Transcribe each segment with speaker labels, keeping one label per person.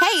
Speaker 1: Hey,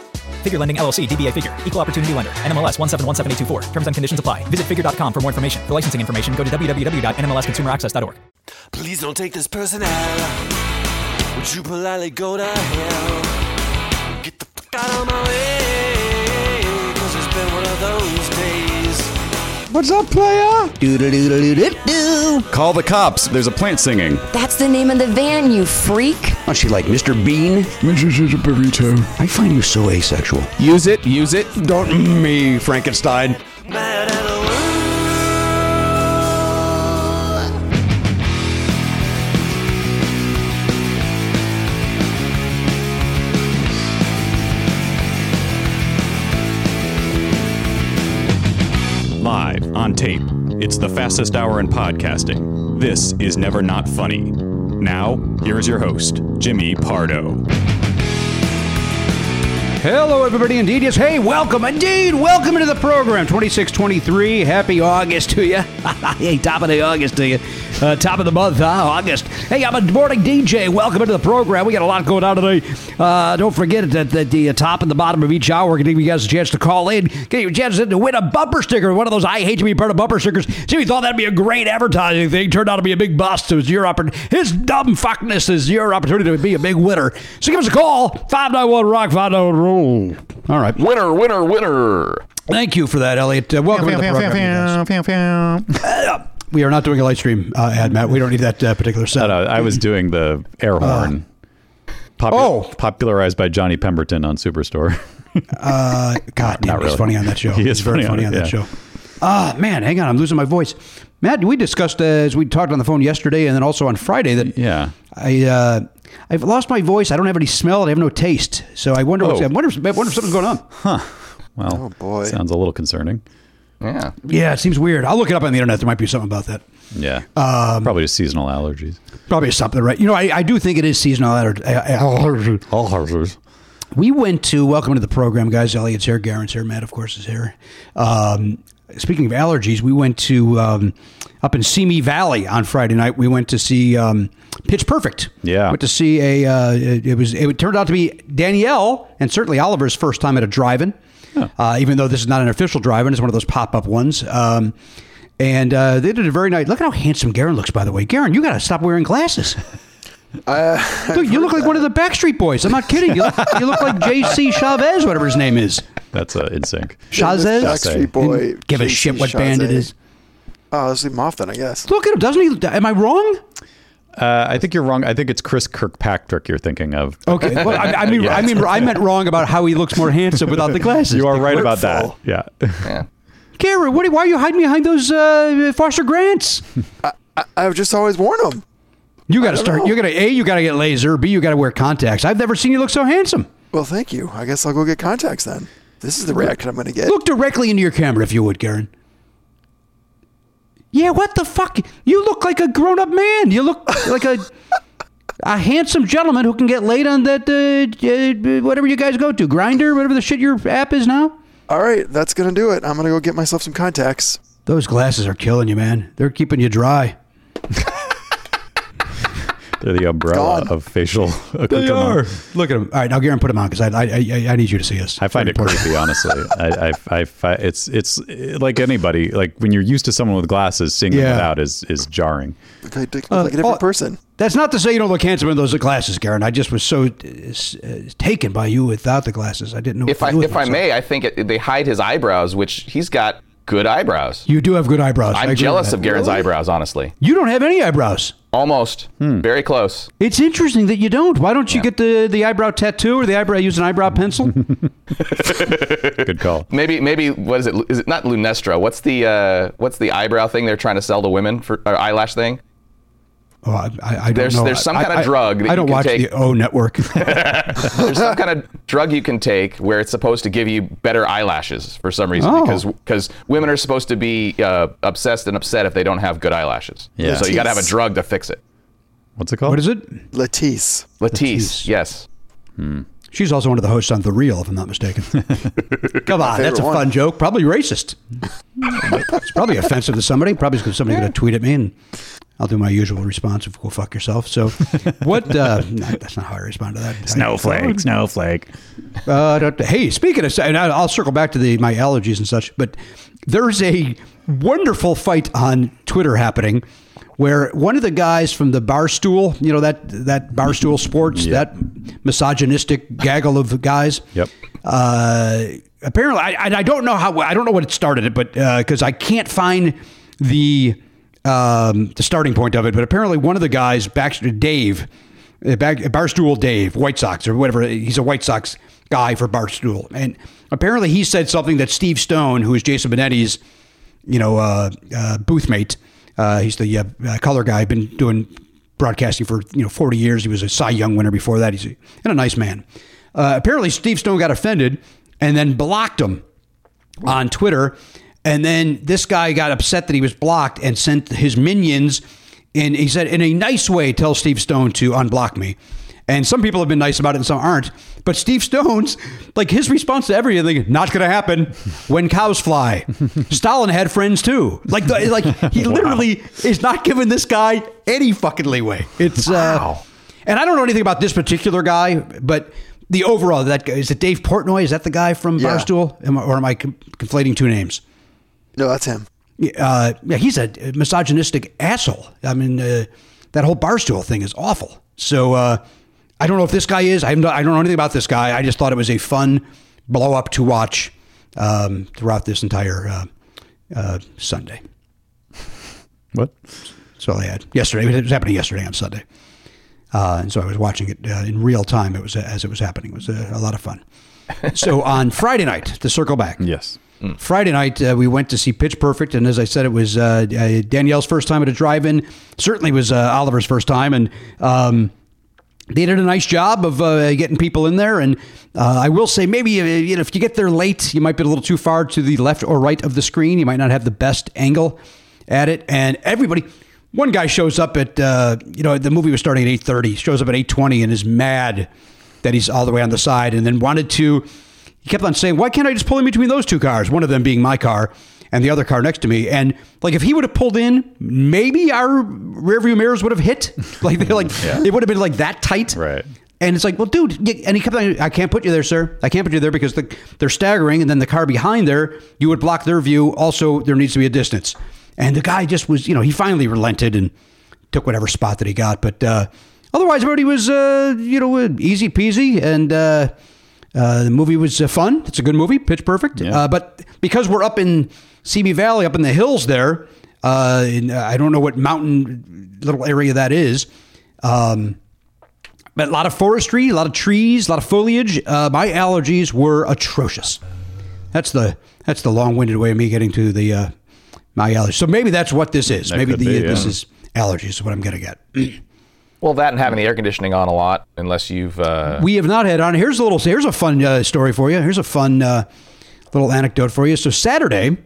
Speaker 2: Figure Lending LLC, DBA Figure, Equal Opportunity Lender, NMLS 1717824. Terms and conditions apply. Visit figure.com for more information. For licensing information, go to www.nmlsconsumeraccess.org.
Speaker 3: Please don't take this person out. Would you politely go to hell? Get the fuck out of my way. Cause it's been one of those days.
Speaker 4: What's up, player? Call the cops. There's a plant singing.
Speaker 5: That's the name of the van, you freak.
Speaker 6: Aren't you Oh, like Mr. Bean?
Speaker 7: Mrs. Burrito.
Speaker 6: I find you so asexual.
Speaker 4: Use it, use it. Don't mm, me, Frankenstein.
Speaker 3: Mad at the world.
Speaker 4: Live on tape. It's the fastest hour in podcasting. This is Never Not Funny. Now, here is your host, Jimmy Pardo.
Speaker 7: Hello, everybody. Indeed, yes. Hey, welcome. Indeed, welcome into the program. 2623. Happy August to you. hey, top of the August to you. Uh, top of the month, huh? August. Hey, I'm a morning DJ. Welcome into the program. We got a lot going on today. Uh, don't forget that that the uh, top and the bottom of each hour, we're going to give you guys a chance to call in. Get your chance to win a bumper sticker. One of those I hate to be part of bumper stickers. Jimmy thought that'd be a great advertising thing. Turned out to be a big bust. It was your oppor- His dumb fuckness is your opportunity to be a big winner. So give us a call. 591 Rock 591 Roll. All right.
Speaker 6: Winner, winner, winner.
Speaker 7: Thank you for that, Elliot. Uh, welcome to the program. you guys. uh, We are not doing a live stream uh, ad, Matt. We don't need that uh, particular
Speaker 8: No,
Speaker 7: set.
Speaker 8: no, I was doing the
Speaker 6: Uh.
Speaker 8: air horn. Popu-
Speaker 7: oh.
Speaker 8: popularized by Johnny Pemberton on Superstore.
Speaker 7: Uh, God, damn,
Speaker 8: Not
Speaker 7: he's
Speaker 8: really.
Speaker 7: funny on that show.
Speaker 8: He is
Speaker 7: He's very funny
Speaker 8: funny on
Speaker 7: on
Speaker 8: it,
Speaker 7: that
Speaker 8: yeah.
Speaker 7: show. Ah, man, hang on, I'm losing my voice. Matt, we discussed uh, as we talked on the phone yesterday, and then also on Friday that
Speaker 8: Yeah.
Speaker 7: I uh, I've lost my voice. I don't have any smell. and I have no taste. So I wonder. What's,
Speaker 8: Oh.
Speaker 7: I wonder. I wonder if something's going on.
Speaker 8: Well, oh boy. sounds a little concerning.
Speaker 6: Yeah.
Speaker 7: Yeah, it seems weird. I'll look it up on the internet. There might be something about that.
Speaker 8: Yeah.
Speaker 7: Um,
Speaker 8: Probably just seasonal allergies.
Speaker 7: Probably something, right? You know, I, I do think it is seasonal aller- uh, allergy.
Speaker 8: All horrors.
Speaker 7: We went to welcome to the program, guys. Elliot's here, Garen's here, Matt, of course, is here. Um, speaking of allergies, we went to um, up in Simi Valley on Friday night. We went to see um, Pitch Perfect.
Speaker 8: Yeah.
Speaker 7: went to see a. Uh, it, it was it turned out to be Danielle and certainly Oliver's first time at a drive-in. Uh, even though this is not an official drive-in, it's one of those pop-up ones. Um, and uh, they did a very nice. Look at how handsome Garen looks, by the way. Garen, you got to stop wearing glasses. Dude, you look like one of the Backstreet Boys. I'm not kidding. You look, you look like J.C. Chavez, whatever his name is.
Speaker 8: That's uh, in sync.
Speaker 7: Chavez.
Speaker 8: Backstreet
Speaker 9: Boy,
Speaker 7: Give a
Speaker 9: JC
Speaker 7: shit what band it
Speaker 9: Chazé.
Speaker 7: is.
Speaker 9: Oh, let's leave him off then, I guess.
Speaker 7: Look at him. Doesn't he? Am I wrong?
Speaker 8: Uh, I think you're wrong. I think it's Chris Kirkpatrick you're thinking of.
Speaker 7: Okay. Well, I, I mean,
Speaker 8: Yeah.
Speaker 7: I mean, I meant wrong about how he looks more handsome without the glasses.
Speaker 8: You are right about that. Yeah.
Speaker 6: Yeah.
Speaker 7: Karen, what, are- why are you hiding behind those uh, Foster Grants?
Speaker 9: I've just always worn them.
Speaker 7: You got to
Speaker 9: don't
Speaker 7: start.
Speaker 9: know.
Speaker 7: You got to a. You got to get laser. B. You got to wear contacts. I've never seen you look so handsome.
Speaker 9: Well, thank you. I guess I'll go get contacts then. This is the reaction I'm going to get.
Speaker 7: Look directly into your camera if you would, Garen. Yeah, what the fuck? You look like a grown up man. You look like a a handsome gentleman who can get laid on that uh, uh, whatever you guys go to grinder, whatever the shit your app is now.
Speaker 9: All right, that's going to do it. I'm going to go get myself some contacts.
Speaker 7: Those glasses are killing you, man. They're keeping you dry.
Speaker 8: They're the umbrella of facial accoutrement.
Speaker 7: Look at him. All right, now Garen, put him on because I, I I I need you to see this.
Speaker 8: I find it creepy, honestly. I, I, I, fi- it's, it's eh, like anybody. Like when you're used to someone with glasses, seeing
Speaker 7: Yeah.
Speaker 8: them without is, is jarring.
Speaker 9: Okay, Dick looks like a different person.
Speaker 7: Oh, That's not to say you don't look handsome in those glasses, Garen. I just was so uh, s- uh, taken by you without the glasses. I didn't know.
Speaker 10: If I, if I may, I think it, they hide his eyebrows, which he's got good eyebrows.
Speaker 7: you do have good eyebrows. I agree
Speaker 10: I'm
Speaker 7: with
Speaker 10: jealous
Speaker 7: that.
Speaker 10: of Garen's eyebrows, honestly.
Speaker 7: You don't have any eyebrows.
Speaker 10: Almost.
Speaker 7: Hmm.
Speaker 10: Very close.
Speaker 7: It's interesting that you don't. Why don't you get the, the eyebrow tattoo or the eyebrow? Use an eyebrow pencil.
Speaker 8: Good call.
Speaker 10: Maybe, maybe what is it? Is it not Lunestra? What's the uh, what's the eyebrow thing they're trying to sell to women for or eyelash thing?
Speaker 7: oh, I, I, I don't
Speaker 10: There's-
Speaker 7: know.
Speaker 10: there's some
Speaker 7: I-
Speaker 10: kind of
Speaker 7: I-
Speaker 10: drug that
Speaker 7: I
Speaker 10: you
Speaker 7: don't
Speaker 10: can
Speaker 7: watch
Speaker 10: take.
Speaker 7: the O Network. Oh.
Speaker 10: There's some kind of drug you can take where it's supposed to give you better eyelashes for some reason
Speaker 7: Oh.
Speaker 10: because because women are supposed to be uh, obsessed and upset if they don't have good eyelashes.
Speaker 8: Yeah.
Speaker 10: So you got to have a
Speaker 8: Latisse.
Speaker 10: drug to fix it.
Speaker 8: What's it called? What
Speaker 7: is it?
Speaker 9: Latisse.
Speaker 10: Latisse. Yes.
Speaker 7: She's also one of the hosts on The Real, if I'm not mistaken. Come on, that's a fun joke. Probably racist. it's probably offensive to somebody. Probably somebody's going to tweet at me, and I'll do my usual response of "Go fuck yourself." So, what? Uh, no, that's not how I respond to that.
Speaker 8: Snowflake, snowflake.
Speaker 7: Uh, da- da- hey, speaking of, and I- I'll circle back to the my allergies and such, but there's a wonderful fight on Twitter happening where one of the guys from the barstool, you know that that barstool sports, that misogynistic gaggle of guys. Yep. Uh, apparently, I, I I don't know how I don't know what it started it, but because I can't find the um, the starting point of it, but apparently one of the guys, Baxter Dave, uh, Bag- Barstool Dave, White Sox or whatever, he's a White Sox guy for Barstool, and apparently he said something that Steve Stone, who is Jason Benetti's, you know, uh, uh, booth mate, uh, he's the uh, uh, color guy, been doing broadcasting for you know 40 years. He was a Cy Young winner before that. He's a, and a nice man. Uh, apparently Steve Stone got offended and then blocked him on Twitter. And then this guy got upset that he was blocked and sent his minions. And he said, in a nice way, tell Steve Stone to unblock me. And some people have been nice about it and some aren't. But Steve Stone's, like his response to everything, not going to happen when cows fly. Stalin had friends too. Like, the, like he literally is not giving this guy any fucking leeway. It's, uh, and I don't know anything about this particular guy, but the overall, that guy, is it Dave Portnoy? Is that the guy from
Speaker 9: Yeah.
Speaker 7: Barstool? Am I, or am I com- conflating two names?
Speaker 9: No, that's him.
Speaker 7: Yeah, Uh, yeah, he's a misogynistic asshole. I mean, uh, that whole Barstool thing is awful. So uh, I don't know if this guy is. I'm not, I don't know anything about this guy. I just thought it was a fun blow up to watch um, throughout this entire uh, uh, Sunday.
Speaker 8: What?
Speaker 7: That's all I had. Yesterday, it was happening yesterday on Sunday. Uh, and so I was watching it uh, in real time. It was as it was happening. It was uh, a, a lot of fun. so on Friday night, to circle back.
Speaker 8: Yes.
Speaker 7: Friday night, uh, we went to see Pitch Perfect, and as I said, it was uh, uh, Danielle's first time at a drive-in. Certainly was uh, Oliver's first time, and um, they did a nice job of uh, getting people in there. And uh, I will say, maybe uh, you know, if you get there late, you might be a little too far to the left or right of the screen. You might not have the best angle at it. And everybody, one guy shows up at uh, you know the movie was starting at eight thirty. Shows up at eight twenty and is mad that he's all the way on the side, and then wanted to. He kept on saying, "Why can't I just pull in between those two cars? One of them being my car." And the other car next to me, and like if he would have pulled in, maybe our rearview mirrors would have hit. Like they like it would have been like that tight. Right. And it's like, well, dude, y- and he kept on. I can't put you there, sir. I can't put you there because the, they're staggering, and then the car behind there, you would block their view. Also, there needs to be a distance. And the guy just was, you know, he finally relented and took whatever spot that he got. But uh, otherwise, everybody was, uh, you know, uh, easy peasy, and uh, uh, the movie was uh, fun. It's a good movie, pitch perfect. Uh, but because we're up in Simi Valley, up in the hills there, uh, in, I don't know what mountain little area that is. Um, but a lot of forestry, a lot of trees, a lot of foliage. Uh, my allergies were atrocious. That's the that's the long-winded way of me getting to the uh, my allergies. So maybe that's what this is.
Speaker 10: That
Speaker 7: maybe
Speaker 10: could
Speaker 7: the
Speaker 10: be, yeah.
Speaker 7: this is allergies is what I'm going to get.
Speaker 10: Well, that and having the air conditioning on a lot, unless you've uh,
Speaker 7: we have not had on. Here's a little. Here's a fun uh, story for you. Here's a fun uh, little anecdote for you. So Saturday,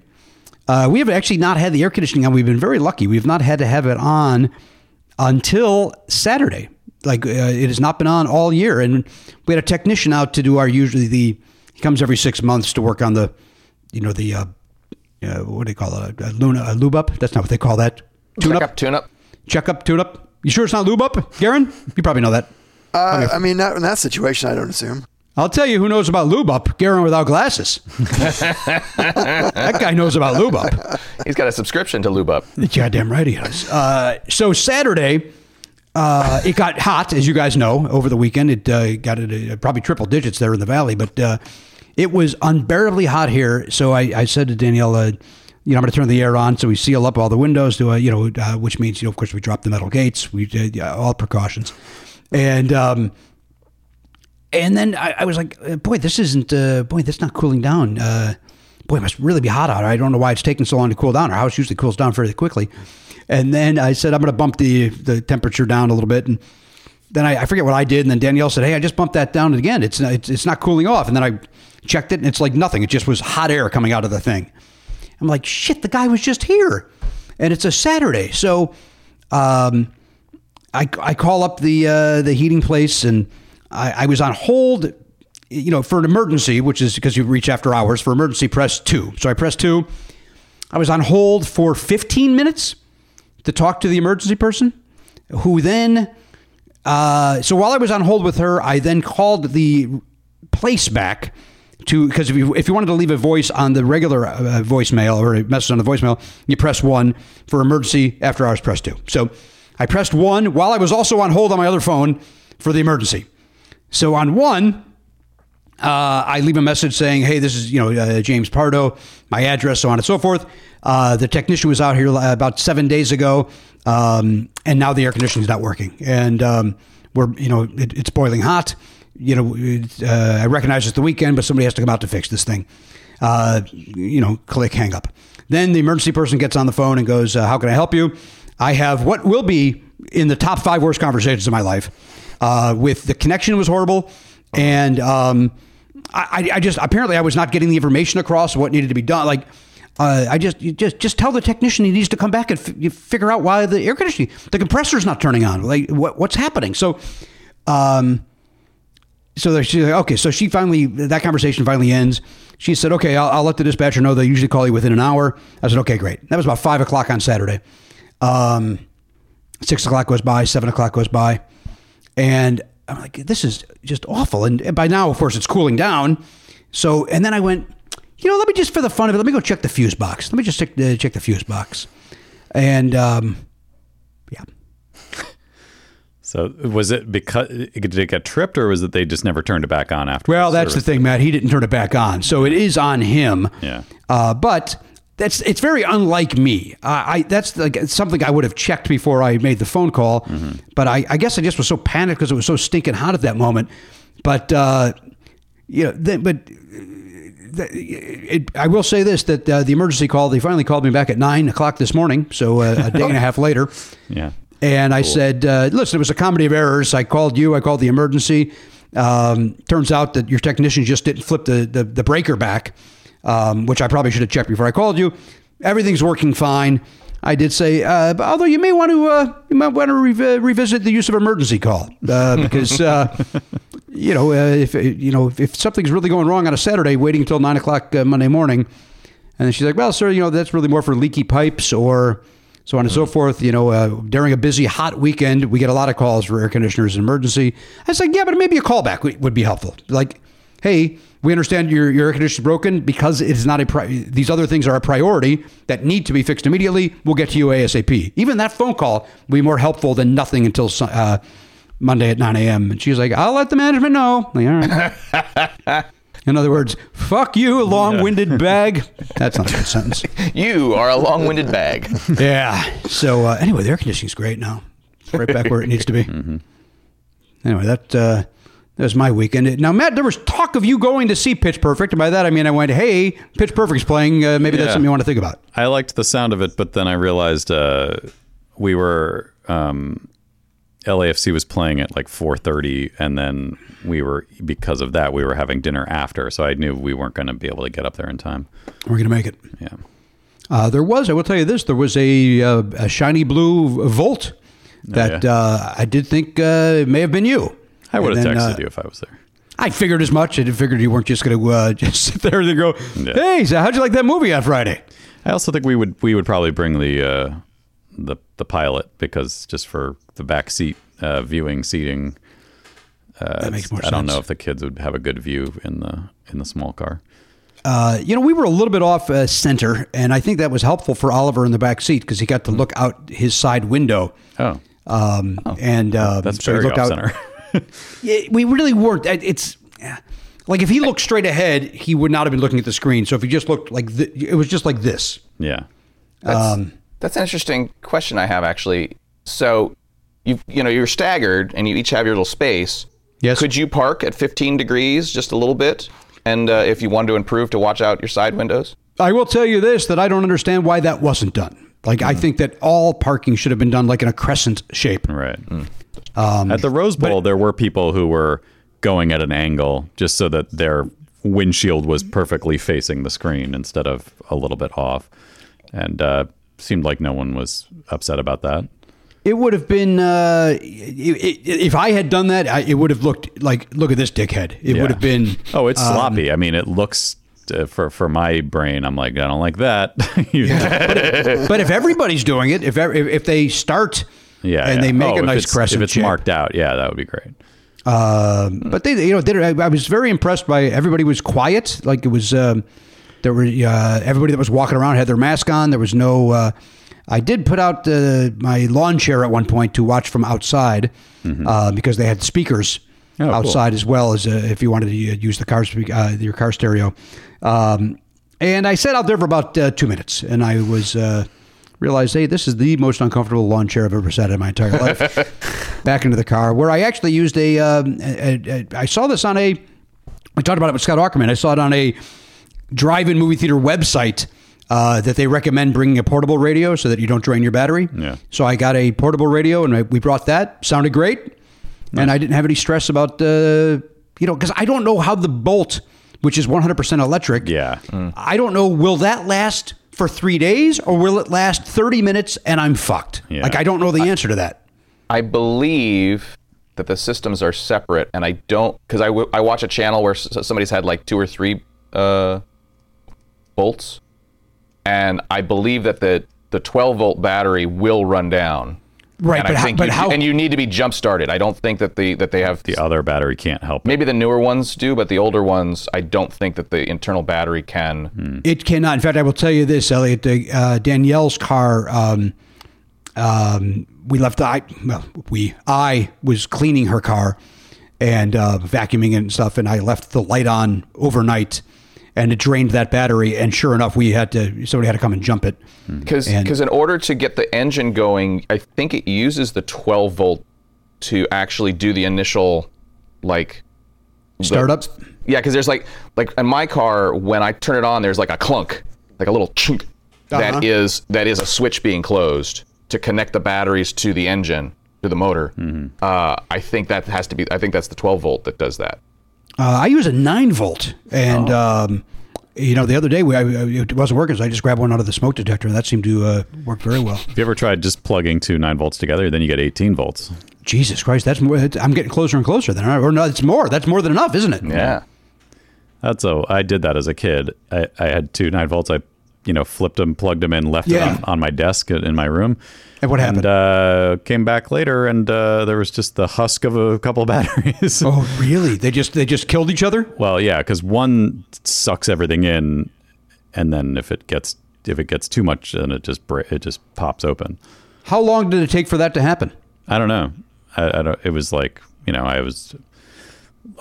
Speaker 7: uh, we have actually not had the air conditioning on. We've been very lucky. We've not had to have it on until Saturday. Like uh, it has not been on all year, and we had a technician out to do our usually the. He comes every six months to work on the, you know the, uh, uh, what do they call it? A, a, luna, a lube up. That's not what they call that.
Speaker 10: tune up, tune up.
Speaker 7: Checkup, tune up. You sure it's not lube up, Garen? You probably know that.
Speaker 9: Uh, I mean, not in that situation, I don't assume.
Speaker 7: I'll tell you who knows about lube up, Garen without glasses.
Speaker 10: that
Speaker 7: guy knows about lube up.
Speaker 10: He's got a subscription to lube up.
Speaker 7: Goddamn right he does. Uh, so Saturday, uh, it got hot, as you guys know, over the weekend. It uh, got it uh, probably triple digits there in the valley, but uh, it was unbearably hot here. So I, I said to Danielle, uh, you know, I'm going to turn the air on, so we seal up all the windows, to, uh, you know, uh, which means, you know, of course, we drop the metal gates, we did yeah, all precautions, and. Um, and then I, I was like, uh, boy, this isn't, uh, boy, that's not cooling down. Uh, boy, it must really be hot out. I don't know why it's taking so long to cool down. Our house usually cools down fairly quickly. And then I said, I'm going to bump the, the temperature down a little bit. And then I, I forget what I did. And then Danielle said, hey, I just bumped that down again. It's, not- it's, it's not cooling off. And then I checked it and it's like nothing. It just was hot air coming out of the thing. I'm like, shit, the guy was just here. And it's a Saturday. So, um, I, I call up the uh, the heating place and I, I was on hold, you know, for an emergency, which is because you reach after hours for emergency. Press two. So I pressed two. I was on hold for 15 minutes to talk to the emergency person, who then. Uh, so while I was on hold with her, I then called the place back to because if you, if you wanted to leave a voice on the regular uh, voicemail or a message on the voicemail, you press one for emergency. After hours, press two. So I pressed one while I was also on hold on my other phone for the emergency. So on one, uh, I leave a message saying, "Hey, this is you know uh, James Pardo, my address, so on and so forth." Uh, the technician was out here uh, about seven days ago, um, and now the air conditioning is not working, and um, we're you know it, it's boiling hot. You know, it, uh, I recognize it's the weekend, but somebody has to come out to fix this thing. Uh, you know, click hang up. Then the emergency person gets on the phone and goes, uh, "How can I help you?" I have what will be in the top five worst conversations of my life. Uh, with the connection was horrible, and um, I, I- I just apparently I was not getting the information across of what needed to be done. Like uh, I just you just just tell the technician he needs to come back and f- you figure out why the air conditioning, the compressor's not turning on. Like what, what's happening? So. Um, so there- she's like, okay. So she finally, that conversation finally ends. She said, okay, I'll, I'll let the dispatcher know. They usually call you within an hour. I said, okay, great. That was about five o'clock on Saturday. Um, six o'clock goes by, seven o'clock goes by, and I'm like, this is just awful. And, and by now, of course, it's cooling down. So, and then I went, you know, let me just for the fun of it, let me go check the fuse box. Let me just check the, check the fuse box. And um,
Speaker 8: So was it because did it get tripped, or was it they just never turned it back on after?
Speaker 7: well, that's the thing, Matt. He didn't turn it back on, so it is on him.
Speaker 8: Yeah.
Speaker 7: Uh, but that's it's very unlike me. I, I that's like something I would have checked before I made the phone call. But I, I guess I just was so panicked because it was so stinking hot at that moment. But uh, you know, th- but uh, th- it, I will say this: that uh, the emergency call they finally called me back at nine o'clock this morning, so uh, a day and a half later.
Speaker 8: Yeah.
Speaker 7: And I said, uh, listen, it was a comedy of errors. I called you, I called the emergency. Um, turns out that your technician just didn't flip the, the, the breaker back, um, which I probably should have checked before I called you. Everything's working fine. I did say, uh, but although you may want to, uh, you might want to revi- revisit the use of emergency call uh, because, uh, you know, uh, if you know if something's really going wrong on a Saturday, waiting until nine o'clock uh, Monday morning, and then she's like, "Well, sir, you know that's really more for leaky pipes or so on and so forth." You know, uh, during a busy hot weekend, we get a lot of calls for air conditioners in emergency. I was like, "Yeah, but maybe a callback would- would be helpful." Like, "Hey, we understand your your air conditioner's broken because it is not a pri- these other things are a priority that need to be fixed immediately. We'll get to you ASAP." Even that phone call would be more helpful than nothing until. Sun- Uh, Monday at 9 a.m. And she's like, I'll let the management know. I'm like, All right. In other words, fuck you, long winded bag. That's not a good sentence.
Speaker 10: You are a long-winded bag.
Speaker 7: yeah. So, uh, anyway, the air conditioning's great now. It's right back where it needs to be.
Speaker 8: Mm-hmm.
Speaker 7: Anyway, that, uh, that was my weekend. Now, Matt, there was talk of you going to see Pitch Perfect. And by that, I mean, I went, hey, Pitch Perfect's playing. Uh, maybe that's
Speaker 8: Yeah.
Speaker 7: something you want to think about.
Speaker 8: I liked the sound of it, but then I realized uh, we were um, LAFC was playing at like 4:30, and then we were because of that we were having dinner after, so I knew we weren't going to be able to get up there in time.
Speaker 7: We're going to make it.
Speaker 8: Yeah.
Speaker 7: Uh, there was, I will tell you this, there was a, uh, a shiny blue Volt that
Speaker 8: Oh, yeah.
Speaker 7: uh, I did think uh, may have been you.
Speaker 8: I would
Speaker 7: And
Speaker 8: have
Speaker 7: then,
Speaker 8: texted
Speaker 7: uh,
Speaker 8: you if I was there.
Speaker 7: I figured as much. I figured you weren't just going to uh, just sit there and go, "Hey, so how'd you like that movie on Friday?"
Speaker 8: I also think we would we would probably bring the uh, the the pilot because just for the back seat uh, viewing seating. Uh,
Speaker 7: That makes
Speaker 8: it's-
Speaker 7: more
Speaker 8: I don't
Speaker 7: sense.
Speaker 8: know if the kids would have a good view in the in the small car.
Speaker 7: Uh, you know, we were a little bit off uh, center, and I think that was helpful for Oliver in the back seat because he got to look out his side window.
Speaker 8: Mm. Oh,
Speaker 7: um, and um,
Speaker 8: That's
Speaker 7: so he
Speaker 8: very
Speaker 7: looked
Speaker 8: off
Speaker 7: out.
Speaker 8: center.
Speaker 7: Yeah, we really weren't. It- It's like if he looked straight ahead, he would not have been looking at the screen. So if he just looked like th- it was just like this.
Speaker 8: Yeah.
Speaker 10: That's, that's an interesting question I have actually. So, you you know you're staggered and you each have your little space.
Speaker 7: Yes.
Speaker 10: Could you park at 15 degrees just a little bit, and uh, if you wanted to improve, to watch out your side windows?
Speaker 7: I will tell you this that I don't understand why that wasn't done. Like
Speaker 8: Mm.
Speaker 7: I think that all parking should have been done like in a crescent shape.
Speaker 8: Right.
Speaker 7: Um,
Speaker 8: at the Rose Bowl, there were people who were going at an angle just so that their windshield was perfectly facing the screen instead of a little bit off, and uh, seemed like no one was upset about that.
Speaker 7: It would have been uh, i- i- if I had done that, I, it would have looked like look at this dickhead. It
Speaker 8: Yeah.
Speaker 7: would have been
Speaker 8: Oh, it's
Speaker 7: um,
Speaker 8: sloppy. I mean, it looks uh, for for my brain. I'm like, I don't like that. You-
Speaker 7: but if everybody's doing it, if ev- if if they start,
Speaker 8: yeah,
Speaker 7: and
Speaker 8: yeah.
Speaker 7: they make
Speaker 8: Oh,
Speaker 7: a
Speaker 8: if
Speaker 7: nice
Speaker 8: it's-
Speaker 7: crescent
Speaker 8: If it's
Speaker 7: shape.
Speaker 8: marked out, yeah, that would be great.
Speaker 7: Um, but they, you know, did it. I, I was very impressed by everybody was quiet. Like it was, um, there were uh, everybody that was walking around had their mask on. There was no. Uh, I did put out uh, my lawn chair at one point to watch from outside uh, because they had speakers
Speaker 8: Mm-hmm. Oh, cool.
Speaker 7: outside as well as uh, if you wanted to u- use the car speak, uh, your car stereo. Um, and I sat out there for about uh, two minutes, and I was. Uh, Realized, hey, this is the most uncomfortable lawn chair I've ever sat in my entire life. back into the car where I actually used a, um, a, a, a I saw this on a I talked about it with Scott Ackerman. I saw it on a drive-in movie theater website uh, that they recommend bringing a portable radio so that you don't drain your battery.
Speaker 8: Yeah.
Speaker 7: So I got a portable radio and I, we brought that. Sounded great, and I didn't have any stress about uh, you know because I don't know how the Bolt, which is 100% electric,
Speaker 8: Yeah.
Speaker 7: I don't know will that last for three days or will it last 30 minutes and I'm fucked.
Speaker 10: Yeah.
Speaker 7: Like I don't know the answer to that.
Speaker 10: I believe that the systems are separate, and I don't because I, w- I watch a channel where s- somebody's had like two or three uh, bolts, and I believe that the the 12 volt battery will run down.
Speaker 7: Right,
Speaker 10: and
Speaker 7: but
Speaker 10: I
Speaker 7: how-
Speaker 10: think
Speaker 7: but
Speaker 10: you,
Speaker 7: how-
Speaker 10: And you need to be jump started. I don't think that the that they have the
Speaker 8: other battery can't help.
Speaker 10: Maybe the newer ones do, but the older ones, I don't think that the internal battery can.
Speaker 7: It cannot. In fact, I will tell you this, Elliot. Uh, Danielle's car. Um, um, we left. I well, we I was cleaning her car and uh, vacuuming it and stuff, and I left the light on overnight, and it drained that battery. And sure enough, we had to somebody had to come and jump it.
Speaker 10: Because
Speaker 7: And-
Speaker 10: in order to get the engine going, I think it uses the 12 volt to actually do the initial like the-
Speaker 7: Startup?
Speaker 10: yeah, because there's like like in my car when I turn it on, there's like a clunk, like a little chunk. That
Speaker 7: Uh-huh.
Speaker 10: is that is a switch being closed to connect the batteries to the engine to the motor. Uh, I think that has to be. I think that's the 12 volt that does that.
Speaker 7: Uh, I use a nine volt, and
Speaker 10: Oh.
Speaker 7: um, you know, the other day we, I, it wasn't working, so I just grabbed one out of the smoke detector, and that seemed to uh, work very well.
Speaker 8: Have you ever tried just plugging two nine volts together? Then you get 18 volts.
Speaker 7: Jesus Christ, that's more. I'm getting closer and closer. Then, or no, it's more. That's more than enough, isn't it?
Speaker 10: Yeah.
Speaker 8: That's a. I did that as a kid. I, I had two nine volts. I, you know, flipped them, plugged them in, left
Speaker 7: Yeah.
Speaker 8: them on my desk in in my room.
Speaker 7: And what happened?
Speaker 8: uh, came back later, and uh, there was just the husk of a couple of batteries.
Speaker 7: oh, really? They just they just killed each other?
Speaker 8: Well, yeah, because one sucks everything in, and then if it gets if it gets too much, then it just bra- it just pops open.
Speaker 7: How long did it take for that to happen?
Speaker 8: I don't know. I, I don't. It was like you know, I was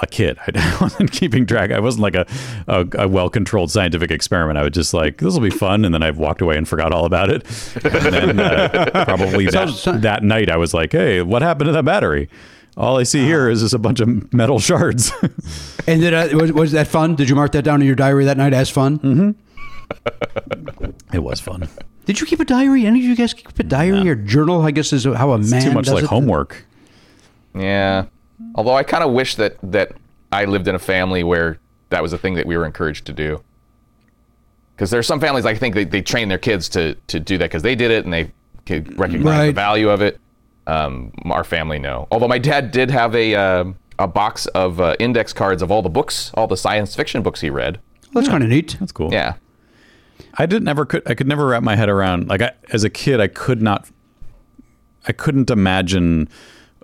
Speaker 8: a kid. I wasn't keeping track. I wasn't like a a, a well controlled scientific experiment. I was just like, this will be fun, and then I walked away and forgot all about it. And then uh, probably that
Speaker 7: Sounds- so-
Speaker 8: that night, I was like, hey, what happened to that battery? All I see here is just a bunch of metal shards.
Speaker 7: And did I, was, was that fun? Did you mark that down in your diary that night as fun? Mm-hmm.
Speaker 8: it was fun.
Speaker 7: Did you keep a diary? Any of you guys keep a diary or journal? I guess is how a man
Speaker 8: Too much
Speaker 7: does
Speaker 8: like
Speaker 7: it.
Speaker 8: homework.
Speaker 10: Yeah. Although I kind of wish that that I lived in a family where that was a thing that we were encouraged to do. Because there are some families I think they, they train their kids to to do that because they did it and they could recognize the
Speaker 7: Right.
Speaker 10: value of it. Um, our family no. Although my dad did have a um a box of uh, index cards of all the books, all the science fiction books he read.
Speaker 7: That's kind of neat.
Speaker 8: That's cool.
Speaker 10: Yeah.
Speaker 8: I didn't ever could I could never wrap my head around like I, as a kid I could not I couldn't imagine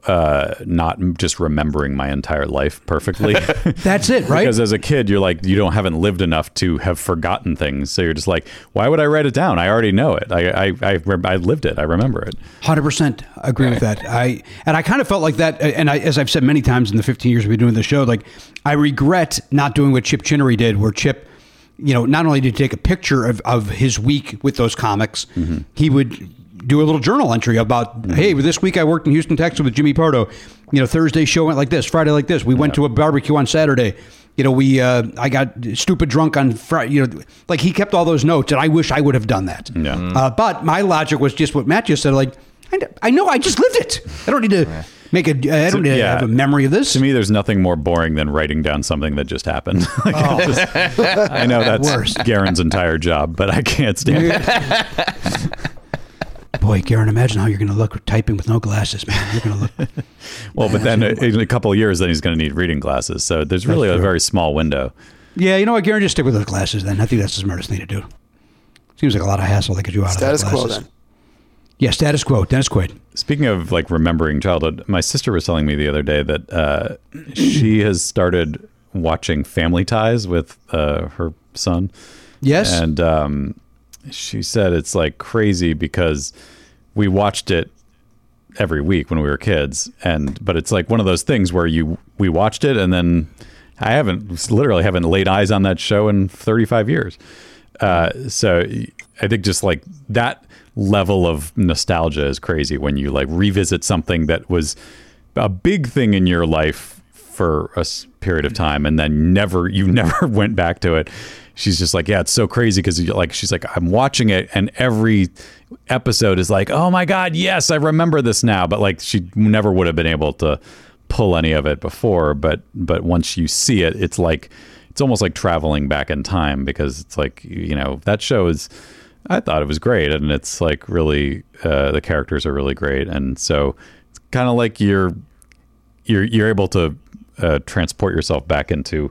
Speaker 8: uh, not m- just remembering my entire life perfectly.
Speaker 7: That's it, right?
Speaker 8: because as a kid, you're like you don't haven't lived enough to have forgotten things, so you're just like, why would I write it down? I already know it. I I I, rem- I lived it. I remember it.
Speaker 7: Hundred percent agree with that. I and I kind of felt like that. uh, And I, as I've said many times in the 15 years we've been doing the show, like I regret not doing what Chip Chinnery did, where Chip, you know, not only did he take a picture of, of his week with those comics, he would do a little journal entry about, hey, this week I worked in Houston, Texas with Jimmy Pardo. You know, Thursday show went like this, Friday like this. We went to a barbecue on Saturday. You know, we uh, I got stupid drunk on Friday. You know, like he kept all those notes, and I wish I would have done that.
Speaker 8: Yeah.
Speaker 7: Uh, but my logic was just what Matt just said. Like, I, kn- I know I just lived it. I don't need to make a. I don't need to have a memory of this.
Speaker 8: To me, there's nothing more boring than writing down something that just happened. Like, I just- I know that's
Speaker 7: Worse.
Speaker 8: Garen's entire job, but I can't stand it.
Speaker 7: Boy, Garen, imagine how you're going to look typing with no glasses, man. You're going to look.
Speaker 8: Well, but then uh, in a couple of years, then he's going to need reading glasses. So there's really a very small window.
Speaker 7: yeah, you know what, Garen, just stick with those glasses then. I think that's the smartest thing to do. Seems like a lot of hassle they could do out
Speaker 9: Status
Speaker 7: of those
Speaker 9: quo
Speaker 7: glasses.
Speaker 9: then.
Speaker 7: Yeah, status quo. Dennis Quaid.
Speaker 8: Speaking of like remembering childhood, my sister was telling me the other day that uh, she has started watching Family Ties with uh, her son.
Speaker 7: Yes.
Speaker 8: and um, she said it's like crazy because we watched it every week when we were kids, and but it's like one of those things where you we watched it and then I haven't literally haven't laid eyes on that show in 35 years. Uh, so I think just like that level of nostalgia is crazy when you like revisit something that was a big thing in your life for a s- period of time and then never you never went back to it she's just like yeah it's so crazy because like she's like i'm watching it and every episode is like oh my god yes i remember this now but like she never would have been able to pull any of it before but but once you see it it's like it's almost like traveling back in time because it's like you know that show is I thought it was great, and it's like really uh, the characters are really great, and so it's kind of like you're you're you're able to uh, transport yourself back into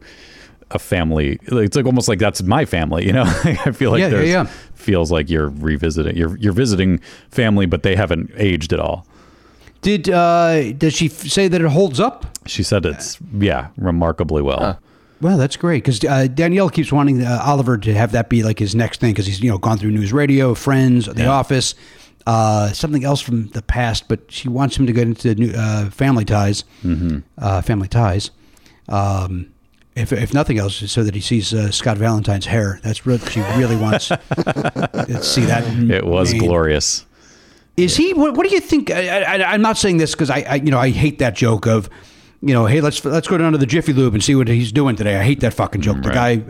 Speaker 8: a family. Like, It's like almost like that's my family, you know. I feel like
Speaker 7: Yeah, yeah,
Speaker 8: there's
Speaker 7: yeah.
Speaker 8: feels like you're revisiting you're you're visiting family, but they haven't aged at all.
Speaker 7: Did uh, did she f- say that it holds up?
Speaker 8: She said it's yeah remarkably well.
Speaker 7: Well, that's great because uh, Danielle keeps wanting uh, Oliver to have that be like his next thing because he's you know gone through News Radio, Friends, The Office, uh, something else from the past. But she wants him to get into new, uh, Family Ties, mm-hmm. uh, Family Ties. Um, if, if nothing else, so that he sees uh, Scott Valentine's hair. That's what she really wants to see that.
Speaker 8: It was
Speaker 7: mane.
Speaker 8: glorious.
Speaker 7: Is he? What, what do you think? I, I, I'm not saying this because I, I, you know, I hate that joke of, you know, hey, let's let's go down to the Jiffy Lube and see what he's doing today. I hate that fucking joke. The guy,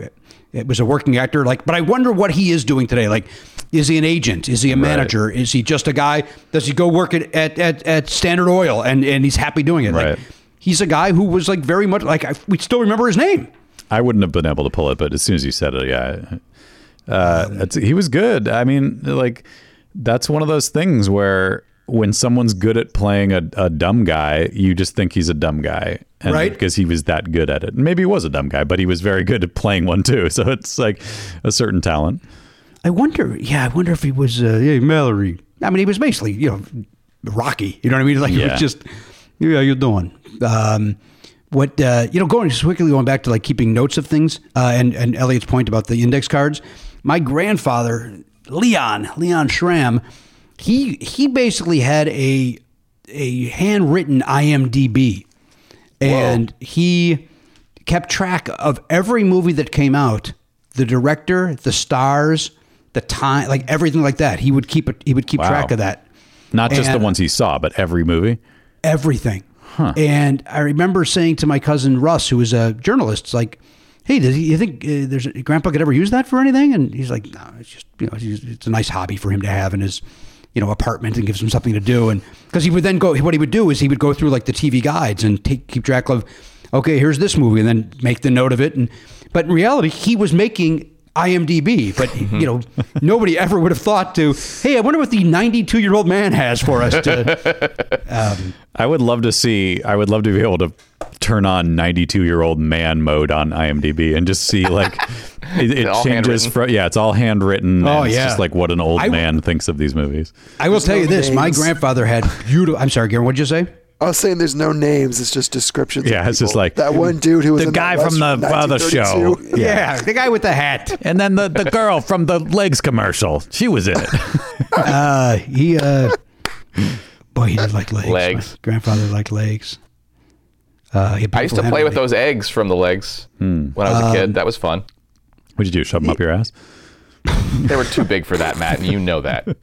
Speaker 7: it was a working actor. Like, but I wonder what he is doing today. Like, is he an agent? Is he a manager? Is he just a guy? Does he go work at at, at, at Standard Oil and and he's happy doing it?
Speaker 8: Right.
Speaker 7: Like, he's a guy who was like very much like I, we still remember his name.
Speaker 8: I wouldn't have been able to pull it, but as soon as you said it, yeah, uh,
Speaker 7: Um,
Speaker 8: it's- he was good. I mean, like that's one of those things where when someone's good at playing a, a dumb guy, you just think he's a dumb guy, and,
Speaker 7: Right.
Speaker 8: Because he was that good at it. And Maybe he was a dumb guy, but he was very good at playing one too. So it's like a certain talent.
Speaker 7: I wonder. Yeah, I wonder if he was uh, yeah, Mallory. I mean, he was basically you know Rocky. You know what I mean? Like it
Speaker 8: Yeah.
Speaker 7: was just yeah, you're doing. Um, what uh, you know, going just quickly going back to like keeping notes of things uh, and and Elliot's point about the index cards. My grandfather Leon Leon Schramm, he he basically had a a handwritten IMDb and he kept track of every movie that came out the director the stars the time like everything like that he would keep it he would keep
Speaker 8: Wow.
Speaker 7: track of that
Speaker 8: Not just
Speaker 7: And-
Speaker 8: the ones he saw, but every movie.
Speaker 7: everything and i remember saying to my cousin russ who was a journalist it's like hey does he, you think uh, there's grandpa could ever use that for anything and he's like no it's just you know it's, just- it's a nice hobby for him to have in his you know apartment and gives him something to do and because he would then go what he would do is he would go through like the tv guides and take keep track of okay here's this movie and then make the note of it and but in reality he was making IMDb, but you know, nobody ever would have thought to, hey, I wonder what the 92 year old man has for us to
Speaker 8: I would love to see. I would love to be able to turn on 92 year old man mode on IMDb and just see like it,
Speaker 10: It's
Speaker 8: it
Speaker 10: all
Speaker 8: changes
Speaker 10: handwritten.
Speaker 8: from yeah, it's all handwritten.
Speaker 7: Oh,
Speaker 8: and it's
Speaker 7: yeah.
Speaker 8: just like what an old
Speaker 7: I-
Speaker 8: man thinks of these movies.
Speaker 7: I will
Speaker 9: There's
Speaker 7: tell
Speaker 9: no
Speaker 7: you this: my
Speaker 9: names.
Speaker 7: grandfather had beautiful. I'm sorry, Garen. What'd you say?
Speaker 9: I was saying there's no names. It's just descriptions. of
Speaker 8: Yeah, it's just
Speaker 9: people.
Speaker 8: like
Speaker 9: that one dude who was
Speaker 8: the
Speaker 9: in
Speaker 8: guy
Speaker 9: that
Speaker 8: from the
Speaker 9: Western
Speaker 8: other show.
Speaker 9: 1932.
Speaker 7: the guy with the hat,
Speaker 8: and then the the girl from the legs commercial. She was in it.
Speaker 7: Uh, he, uh, boy, he did like legs.
Speaker 10: Legs.
Speaker 7: My grandfather liked legs. Uh, he had
Speaker 10: I used to
Speaker 7: beautiful
Speaker 10: play
Speaker 7: hat
Speaker 10: with
Speaker 7: on.
Speaker 10: those eggs from the legs when I was a kid. That was fun.
Speaker 8: What'd you do? Shove them up your ass?
Speaker 10: They were too big for that, Matt, and you know that.
Speaker 8: I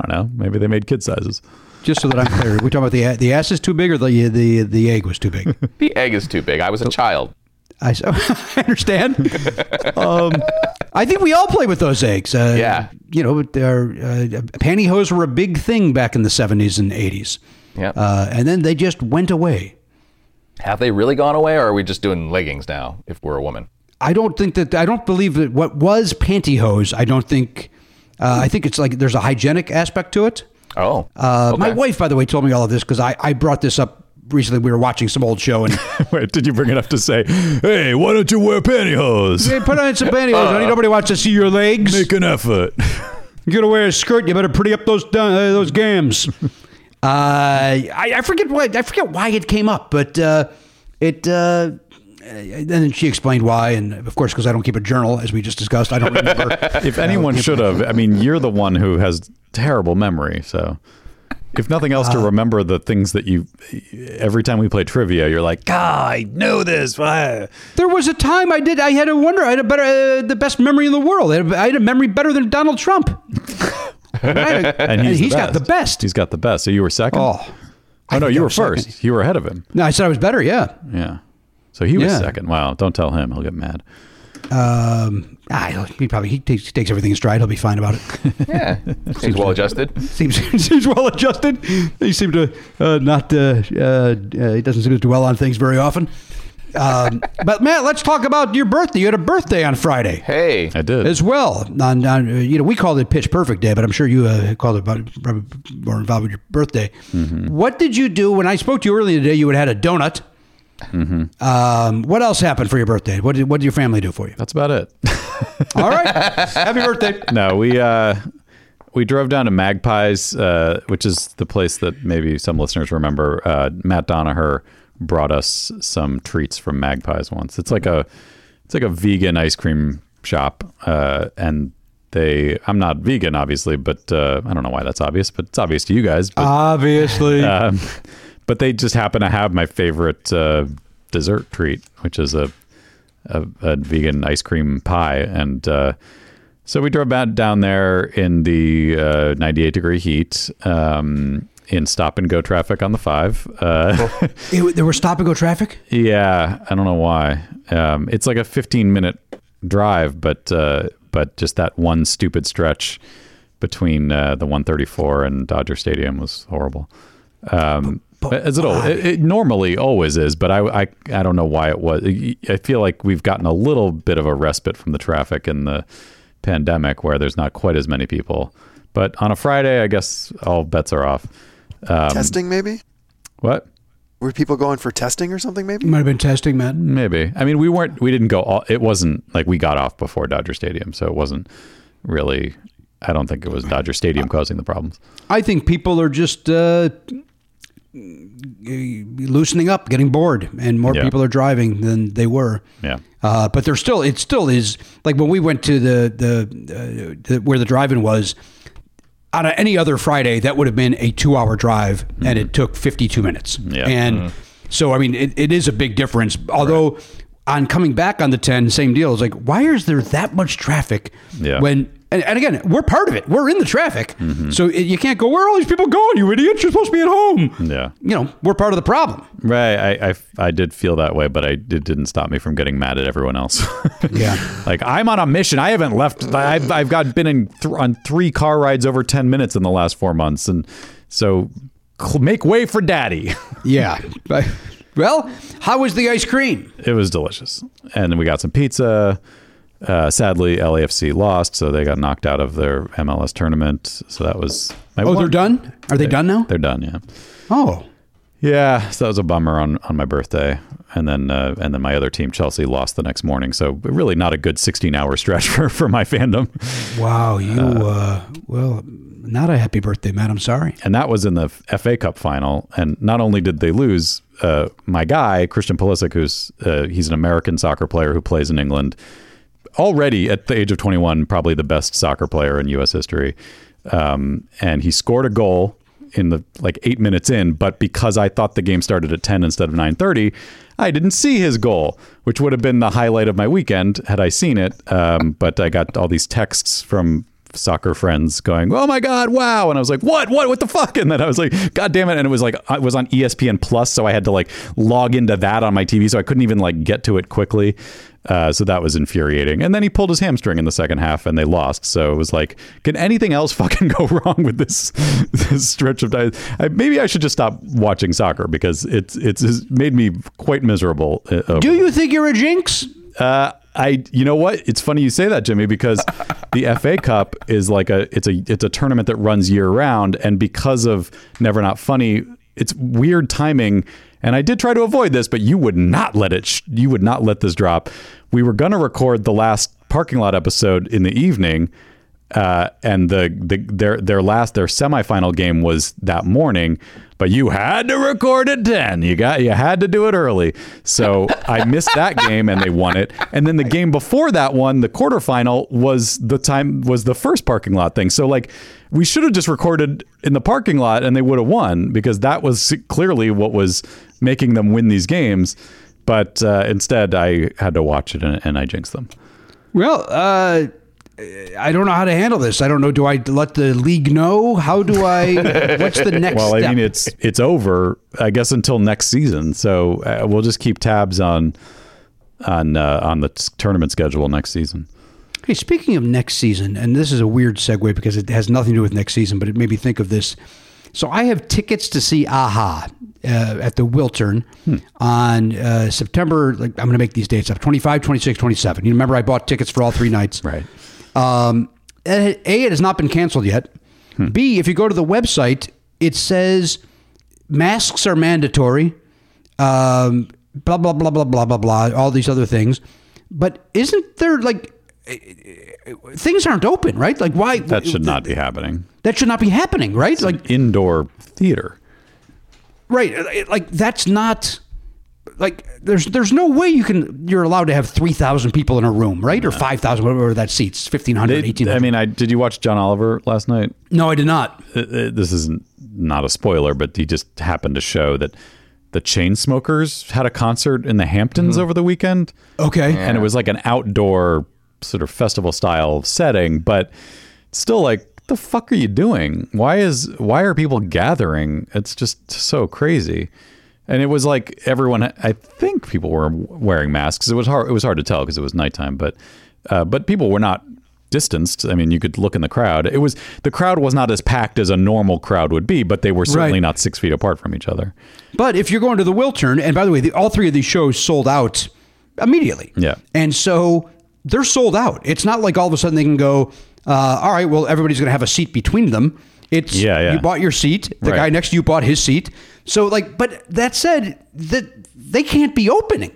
Speaker 8: don't know. Maybe they made kid sizes.
Speaker 7: Just so that I'm clear, we talking about the the ass is too big or the the the egg was too big.
Speaker 10: The egg is too big. I was a child.
Speaker 7: I, s- I understand. um, I think we all play with those eggs. Uh,
Speaker 10: Yeah.
Speaker 7: you know, but they're, uh, pantyhose were a big thing back in the '70s and '80s,
Speaker 10: Yeah.
Speaker 7: uh, and then they just went away.
Speaker 10: Have they really gone away, or are we just doing leggings now if we're a woman?
Speaker 7: I don't think that I don't believe that what was pantyhose. I don't think. Uh, I think it's like there's a hygienic aspect to it.
Speaker 10: Oh.
Speaker 7: Uh,
Speaker 10: okay.
Speaker 7: My wife, by the way, told me all of this because I, I brought this up recently. We were watching some old show and
Speaker 8: Wait, did you bring it up to say, hey, why don't you wear pantyhose?
Speaker 7: hey, put on some pantyhose. honey. Nobody wants to see your legs.
Speaker 8: Make an effort.
Speaker 7: You're gonna wear a skirt. You better pretty up those uh, those gams. uh, I, I forget why I forget why it came up, but uh, it. Uh, and then she explained why, and of course, because I don't keep a journal, as we just discussed, I don't remember.
Speaker 8: if anyone should have, I mean, you're the one who has terrible memory. So, if nothing else,
Speaker 7: Uh-huh.
Speaker 8: to remember the things that you, every time we play trivia, you're like, God, I know this. Why?
Speaker 7: There was a time I did. I had a wonder. I had a better, uh, the best memory in the world. I had a, I had a memory better than Donald Trump. and I had a-
Speaker 8: And he's,
Speaker 7: he's
Speaker 8: the
Speaker 7: got the best.
Speaker 8: He's got the best. So, you were second?
Speaker 7: Oh,
Speaker 8: Oh, no,
Speaker 7: think
Speaker 8: you
Speaker 7: I
Speaker 8: were
Speaker 7: was
Speaker 8: first.
Speaker 7: second.
Speaker 8: You were ahead of him.
Speaker 7: no, I said I was better. Yeah.
Speaker 8: Yeah. So, he was
Speaker 7: Yeah.
Speaker 8: second. Wow. Don't tell him. He'll get mad.
Speaker 7: Um, I don't- he probably he takes, takes everything in stride. He'll be fine about it.
Speaker 10: Yeah. Seems well adjusted.
Speaker 7: seems seems well adjusted. He seemed to uh, not. Uh, uh, uh, he doesn't seem to dwell on things very often. Um, but Matt, let's talk about your birthday. You had a birthday on Friday.
Speaker 10: Hey.
Speaker 8: I did.
Speaker 7: as well. On, on uh, you know, we called it Pitch Perfect Day, but I'm sure you uh, called it about, probably more involved with your birthday. What did you do when I spoke to you earlier today? You had had a donut. Um, what else happened for your birthday? What did what did your family do for you?
Speaker 8: That's about it.
Speaker 7: All right, happy birthday.
Speaker 8: no, we uh, we drove down to Magpies, uh, which is the place that maybe some listeners remember. Uh, Matt Donaher brought us some treats from Magpies once. It's like a it's like a vegan ice cream shop, uh, and they I'm not vegan obviously, but uh, I don't know why that's obvious, but it's obvious to you guys. But
Speaker 7: Obviously,
Speaker 8: um, but they just happen to have my favorite uh, dessert treat, which is a, a, a vegan ice cream pie. And uh, so we drove about down there in the uh, 98 degree heat um, in stop and go traffic on the five. Uh,
Speaker 7: It- there was stop and go traffic.
Speaker 8: yeah, I don't know why. Um, it's like a 15 minute drive, but uh, but just that one stupid stretch between uh, the 134 and Dodger Stadium was horrible. Um, but, as it, al- it, it normally always is, but I, I I don't know why it was. I feel like we've gotten a little bit of a respite from the traffic in the pandemic, where there's not quite as many people. But on a Friday, I guess all bets are off.
Speaker 9: testing maybe.
Speaker 8: What?
Speaker 9: Were people going for testing or something? Maybe.
Speaker 7: Might have been testing, man.
Speaker 8: Maybe. I mean, we weren't. We didn't go. All, it wasn't like we got off before Dodger Stadium, so it wasn't really. I don't think it was Dodger Stadium causing the problems.
Speaker 7: I think people are just uh, loosening up, getting bored, and more
Speaker 8: Yeah.
Speaker 7: people are driving than they were.
Speaker 8: Yeah.
Speaker 7: Uh, but there's still it still is like when we went to the the, uh, the where the drive-in was on a, any other Friday that would have been a two-hour drive and it took 52 minutes.
Speaker 8: Mm-hmm. Yeah. Mm-hmm.
Speaker 7: And so I mean it, it is a big difference. Although on coming back on the 10, same deal. It's like why is there that much traffic
Speaker 8: Yeah. Mm-hmm.
Speaker 7: when and, and again we're part of it. We're in the traffic, so it, you can't go where are all these people going. You idiots! You're supposed to be at home.
Speaker 8: Yeah.
Speaker 7: You know we're part of the problem.
Speaker 8: Right. I, I, I did feel that way, but I, it didn't stop me from getting mad at everyone else.
Speaker 7: Yeah.
Speaker 8: like I'm on a mission. I haven't left. I've, I've got been in th- on three car rides over ten minutes in the last four months, and so cl- make way for Daddy.
Speaker 7: Yeah. well, how was the ice cream?
Speaker 8: it was delicious. And then we got some pizza. Uh, sadly, LAFC lost, so they got knocked out of their MLS tournament. So that was my
Speaker 7: Oh,
Speaker 8: one-
Speaker 7: they're done. Are they, done now?
Speaker 8: They're done. Yeah.
Speaker 7: Oh,
Speaker 8: Yeah, so that was a bummer on, on my birthday, and then uh, and then my other team Chelsea lost the next morning. So really not a good sixteen hour stretch for, for my fandom.
Speaker 7: Wow, you uh, well, not a happy birthday, man. I'm sorry.
Speaker 8: And that was in the FA Cup final, and not only did they lose, uh, my guy Christian Pulisic, who's uh, he's an American soccer player who plays in England, already at the age of twenty one, probably the best soccer player in U.S. history, um, and he scored a goal in the like eight minutes in, but because I thought the game started at ten instead of nine thirty, I didn't see his goal, which would have been the highlight of my weekend had I seen it. Um, but I got all these texts from soccer friends going, "Oh my god, wow!" And I was like, "What? What? What the fuck?" And then I was like, "God damn it!" And it was like I was on E ESPN Plus, so I had to like log into that on my TV, so I couldn't even like get to it quickly. Uh, so that was infuriating. And then he pulled his hamstring in the second half, and they lost. So it was like, can anything else fucking go wrong with this this stretch of time? I, maybe I should just stop watching soccer because it's it's, it's made me quite miserable. uh, over
Speaker 7: Do you think you're a jinx?
Speaker 8: uh, I, you know what? It's funny you say that, Jimmy, because the FA Cup is like a it's a it's a tournament that runs year round, and because of Never Not Funny, it's weird timing. And I did try to avoid this, but you would not let it. Sh- you would not let this drop. We were gonna record the last parking lot episode in the evening, uh, and the, the their their last their semifinal game was that morning, but you had to record at ten. You got you had to do it early, so I missed that game and they won it. And then the game before that one, the quarterfinal, was the time was the first parking lot thing. So like we should have just recorded in the parking lot and they would have won because that was clearly what was making them win these games. But uh, instead, I had to watch it and, and I jinxed them.
Speaker 7: Well, uh, I don't know how to handle this. I don't know. Do I let the league know? How do I? What's the next
Speaker 8: well,
Speaker 7: step?
Speaker 8: I mean, it's it's over, I guess, until next season. So uh, we'll just keep tabs on on uh, on the t- tournament schedule next season.
Speaker 7: Hey, speaking of next season, and this is a weird segue because it has nothing to do with next season, but it made me think of this. So I have tickets to see Aha uh, at the Wiltern on uh, September. Like I'm going to make these dates up: 25, 26, 27. You remember I bought tickets for all three nights,
Speaker 8: right?
Speaker 7: Um, and a, it has not been canceled yet.
Speaker 8: Hmm.
Speaker 7: B, if you go to the website, it says masks are mandatory. Um, blah blah blah blah blah blah blah. All these other things, but isn't there like eh, things aren't open, right? Like why
Speaker 8: That should not be happening.
Speaker 7: that should not be happening, right? like
Speaker 8: indoor theater.
Speaker 7: Right, it- like that's not like there's there's no way you can you're allowed to have 3000 people in a room, right? Or 5000 whatever that seats, 1500,
Speaker 8: They-
Speaker 7: 1800.
Speaker 8: I mean, I did you watch John Oliver last night? Uh,
Speaker 7: No, I did not.
Speaker 8: This is not a spoiler, but he just happened to show that the Chainsmokers had a concert in the Hamptons over the weekend.
Speaker 7: Okay.
Speaker 8: and it was like an outdoor sort of festival style setting, but still like the fuck are you doing? Why is why are people gathering? It's just so crazy. And it was like everyone I think people were wearing masks. It was hard it was hard to tell because it was nighttime, but uh, but people were not distanced. I mean, you could look in the crowd. It was the crowd was not as packed as a normal crowd would be, but they were certainly not
Speaker 7: Right.
Speaker 8: 6 feet apart from each other.
Speaker 7: But if you're going to the Wiltern, and by the way, the, all three of these shows sold out immediately.
Speaker 8: Yeah.
Speaker 7: And so they're sold out. It's not like all of a sudden they can go, uh, all right, well, everybody's going to have a seat between them. It's
Speaker 8: Yeah, yeah.
Speaker 7: you bought your seat, the
Speaker 8: Right.
Speaker 7: guy next to you bought his seat. So, like, but that said, that they can't be opening.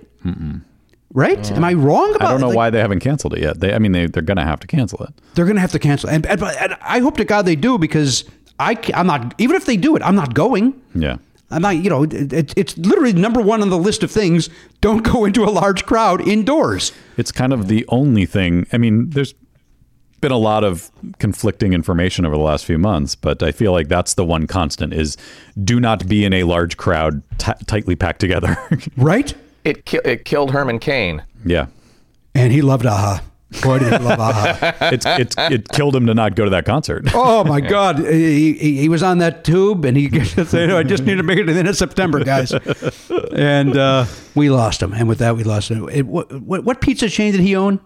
Speaker 7: Right? Am I wrong about
Speaker 8: I don't know
Speaker 7: like,
Speaker 8: why they haven't canceled it yet. They I mean they they're going to have to cancel it.
Speaker 7: They're going to have to cancel. And, and, and I hope to God they do because I, ca- I'm not, even if they do it, I'm not going.
Speaker 8: Yeah.
Speaker 7: I'm not, you know, it, it, it's literally number one on the list of things. Don't go into a large crowd indoors.
Speaker 8: It's kind of the only thing. I mean, there's been a lot of conflicting information over the last few months, but I feel like that's the one constant is do not be in a large crowd t- tightly packed together.
Speaker 7: right?
Speaker 10: It ki- it killed Herman Cain.
Speaker 8: yeah.
Speaker 7: And he loved Aha. Boy, did he love Aha.
Speaker 8: It's it's it killed him to not go to that concert.
Speaker 7: Oh my God, he, he, he was on that tube, and he said, "Oh, "I just need to make it to the end of September, guys." And uh, we lost him, and with that, we lost him. It, what, what, what pizza chain did he own?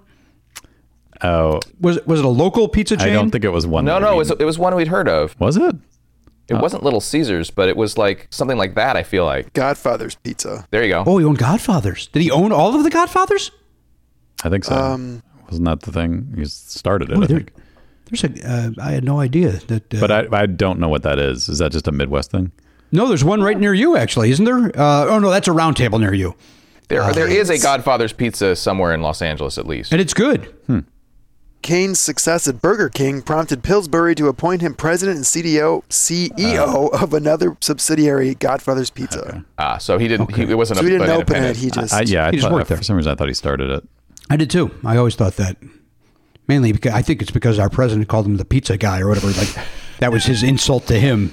Speaker 8: Oh,
Speaker 7: was it was it a local pizza chain?
Speaker 8: I don't think it was one.
Speaker 10: No,
Speaker 8: that
Speaker 10: no,
Speaker 8: we-
Speaker 10: it was, it was one we'd heard of.
Speaker 8: Was it? Uh.
Speaker 10: It wasn't Little Caesars, but it was like something like that. I feel like
Speaker 9: Godfather's Pizza.
Speaker 10: There you go.
Speaker 7: Oh, he owned Godfathers. Did he own all of the Godfathers?
Speaker 8: I think so.
Speaker 9: Um,
Speaker 8: Wasn't that the thing? You started it,
Speaker 7: Boy,
Speaker 8: I
Speaker 7: Oh, there-
Speaker 8: think.
Speaker 7: There's a. Uh, I had no idea that. Uh,
Speaker 8: But I, I don't know what that is. Is that just a Midwest thing?
Speaker 7: No, there's one right near you, actually, isn't there? Uh, oh no, that's a round table near you.
Speaker 10: There,
Speaker 9: Oh.
Speaker 10: there is a Godfather's Pizza somewhere in Los Angeles, at least.
Speaker 7: And it's good.
Speaker 9: Kane's success at Burger King prompted Pillsbury to appoint him president and CDO, CEO E
Speaker 7: Uh,
Speaker 9: of another subsidiary, Godfather's Pizza.
Speaker 10: Ah, so he didn't. He, it wasn't.
Speaker 9: So
Speaker 10: a,
Speaker 9: he didn't
Speaker 10: an
Speaker 9: open it,
Speaker 10: independent.
Speaker 9: he just-
Speaker 8: I, yeah, I
Speaker 7: He just
Speaker 8: thought-
Speaker 7: worked there.
Speaker 8: for some reason I thought he started it.
Speaker 7: I did too. I always thought that. Mainly because I think it's because our president called him the pizza guy or whatever. Like that was his insult to him.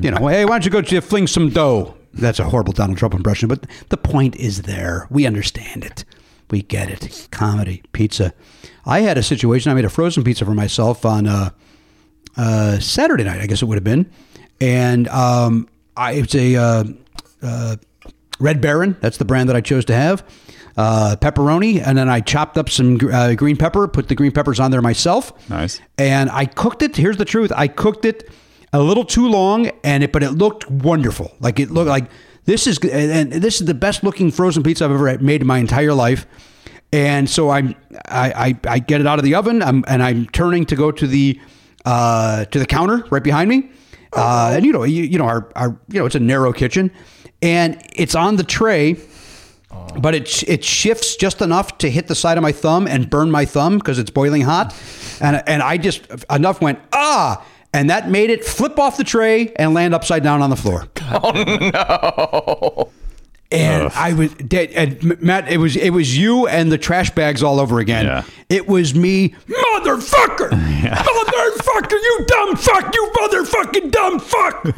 Speaker 7: You know, hey, why don't you go to fling some dough? That's a horrible Donald Trump impression, but the point is there. We understand it. We get it. Comedy, pizza. I had a situation. I made a frozen pizza for myself on uh, uh, Saturday night, I guess it would have been, and um, I it's a uh, uh, Red Baron. That's the brand that I chose to have. Uh, pepperoni, and then I chopped up some gr- uh, green pepper, put the green peppers on there myself.
Speaker 8: Nice.
Speaker 7: And I cooked it. Here's the truth: I cooked it a little too long, and it but it looked wonderful. Like it looked like this is g- and and this is the best looking frozen pizza I've ever made in my entire life. And so I'm I, I, I get it out of the oven. I'm, and I'm turning to go to the uh, to the counter right behind me. Uh, and you know you, you know our, our you know it's a narrow kitchen, and it's on the tray. But it it shifts just enough to hit the side of my thumb and burn my thumb because it's boiling hot, and and I just enough went ah, and that made it flip off the tray and land upside down on the floor. And I was dead. And M- Matt, it was it was you and the trash bags all over again. It was me, motherfucker, motherfucker, you dumb fuck, you motherfucking dumb fuck,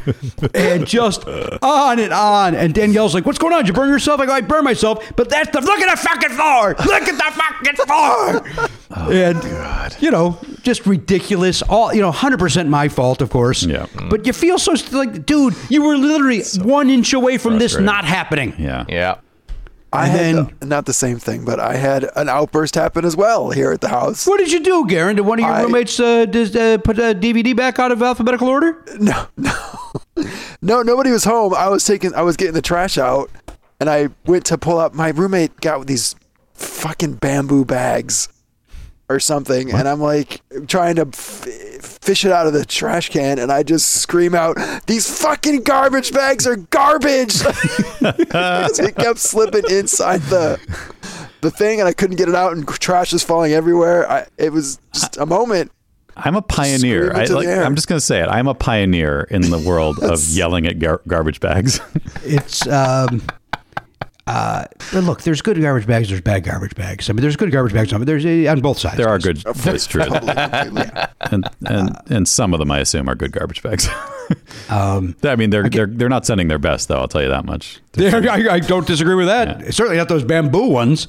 Speaker 7: and just on and on. And Danielle's like, "What's going on? Did you burn yourself?" I go, "I burned myself, but that's the look at the fucking floor. Look at the fucking floor." and you know, just ridiculous. All you know, hundred percent my fault, of course. Yeah. But you feel so like, dude, you were literally one inch away from this
Speaker 9: frustrating.
Speaker 7: not happening.
Speaker 8: Yeah.
Speaker 10: Yeah.
Speaker 9: I had the- not the same thing, but I had an outburst happen as well here at the house.
Speaker 7: What did you do, Garen? Did one of your roommates uh, dis- uh, put a DVD back out of alphabetical order?
Speaker 9: No, no, no. Nobody was home. I was taking. I was getting the trash out, and I went to pull up. My roommate got these fucking bamboo bags or something, and I'm like trying to f- fish it out of the trash can, and I just scream out, "These fucking garbage bags are garbage!" Because it kept slipping inside the. The thing, and I couldn't get it out, and trash was falling everywhere. I, it was just a moment.
Speaker 8: I'm a pioneer.
Speaker 9: Scream
Speaker 8: I,
Speaker 9: into the
Speaker 8: like,
Speaker 9: air.
Speaker 8: I'm just going to say it. I'm a pioneer in the world of yelling at gar- garbage bags.
Speaker 7: It's um, uh, but look, there's good garbage bags, there's bad garbage bags. I mean, there's good garbage bags. I mean, there's uh, on both sides.
Speaker 8: there are good. That's true. and and and some of them I assume are good garbage bags. um, I mean, they're they're they're not sending their best though. I'll tell you that much.
Speaker 7: There, I, I don't disagree with that. Certainly not those bamboo ones.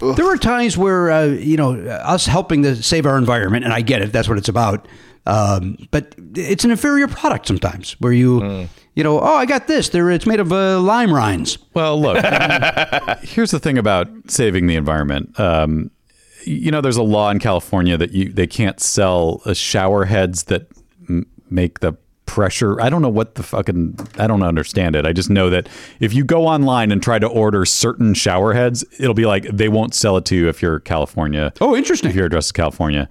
Speaker 7: There were times where uh, you know us helping to save our environment, and I get it. That's what it's about. Um, but it's an inferior product sometimes, where you, you know, oh, I got this. There, it's made of uh, lime rinds.
Speaker 8: Well, look, I mean, here's the thing about saving the environment. Um, you know, there's a law in California that you they can't sell uh, shower heads that m- make the pressure. I don't know what the fucking I don't understand it. I just know that if you go online and try to order certain shower heads, it'll be like they won't sell it to you if you're California.
Speaker 7: Oh, interesting.
Speaker 8: If you're addressed to California,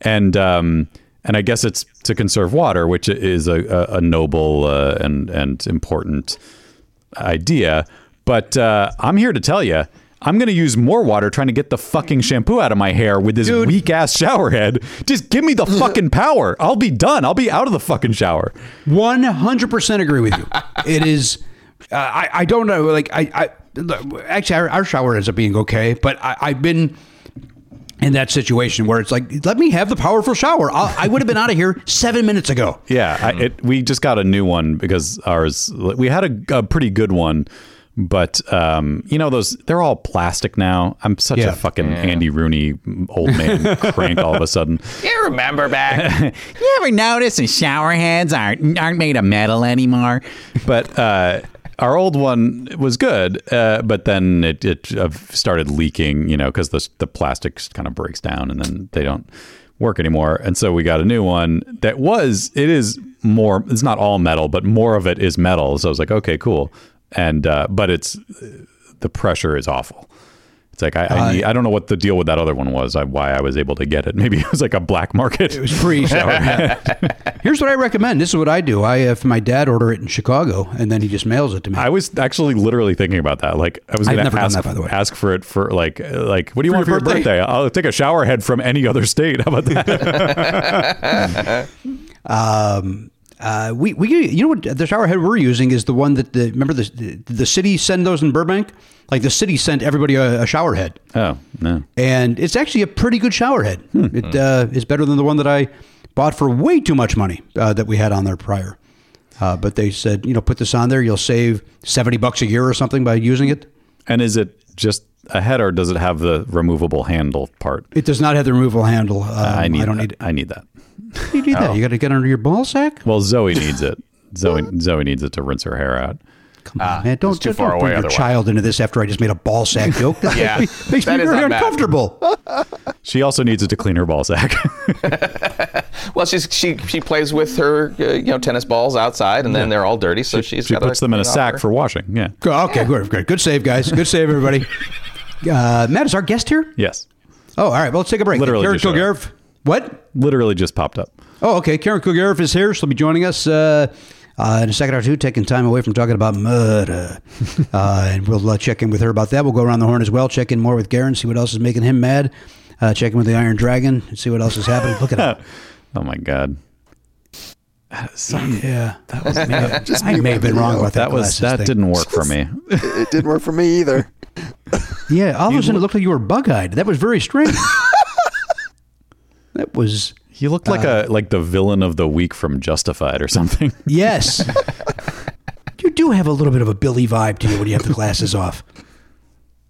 Speaker 8: and um, and I guess it's to conserve water, which is a, a, a noble uh, and and important idea. But uh, I'm here to tell you, I'm going to use more water trying to get the fucking shampoo out of my hair with this weak ass shower head. Just give me the fucking power. I'll be done. I'll be out of the fucking shower.
Speaker 7: One hundred percent agree with you. It is. Uh, I I don't know. Like I I look, actually our, our shower ends up being okay, but I, I've been in that situation where it's like, let me have the powerful shower. I'll, I would have been out of here seven minutes ago.
Speaker 8: Yeah,
Speaker 10: Mm-hmm.
Speaker 8: I, it, we just got a new one because ours we had a, a pretty good one, but um, you know those they're all plastic now. I'm such
Speaker 10: Yeah.
Speaker 8: a fucking
Speaker 10: Yeah.
Speaker 8: Andy Rooney old man crank all of a sudden.
Speaker 10: You remember back?
Speaker 8: you ever notice the shower heads aren't aren't made of metal anymore? But uh, our old one was good, uh, but then it it uh, started leaking, you know, because the the plastic kind of breaks down and then they don't work anymore. And so we got a new one that was it is more it's not all metal, but more of it is metal. So I was like, okay, cool, and uh, but it's the pressure is awful. It's like I I, need, I don't know what the deal with that other one was. I, why I was able to get it. Maybe it was like a black market. It was
Speaker 7: free shower Here's what I recommend. This is what I do. I have my dad order it in Chicago, and then he just mails it to me.
Speaker 8: I was actually literally thinking about that. Like I was
Speaker 7: I've
Speaker 8: going to
Speaker 7: never done
Speaker 8: ask,
Speaker 7: that, by the way.
Speaker 8: ask for it for like uh, like what do you
Speaker 7: For
Speaker 8: want
Speaker 7: your
Speaker 8: for your
Speaker 7: birthday.
Speaker 8: birthday? I'll take a shower head from any other state. How about that?
Speaker 7: Um, uh, we, we you know what the shower head we're using is the one that the remember the the, the city send those in Burbank like the city sent everybody a, a shower head
Speaker 8: oh no.
Speaker 7: and it's actually a pretty good shower head
Speaker 8: Hmm.
Speaker 7: it uh, is better than the one that I bought for way too much money uh, that we had on there prior uh, but they said you know put this on there you'll save seventy bucks a year or something by using it
Speaker 8: And is it just a head or does it have the removable handle part?
Speaker 7: it does not have the removal handle um,
Speaker 8: I need.
Speaker 7: I don't
Speaker 8: that.
Speaker 7: need it.
Speaker 8: I need that.
Speaker 7: you need that
Speaker 8: Oh.
Speaker 7: you got to get under your ball sack
Speaker 8: Well, Zoe needs it. Zoe Zoe needs it to rinse her hair out.
Speaker 7: Come on, man! Don't,
Speaker 8: Ah, too
Speaker 7: don't
Speaker 8: far
Speaker 7: bring
Speaker 8: away
Speaker 7: your
Speaker 8: otherwise.
Speaker 7: child into this after I just made a ball sack joke. That
Speaker 8: Yeah.
Speaker 7: makes me, makes
Speaker 10: That
Speaker 7: me
Speaker 10: is
Speaker 7: very
Speaker 10: not bad.
Speaker 7: uncomfortable.
Speaker 8: She also needs it to clean her ball sack.
Speaker 10: Well, she's she she plays with her uh, you know tennis balls outside, and then they're all dirty, so she's
Speaker 8: she
Speaker 10: gotta
Speaker 8: puts them in a
Speaker 10: clean off her-
Speaker 8: sack for washing. Yeah.
Speaker 7: Go- Okay, good, great. Good save, guys. Good save, everybody. Uh, Matt is our guest here.
Speaker 8: Yes.
Speaker 7: Oh, all right. Well, let's take a break.
Speaker 8: Literally
Speaker 7: Karen
Speaker 8: just showed up.
Speaker 7: Kilgariff. What?
Speaker 8: Literally just popped up.
Speaker 7: Oh, okay. Karen Kilgariff is here. She'll be joining us uh, uh, in a second or two, taking time away from talking about murder. uh, and we'll uh, check in with her about that. We'll go around the horn as well. Check in more with Garen, see what else is making him mad. Uh, check in with the Iron Dragon and see what else is happening. Look at that.
Speaker 8: Oh my god.
Speaker 7: Yeah, that was me.
Speaker 9: Just
Speaker 7: I
Speaker 9: be
Speaker 7: may have been
Speaker 9: ready to
Speaker 7: wrong
Speaker 9: go.
Speaker 7: about that.
Speaker 8: That was
Speaker 7: glasses
Speaker 8: that
Speaker 7: thing.
Speaker 8: didn't work for me.
Speaker 9: it, it didn't work for me either.
Speaker 7: Yeah, all of a sudden it looked like you were bug-eyed. That was very strange. that was
Speaker 8: You looked like a like the villain of the week from Justified or something.
Speaker 7: yes. you do have a little bit of a Billy vibe to you when you have the glasses off.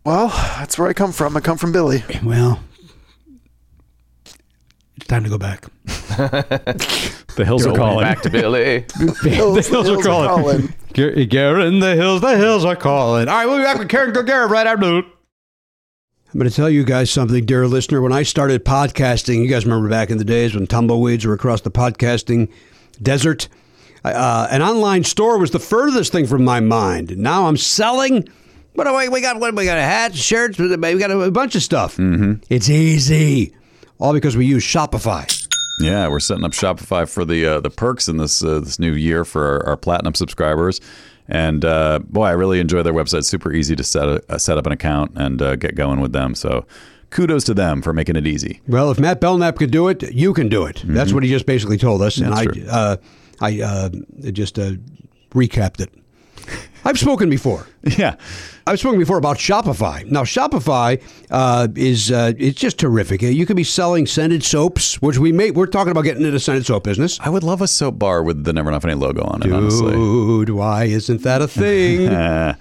Speaker 9: Well, that's where I come from. I come from Billy.
Speaker 7: Well, it's time to go back.
Speaker 8: The hills are
Speaker 10: Going
Speaker 8: calling.
Speaker 10: Back to Billy.
Speaker 7: hills,
Speaker 8: the hills are calling.
Speaker 7: Garen, the hills, the hills are calling. All right, we'll be back with Karen Garen right after. I'm going to tell you guys something, dear listener. When I started podcasting, you guys remember back in the days when tumbleweeds were across the podcasting desert? Uh, an online store was the furthest thing from my mind. Now I'm selling. What do we, we got? What we got? Hats, shirts. We got a, bunch of stuff. Mm-hmm. It's easy, all because we use Shopify.
Speaker 8: Yeah, we're setting up Shopify for the uh, the perks in this uh, this new year for our, our platinum subscribers. And uh, boy, I really enjoy their website. Super easy to set a, uh, set up an account and uh, get going with them. So kudos to them for making it easy.
Speaker 7: Well, if Matt Belknap could do it, you can do it. That's what he just basically told us, and
Speaker 8: Mm-hmm. That's
Speaker 7: I,
Speaker 8: true.
Speaker 7: uh, I uh, just uh, recapped it. I've spoken before.
Speaker 8: Yeah,
Speaker 7: I've spoken before about Shopify. Now, Shopify uh, is uh, it's just terrific. You can be selling scented soaps, which we may we're talking about getting into the scented soap business.
Speaker 8: I would love a soap bar with the Never Not Funny logo on it. Honestly,
Speaker 7: Dude, why isn't that a thing?
Speaker 8: Uh,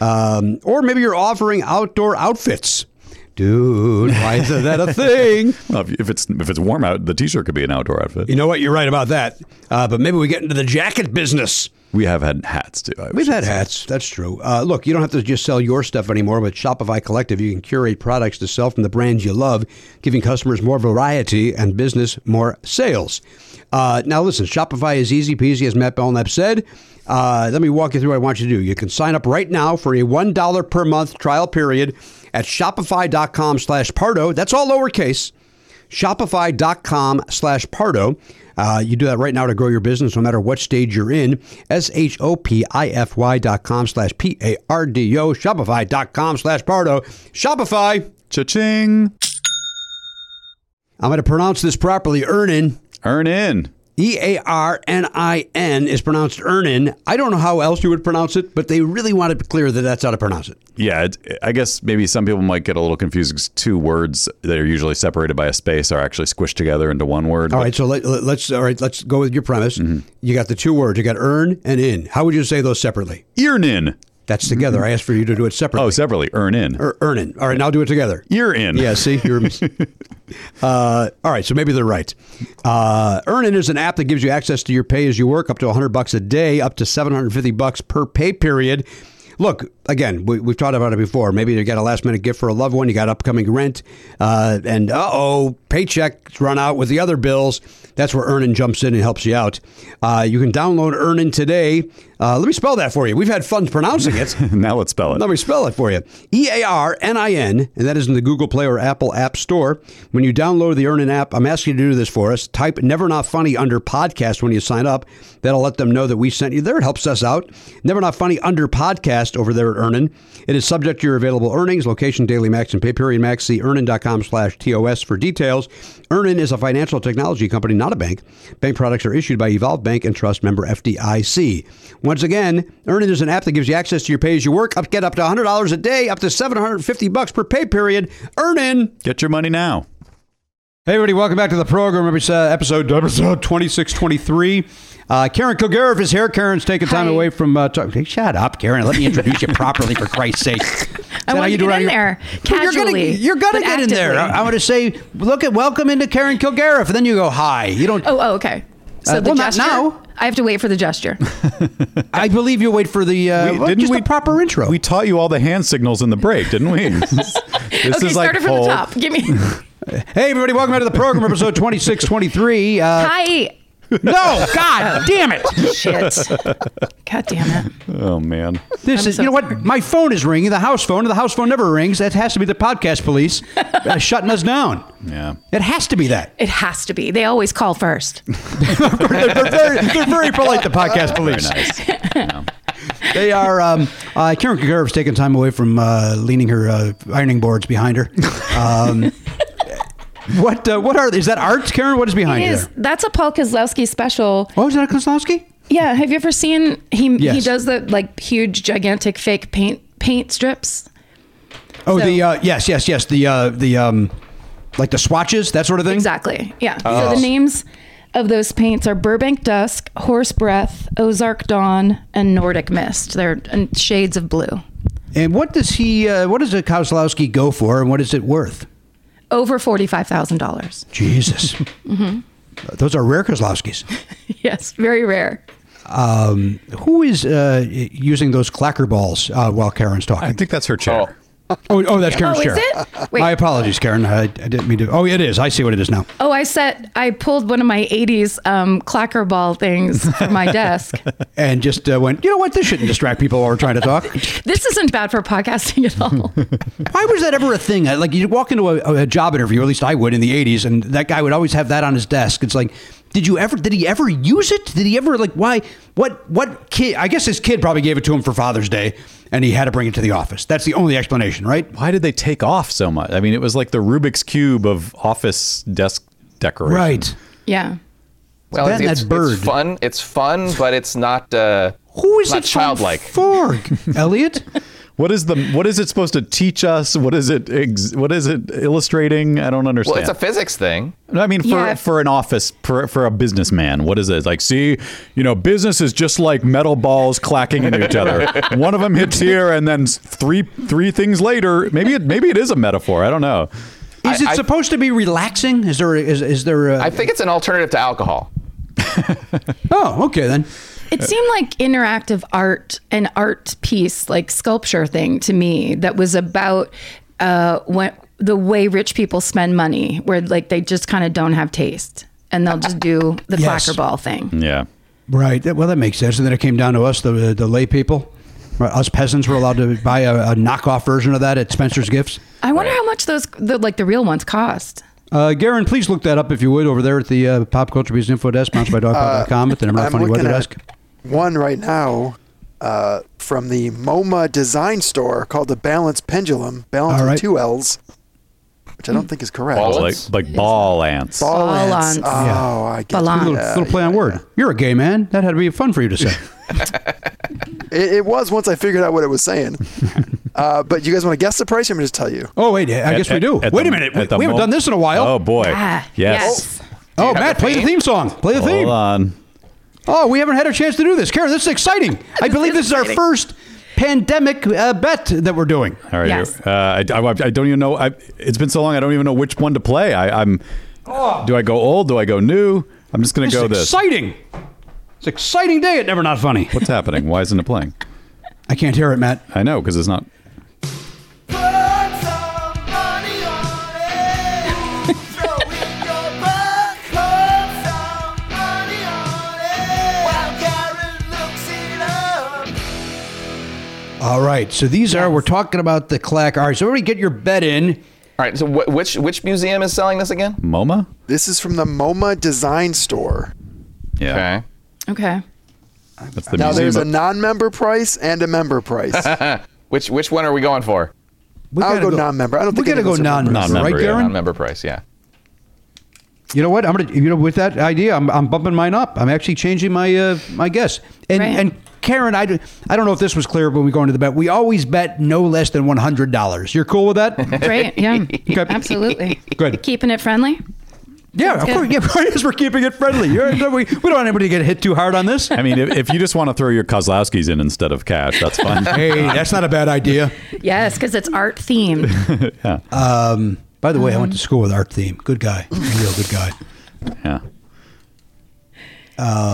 Speaker 7: um, or maybe you're offering outdoor outfits. Dude, why isn't that a thing?
Speaker 8: well, if if it's if it's warm out, the t-shirt could be an outdoor outfit.
Speaker 7: You know what? You're right about that. Uh, but maybe we get into the jacket business.
Speaker 8: We have had hats too. I
Speaker 7: We've
Speaker 8: should
Speaker 7: had
Speaker 8: say.
Speaker 7: hats. That's true. Uh, look, you don't have to just sell your stuff anymore. With Shopify Collective, you can curate products to sell from the brands you love, giving customers more variety and business more sales. Uh, now, listen, Shopify is easy peasy, as Matt Belknap said. Uh, let me walk you through what I want you to do. You can sign up right now for a $1 per month trial period at shopify.com slash Pardo. That's all lowercase shopify.com slash pardo uh, you do that right now to grow your business no matter what stage you're in s-h-o-p-i-f-y dot com slash p-a-r-d-o shopify.com slash pardo shopify
Speaker 8: Cha-ching.
Speaker 7: i'm going to pronounce this properly earnin E
Speaker 8: Earn in.
Speaker 7: e-a-r-n-i-n is pronounced earnin i don't know how else you would pronounce it but they really wanted to clear that that's how to pronounce it
Speaker 8: Yeah, it, I guess maybe some people might get a little confused because two words that are usually separated by a space are actually squished together into one word.
Speaker 7: all
Speaker 8: but
Speaker 7: right so let, let- let's all right let's go with your premise you got the two words you got earn and in how would you say those separately
Speaker 8: Earn in.
Speaker 7: That's together. I asked for you to do it separately.
Speaker 8: Oh, separately. Earn in.
Speaker 7: Er, earning. All right, now do it together.
Speaker 8: Ear in.
Speaker 7: Yeah, see, you're. uh, all right, so maybe they're right. Uh, Earnin is an app that gives you access to your pay as you work, up to 100 bucks a day, up to 750 bucks per pay period. Look, again, we, we've talked about it before. Maybe you got a last minute gift for a loved one, you got upcoming rent, uh, and uh oh, paycheck's run out with the other bills. That's where Earnin jumps in and helps you out. Uh, you can download Earnin today Uh, let me spell that for you. We've had fun pronouncing it.
Speaker 8: now let's spell it.
Speaker 7: Let me spell it for you. E A R N I N, and that is in the Google Play or Apple App Store. When you download the Earnin app, I'm asking you to do this for us. Type Never Not Funny under podcast when you sign up. That'll let them know that we sent you there. It helps us out. Never Not Funny under podcast over there at Earnin. It is subject to your available earnings, location, daily max, and pay period max. See earnin.com slash TOS for details. Earnin is a financial technology company, not a bank. Bank products are issued by Evolve Bank and Trust member FDIC. Once again, Earnin is an app that gives you access to your pay as you work. Up, get up to $100 a day, up to 750 bucks per pay period. Earnin.
Speaker 8: Get your money now.
Speaker 7: Hey, everybody, welcome back to the program. Episode episode, episode 2623. Uh, Karen Kilgariff is here. Karen's taking time away from. Uh, talk- Hey, shut up, Karen. Let me introduce you properly, for Christ's sake. Is
Speaker 11: I
Speaker 7: that how
Speaker 11: want
Speaker 7: you
Speaker 11: to
Speaker 7: do
Speaker 11: get
Speaker 7: around
Speaker 11: in
Speaker 7: here?
Speaker 11: there
Speaker 7: But
Speaker 11: casually.
Speaker 7: You're gonna, you're gonna
Speaker 11: but
Speaker 7: get in there.
Speaker 11: actively.
Speaker 7: I, I want to say, look at welcome into Karen Kilgariff, and then you go hi. You don't.
Speaker 11: Oh, oh, okay. So
Speaker 7: Uh,
Speaker 11: the
Speaker 7: well, not
Speaker 11: gesture.
Speaker 7: now.
Speaker 11: I have to wait for the gesture.
Speaker 7: I believe you wait for the uh,
Speaker 8: We-
Speaker 7: well,
Speaker 8: didn't
Speaker 7: just
Speaker 8: we-
Speaker 7: the proper intro.
Speaker 8: We taught you all the hand signals in the break, didn't we? this
Speaker 11: okay,
Speaker 8: is
Speaker 11: start
Speaker 8: like
Speaker 11: it from
Speaker 8: whole-
Speaker 11: the top. Give me.
Speaker 7: Hey, everybody, welcome back to the program, episode 2623. Uh,
Speaker 11: Hi. Oh.
Speaker 7: No, God damn it.
Speaker 11: Shit. God damn it.
Speaker 8: Oh man.
Speaker 7: This
Speaker 11: I'm
Speaker 7: is,
Speaker 11: so
Speaker 7: you know what? My phone is ringing, the house phone, and the house phone never rings. That has to be the podcast police uh, shutting us down.
Speaker 8: Yeah.
Speaker 7: It has to be that.
Speaker 11: It has to be. They always call first.
Speaker 7: they're, they're very, they're very polite, the podcast police. They are. Um, uh, Karen Kagarev's taking time away from uh, leaning her uh, ironing boards behind her. Um, what uh, what are is that art, Karen? What is behind
Speaker 11: It
Speaker 7: you
Speaker 11: is.
Speaker 7: there?
Speaker 11: That's a Paul Kozlowski special.
Speaker 7: Oh, is that a Kozlowski?
Speaker 11: Yeah. Have you ever seen he? He
Speaker 7: Yes.
Speaker 11: does the like huge, gigantic fake paint paint strips.
Speaker 7: Oh, the uh, yes, yes, yes. The uh, the um, like the swatches, that sort of thing.
Speaker 11: Exactly. Yeah.
Speaker 7: Oh.
Speaker 11: So the names of those paints are Burbank Dusk, Horse Breath, Ozark Dawn, and Nordic Mist. They're in shades of blue.
Speaker 7: And what does he? Uh, what does a Kozlowski go for, and what is it worth?
Speaker 11: Over forty-five thousand dollars.
Speaker 7: Jesus, Uh,
Speaker 11: hmm
Speaker 7: those are rare Kozlowskis.
Speaker 11: Yes, very rare.
Speaker 7: Um, who is uh, using those clacker balls uh, while Karen's talking? I
Speaker 8: think that's her chair.
Speaker 7: Oh, oh, that's Karen's
Speaker 11: Oh, is
Speaker 7: chair.
Speaker 11: it? Wait.
Speaker 7: My apologies, Karen. I, I didn't mean to. Oh, it is. I see what it is now.
Speaker 11: Oh, I set. I pulled one of my '80s um, clacker ball things from my desk.
Speaker 7: And just uh, went. You know what? This shouldn't distract people while we're trying to talk.
Speaker 11: This isn't bad for podcasting at all.
Speaker 7: Why was that ever a thing? I- Like you walk into a, a job interview, or at least I would in the '80s, and that guy would always have that on his desk. It's like, did you ever? Did he ever use it? Did he ever like? Why? What? What kid? I guess his kid probably gave it to him for Father's Day, and he had to bring it to the office. That's the only explanation, right?
Speaker 8: Why did they take off so much? I mean, it was like the Rubik's cube of office desk decoration.
Speaker 7: Right.
Speaker 11: Yeah.
Speaker 10: Well, it's,
Speaker 8: That and
Speaker 10: it's,
Speaker 8: that bird.
Speaker 10: it's fun. It's fun, but it's not. Uh,
Speaker 7: Who is
Speaker 10: not
Speaker 7: it fun
Speaker 10: childlike?
Speaker 7: for, Elliot?
Speaker 8: What is the what is it supposed to teach us? What is it ex, what is it illustrating? I don't understand.
Speaker 10: well, it's a physics thing.
Speaker 8: I mean, for,
Speaker 10: Yeah.
Speaker 8: for an office, for, for a businessman, what is it? Like, see, you know, business is just like metal balls clacking into each other. One of them hits here, and then s- three three things later, maybe it maybe it is a metaphor. I don't know.
Speaker 7: Is it supposed to be relaxing? Is there? Is, is there? A,
Speaker 10: I think it's an alternative to alcohol.
Speaker 7: Oh, okay then.
Speaker 11: It
Speaker 7: Uh,
Speaker 11: seemed like interactive art, an art piece, like sculpture thing to me that was about uh, when, the way rich people spend money, where like they just kind of don't have taste and they'll just do the
Speaker 7: Yes. Mm-hmm.
Speaker 11: clacker ball thing.
Speaker 8: Yeah.
Speaker 7: Right. That- Well, that makes sense. And then it came down to us, the the lay people. Right, Us peasants were allowed to buy a, a knockoff version of that at Spencer's Gifts.
Speaker 11: I wonder how much those, the, like the real ones, cost.
Speaker 7: Uh, Garen, please look that up if you would over there at the uh, Pop Culture Bees info desk, sponsored by dogpod.com at the number
Speaker 9: Uh, I'm
Speaker 7: of funny
Speaker 9: looking
Speaker 7: weather
Speaker 9: at
Speaker 7: desk.
Speaker 9: One right now uh, from the MoMA design store called the Balance Pendulum. Balance
Speaker 8: All
Speaker 9: with
Speaker 8: right.
Speaker 9: two L's, which I don't think is correct.
Speaker 8: Like like ball ants.
Speaker 9: Ball ants.
Speaker 11: ants.
Speaker 9: Oh,
Speaker 11: Yeah.
Speaker 9: I get
Speaker 7: Good
Speaker 9: it.
Speaker 7: Little,
Speaker 9: Yeah,
Speaker 7: little play on word. You're a gay man. That had to be fun for you to say.
Speaker 9: It, it was once I figured out what it was saying. uh, but you guys want to guess the price? I'm going to just tell you.
Speaker 7: Oh wait, I
Speaker 8: At-
Speaker 7: guess we
Speaker 8: at-
Speaker 7: do.
Speaker 8: at
Speaker 7: Wait
Speaker 8: the
Speaker 7: a
Speaker 8: mo-
Speaker 7: minute,
Speaker 8: at
Speaker 7: we,
Speaker 8: the
Speaker 7: we haven't
Speaker 8: mo-
Speaker 7: done this in a while.
Speaker 8: Oh boy.
Speaker 11: Ah,
Speaker 8: yes.
Speaker 7: Oh, Matt, play the theme song. Play the
Speaker 8: Hold
Speaker 7: theme.
Speaker 8: on.
Speaker 7: Oh, we haven't had a chance to do this, Karen. This is exciting. I believe this is our
Speaker 11: exciting.
Speaker 7: first pandemic uh, bet that we're doing.
Speaker 8: All right.
Speaker 11: Yes.
Speaker 8: Uh, I, I, I don't even know. I, it's been so long. I don't even know which one to play. I, I'm. Do I go old? Do I go new? I'm just gonna
Speaker 7: This
Speaker 8: go
Speaker 7: is
Speaker 8: this.
Speaker 7: exciting. It's an exciting day at Never Not Funny.
Speaker 8: What's happening? Why isn't it playing?
Speaker 7: I can't hear it, Matt.
Speaker 8: I know because it's not.
Speaker 7: All right. So these are we're talking about the clack. All right. So everybody get your bet in.
Speaker 10: All right. So wh- which which museum is selling this again?
Speaker 8: MoMA?
Speaker 9: This is from the MoMA Design Store.
Speaker 8: Yeah.
Speaker 11: Okay.
Speaker 8: That's
Speaker 9: now there's a non-member price and a member price.
Speaker 10: which which one are we going for?
Speaker 9: I'll go, non-member. I don't
Speaker 7: we
Speaker 9: think any
Speaker 7: gotta
Speaker 9: of
Speaker 7: go
Speaker 9: us are members.
Speaker 7: non-member, right,
Speaker 10: yeah,
Speaker 7: Garen?
Speaker 10: Non-member price. Yeah.
Speaker 7: You know what? I'm gonna. You know, with that idea, I'm, I'm bumping mine up. I'm actually changing my uh, my guess. And
Speaker 11: Right.
Speaker 7: and Karen, I, d- I don't know if this was clear when we go into the bet. We always bet no less than one hundred dollars. You're cool with that?
Speaker 11: Great. Yeah.
Speaker 7: Okay.
Speaker 11: Absolutely.
Speaker 7: Good.
Speaker 11: Keeping it friendly.
Speaker 7: Yeah, of
Speaker 11: good.
Speaker 7: course. Yeah, because we're keeping it friendly. You're, we, we don't want anybody to get hit too hard on this.
Speaker 8: I mean, if, if you just want to throw your Kozlowskis in instead of cash, that's fine.
Speaker 7: hey, that's not a bad idea.
Speaker 11: Yes, because it's art themed.
Speaker 8: yeah.
Speaker 7: Um, by the way, I went to school with Art Theme. Good guy, real good guy.
Speaker 8: Yeah.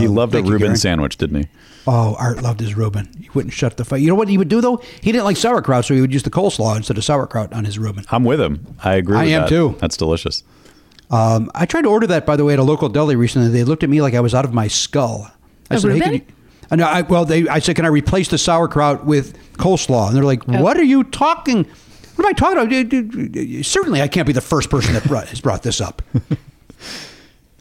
Speaker 8: he loved a
Speaker 7: Um, thank you,
Speaker 8: Reuben
Speaker 7: Garen.
Speaker 8: sandwich, didn't he?
Speaker 7: Oh, Art loved his Reuben. He wouldn't shut the fight. You know what he would do though? He didn't like sauerkraut, so he would use the coleslaw instead of sauerkraut on his Reuben.
Speaker 8: I'm with him. I agree.
Speaker 7: I
Speaker 8: with
Speaker 7: am
Speaker 8: that.
Speaker 7: too.
Speaker 8: That's delicious.
Speaker 7: Um, I tried to order that by the way at a local deli recently. They looked at me like I was out of my skull. I
Speaker 11: A
Speaker 7: can
Speaker 11: Reuben?
Speaker 7: you-" I know. I, well, they. I said, can I replace the sauerkraut with coleslaw? And they're like,
Speaker 11: Oh.
Speaker 7: what are you talking? What am I talking about? You- you- you- Certainly, I can't be the first person that brought, has brought this up.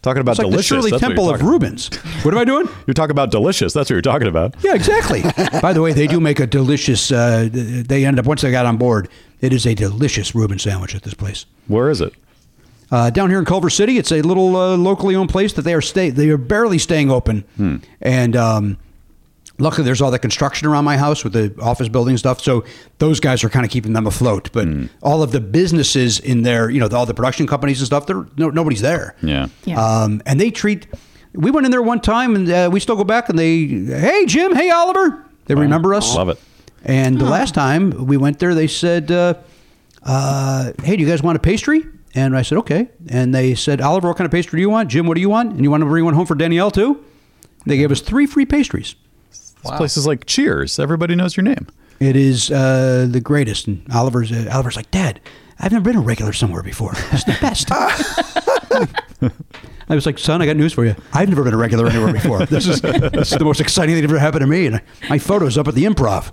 Speaker 8: Talking about
Speaker 7: It's like
Speaker 8: delicious.
Speaker 7: the Shirley
Speaker 8: that's what
Speaker 7: Temple
Speaker 8: you're
Speaker 7: of
Speaker 8: talking about.
Speaker 7: Rubens. What am I doing?
Speaker 8: You're talking about delicious. That's what you're talking about.
Speaker 7: Yeah, exactly. By the way, they do make a delicious. Uh, they ended up once they got on board. It is a delicious Reuben sandwich at this place.
Speaker 8: Where is it?
Speaker 7: Uh, down here in Culver City, it's a little uh, locally owned place that they are stay they are barely staying open, and um, luckily there's all that construction around my house with the office building stuff. So those guys are kind of keeping them afloat. But all of the businesses in there, you know, the, all the production companies and stuff, they're no, nobody's there.
Speaker 8: Yeah.
Speaker 11: Yeah.
Speaker 9: Uh,
Speaker 7: Um, and they treat. We went in there one time, and uh, we still go back, and they, hey Jim, hey Oliver, they remember us.
Speaker 8: Love it.
Speaker 7: And the last time we went there, they said, uh, uh, "Hey, do you guys want a pastry?" And I said, "Okay." And they said, "Oliver, what kind of pastry do you want? Jim, what do you want? And you want to bring one home for Danielle too?" They gave us three free pastries.
Speaker 8: This place is like Cheers. Everybody knows your name.
Speaker 7: It is uh, the greatest. And Oliver's uh, Oliver's like, "Dad, I've never been a regular somewhere before. It's the best." I was like, "Son, I got news for you. I've never been a regular anywhere before. This is this is the most exciting thing that ever happened to me." And my photo's up at the improv.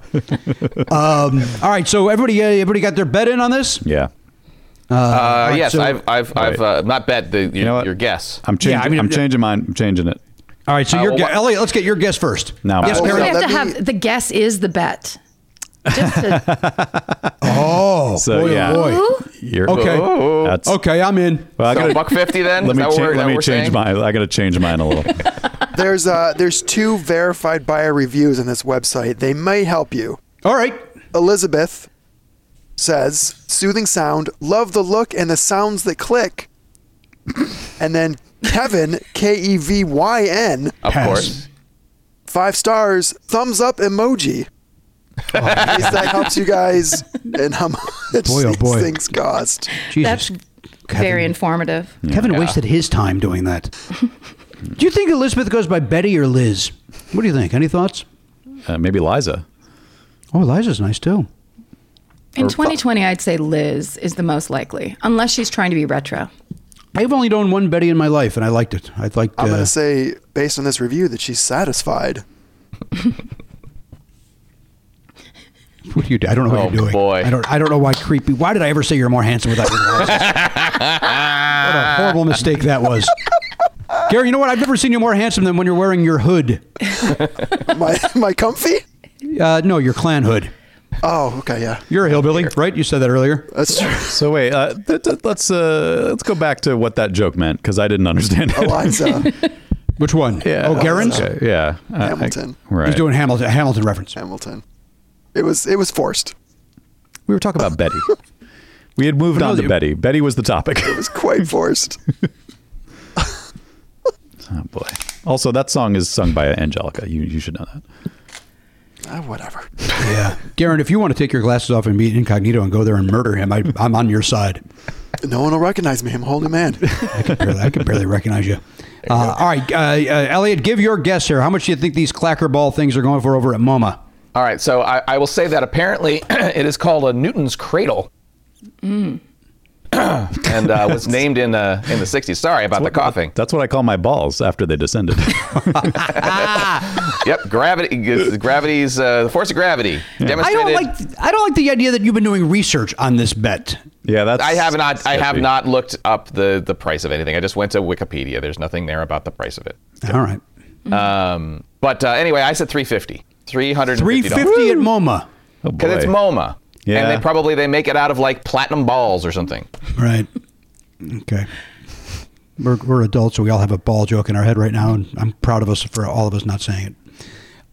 Speaker 7: Um, all right, so everybody, uh, everybody got their bet in on this.
Speaker 8: Yeah.
Speaker 10: Uh,
Speaker 7: right,
Speaker 10: yes,
Speaker 7: so-
Speaker 10: I've I've, I've uh, not bet the your,
Speaker 8: what?
Speaker 10: your guess.
Speaker 8: I'm changing.
Speaker 7: Yeah, I
Speaker 8: I
Speaker 7: mean,
Speaker 8: am
Speaker 7: I'm-
Speaker 8: changing mine. I'm changing it.
Speaker 7: All right, so
Speaker 10: Uh, Mm-hmm.
Speaker 7: your
Speaker 10: well,
Speaker 7: guess,
Speaker 10: what-
Speaker 7: Elliot, let's get your guess first.
Speaker 8: Now,
Speaker 7: yes,
Speaker 8: Oh,
Speaker 7: Perry.
Speaker 11: we have
Speaker 9: let
Speaker 11: to
Speaker 9: me-
Speaker 11: have the guess is the bet. Just to,
Speaker 7: Oh,
Speaker 8: So,
Speaker 7: boy, oh,
Speaker 8: yeah.
Speaker 7: boy.
Speaker 8: You're,
Speaker 7: Okay.
Speaker 8: That's,
Speaker 7: Okay, I'm in.
Speaker 8: Well, I
Speaker 10: So
Speaker 8: gotta,
Speaker 10: buck fifty then.
Speaker 8: let
Speaker 10: Is
Speaker 8: me
Speaker 10: that what
Speaker 8: cha-
Speaker 10: we're-
Speaker 8: let
Speaker 10: that
Speaker 8: me
Speaker 10: we're
Speaker 8: change
Speaker 10: saying?
Speaker 8: mine. I got to change mine a little.
Speaker 9: There's uh, there's two verified buyer reviews on this website. They might help you.
Speaker 7: All right.
Speaker 9: Elizabeth says, "Soothing sound, love the look and the sounds that click." And then Kevin K E V Y N
Speaker 10: Of
Speaker 7: Pass.
Speaker 10: course.
Speaker 9: five stars, thumbs up emoji. In case that helps you guys and how much
Speaker 7: Boy, oh,
Speaker 9: these
Speaker 7: boy.
Speaker 9: things cost.
Speaker 7: Jesus.
Speaker 11: that's very informative.
Speaker 7: Kevin wasted his time doing that. do you think Elizabeth goes by Betty or Liz? What do you think? Any thoughts?
Speaker 8: Uh, maybe Liza.
Speaker 7: Oh, Eliza's nice too.
Speaker 11: In 2020, I'd say Liz is the most likely, unless she's trying to be retro.
Speaker 7: I've only known one Betty in my life, and I liked it. I'd like.
Speaker 9: I'm
Speaker 7: uh,
Speaker 9: gonna say, based on this review, that she's satisfied.
Speaker 7: What are you do? I don't know what
Speaker 10: Oh,
Speaker 7: you're doing.
Speaker 10: boy.
Speaker 7: I don't. I don't know why creepy. Why did I ever say you're more handsome without your glasses? what a horrible mistake that was. Gary, you know what? I've never seen you more handsome than when you're wearing your hood.
Speaker 9: My my comfy?
Speaker 7: Uh, no, your clan hood.
Speaker 9: Oh, okay, yeah,
Speaker 7: You're a hillbilly, right? You said that earlier.
Speaker 9: that's true.
Speaker 8: So wait, uh, th- th- let's uh, let's go back to what that joke meant because I didn't understand it.
Speaker 9: Eliza
Speaker 7: Which one?
Speaker 8: Yeah.
Speaker 7: Oh, Garen's.
Speaker 8: Okay, yeah. Uh, I- I-
Speaker 9: Hamilton.
Speaker 8: right.
Speaker 7: He's doing Hamilton. a Hamilton reference.
Speaker 9: Hamilton. It was it was forced.
Speaker 8: We were talking about Betty. We had moved
Speaker 7: No,
Speaker 8: on to
Speaker 7: you-
Speaker 8: Betty. Betty was the topic.
Speaker 9: It was quite forced.
Speaker 8: oh boy. Also, that song is sung by Angelica. You you should know that.
Speaker 9: Ah, whatever.
Speaker 7: Yeah. Garen, if you want to take your glasses off and be incognito and go there and murder him, I, I'm on your side.
Speaker 9: No one will recognize me. I'm a holy man.
Speaker 7: I can barely, I can barely recognize you. Uh, all right, uh, uh, Elliot, give your guess here. How much do you think these clacker ball things are going for over at MoMA?
Speaker 10: All right. So I, I will say that apparently it is called a Newton's cradle. and uh, was named in uh, in the 60s. Sorry about the coughing.
Speaker 8: That's what I call my balls after they descended.
Speaker 10: yep, gravity. Gravity's uh, the force of gravity.
Speaker 7: I
Speaker 10: Demonstrated.
Speaker 7: don't like I don't like the idea that you've been doing research on this bet.
Speaker 8: Yeah, that's.
Speaker 10: I have not. I have
Speaker 7: sketchy.
Speaker 10: not looked up the the price of anything. I just went to Wikipedia. There's nothing there about the price of it.
Speaker 7: All right.
Speaker 10: Um, but uh, anyway, I said 350. 350.
Speaker 7: 350 at MoMA.
Speaker 8: Oh,
Speaker 10: Because it's MoMA.
Speaker 7: Yeah.
Speaker 10: And they probably they make it out of like platinum balls or something.
Speaker 7: Right. Okay. We're, we're adults, so we all have a ball joke in our head right now, and I'm proud of us for all of us not saying it.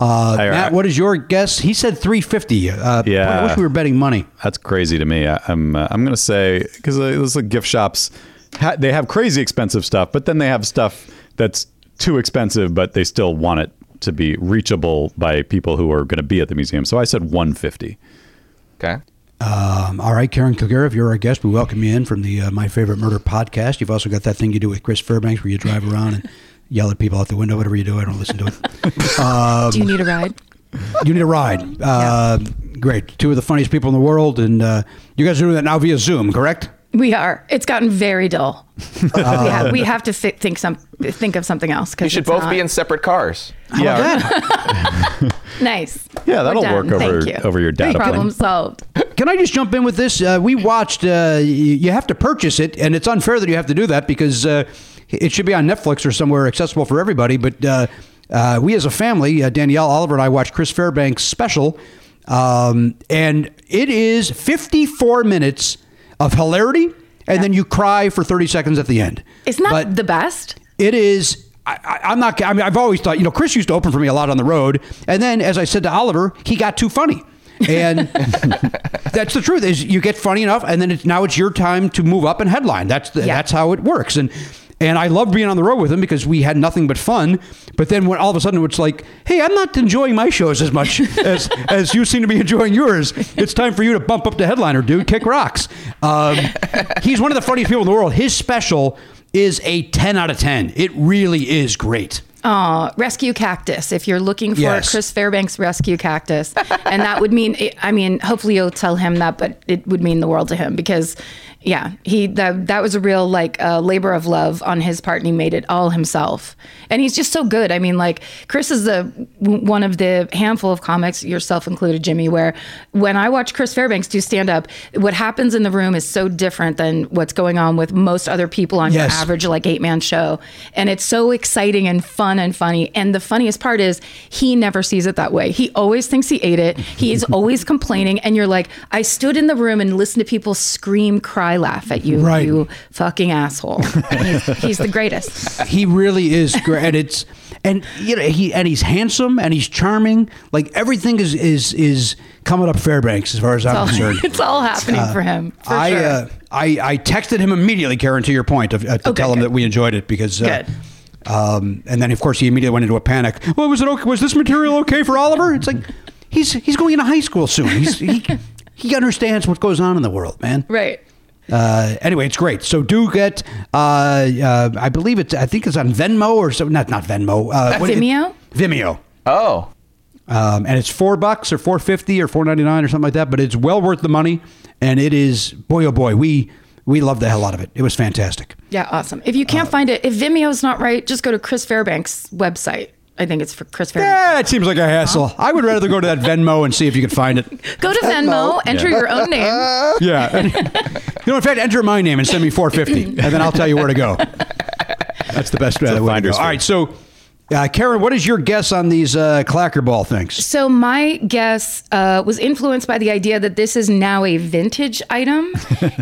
Speaker 7: Uh, Matt, what is your guess? He said 350. Uh,
Speaker 8: Yeah.
Speaker 7: I wish we were betting money.
Speaker 8: That's crazy to me. I, I'm uh, I'm gonna say because uh, those like gift shops, ha- they have crazy expensive stuff, but then they have stuff that's too expensive, but they still want it to be reachable by people who are gonna be at the museum. So I said 150.
Speaker 10: Okay.
Speaker 7: Um, all right, Karen Kilgariff, you're our guest. We welcome you in from the uh, My Favorite Murder podcast. You've also got that thing you do with Chris Fairbanks where you drive around and yell at people out the window, whatever you do. I don't listen to it. Um,
Speaker 11: Do you need a ride?
Speaker 7: You need a ride. Uh, Great. Two of the funniest people in the world. And uh, you guys are doing that now via Zoom, correct?
Speaker 11: We are. It's gotten very dull. we, have, we have to fi- think some think of something else. 'cause
Speaker 10: You should
Speaker 11: it's
Speaker 10: both
Speaker 11: not-
Speaker 10: be in separate cars.
Speaker 11: nice.
Speaker 8: Yeah, that'll
Speaker 11: We're
Speaker 8: work
Speaker 11: done.
Speaker 8: over-
Speaker 11: Thank you.
Speaker 8: over your data plan.
Speaker 11: Problem solved.
Speaker 7: Can I just jump in with this? Uh, we watched, uh, y- you have to purchase it, and it's unfair that you have to do that because uh, it should be on Netflix or somewhere accessible for everybody. But uh, uh, we as a family, uh, Danielle, Oliver, and I watched Chris Fairbanks' special, um, and it is 54 minutes of hilarity, and then you cry for 30 seconds at the end.
Speaker 11: It's not the best.
Speaker 7: It is. I, I, I'm not. I mean, I've always thought. You know, Chris used to open for me a lot on the road, and then as I said to Oliver, he got too funny, and that's the truth. Is you get funny enough, and then it's, now it's your time to move up and headline. That's the, that's how it works, and. And I loved being on the road with him because we had nothing but fun. But then when all of a sudden it's like, hey, I'm not enjoying my shows as much as, as you seem to be enjoying yours. It's time for you to bump up to headliner, dude. Kick rocks. Um, he's one of the funniest people in the world. His special is a 10 out of 10. It really is great.
Speaker 11: Oh, rescue cactus. If you're looking for
Speaker 7: Yes.
Speaker 11: Chris Fairbanks rescue cactus, and that would mean, I mean, hopefully you'll tell him that, but it would mean the world to him because, yeah, he that that was a real like uh, labor of love on his part, and he made it all himself. And he's just so good. I mean, like Chris is the one of the handful of comics, yourself included, Jimmy, where when I watch Chris Fairbanks do stand up, what happens in the room is so different than what's going on with most other people on your
Speaker 12: Yes.
Speaker 11: average average like eight man show. And it's so exciting and fun and funny. And the funniest part is he never sees it that way. He always thinks he ate it. He is always complaining. And you're like, I stood in the room and listened to people scream, cry, laugh at you,
Speaker 7: Right.
Speaker 11: you fucking asshole. he's, he's the greatest.
Speaker 7: He really is great. And it's and you know he and he's handsome and he's charming. Like everything is is is coming up Fairbanks as far as
Speaker 11: It's
Speaker 7: I'm
Speaker 11: all,
Speaker 7: concerned.
Speaker 11: it's all happening
Speaker 7: Uh,
Speaker 11: for him. For
Speaker 7: I
Speaker 11: sure.
Speaker 7: uh, I I texted him immediately, Karen. To your point, of, uh, to tell him that we enjoyed it because. Uh,
Speaker 11: Good.
Speaker 7: Um, and then of course he immediately went into a panic. Well, was it okay? Was this material okay for Oliver? It's like he's he's going into high school soon. He's, he he understands what goes on in the world, man.
Speaker 11: right.
Speaker 7: Uh, anyway, it's great. So do get. Uh, uh, I believe it's. I think it's on Venmo or so. Not not Venmo. Uh, what do you-
Speaker 11: Vimeo?
Speaker 7: Vimeo.
Speaker 10: Oh.
Speaker 7: Um, and it's four bucks or four fifty or four ninety nine or something like that. But it's well worth the money. And it is boy oh boy we we love the hell out of it. It was fantastic.
Speaker 11: Yeah, awesome. If you
Speaker 7: Uh,
Speaker 11: can't find it, if Vimeo's not right, just go to Chris Fairbanks' website. I think it's for Chris Fairbanks.
Speaker 7: Yeah, it seems like a hassle. I would rather go to that Venmo and see if you could find it.
Speaker 11: Go to Venmo, enter
Speaker 7: Yeah.
Speaker 11: your own name.
Speaker 7: Yeah. And- you know, in fact, enter my name and send me four fifty, and then I'll tell you where to go. That's the best way to go. All
Speaker 8: finder's fee.
Speaker 7: right, so. Uh, Karen, what is your guess on these uh, clackerball things?
Speaker 11: So my guess uh, was influenced by the idea that this is now a vintage item.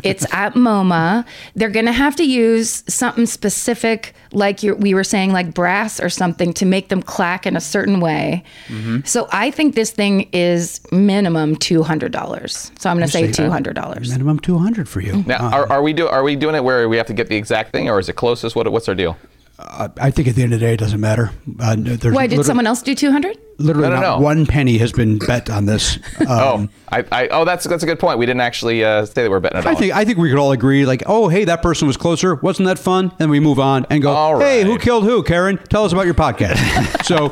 Speaker 11: it's at MoMA. They're going to have to use something specific, like you we were saying, like brass or something, to make them clack in a certain way.
Speaker 7: Mm-hmm.
Speaker 11: So I think this thing is minimum two hundred dollars. So I'm going to say two hundred dollars.
Speaker 7: Minimum two hundred for
Speaker 11: Mm-hmm.
Speaker 7: you.
Speaker 10: Now, are, are we do are we doing it where we have to get the exact thing, or is it closest? What what's our deal?
Speaker 7: I- Uh, I think at the end of the day, it doesn't matter. Uh, no, there's
Speaker 11: Why did
Speaker 7: literally-
Speaker 11: someone else do two hundred?
Speaker 7: Literally,
Speaker 10: No, no,
Speaker 7: not
Speaker 10: no.
Speaker 7: one penny has been bet on this. Um,
Speaker 10: I, I oh that's that's a good point. We didn't actually uh, say that we're betting at all.
Speaker 7: I think I think we could all agree, like, oh, hey, that person was closer. Wasn't that fun? And we move on and go, hey, who killed who? Karen, tell us about your podcast. so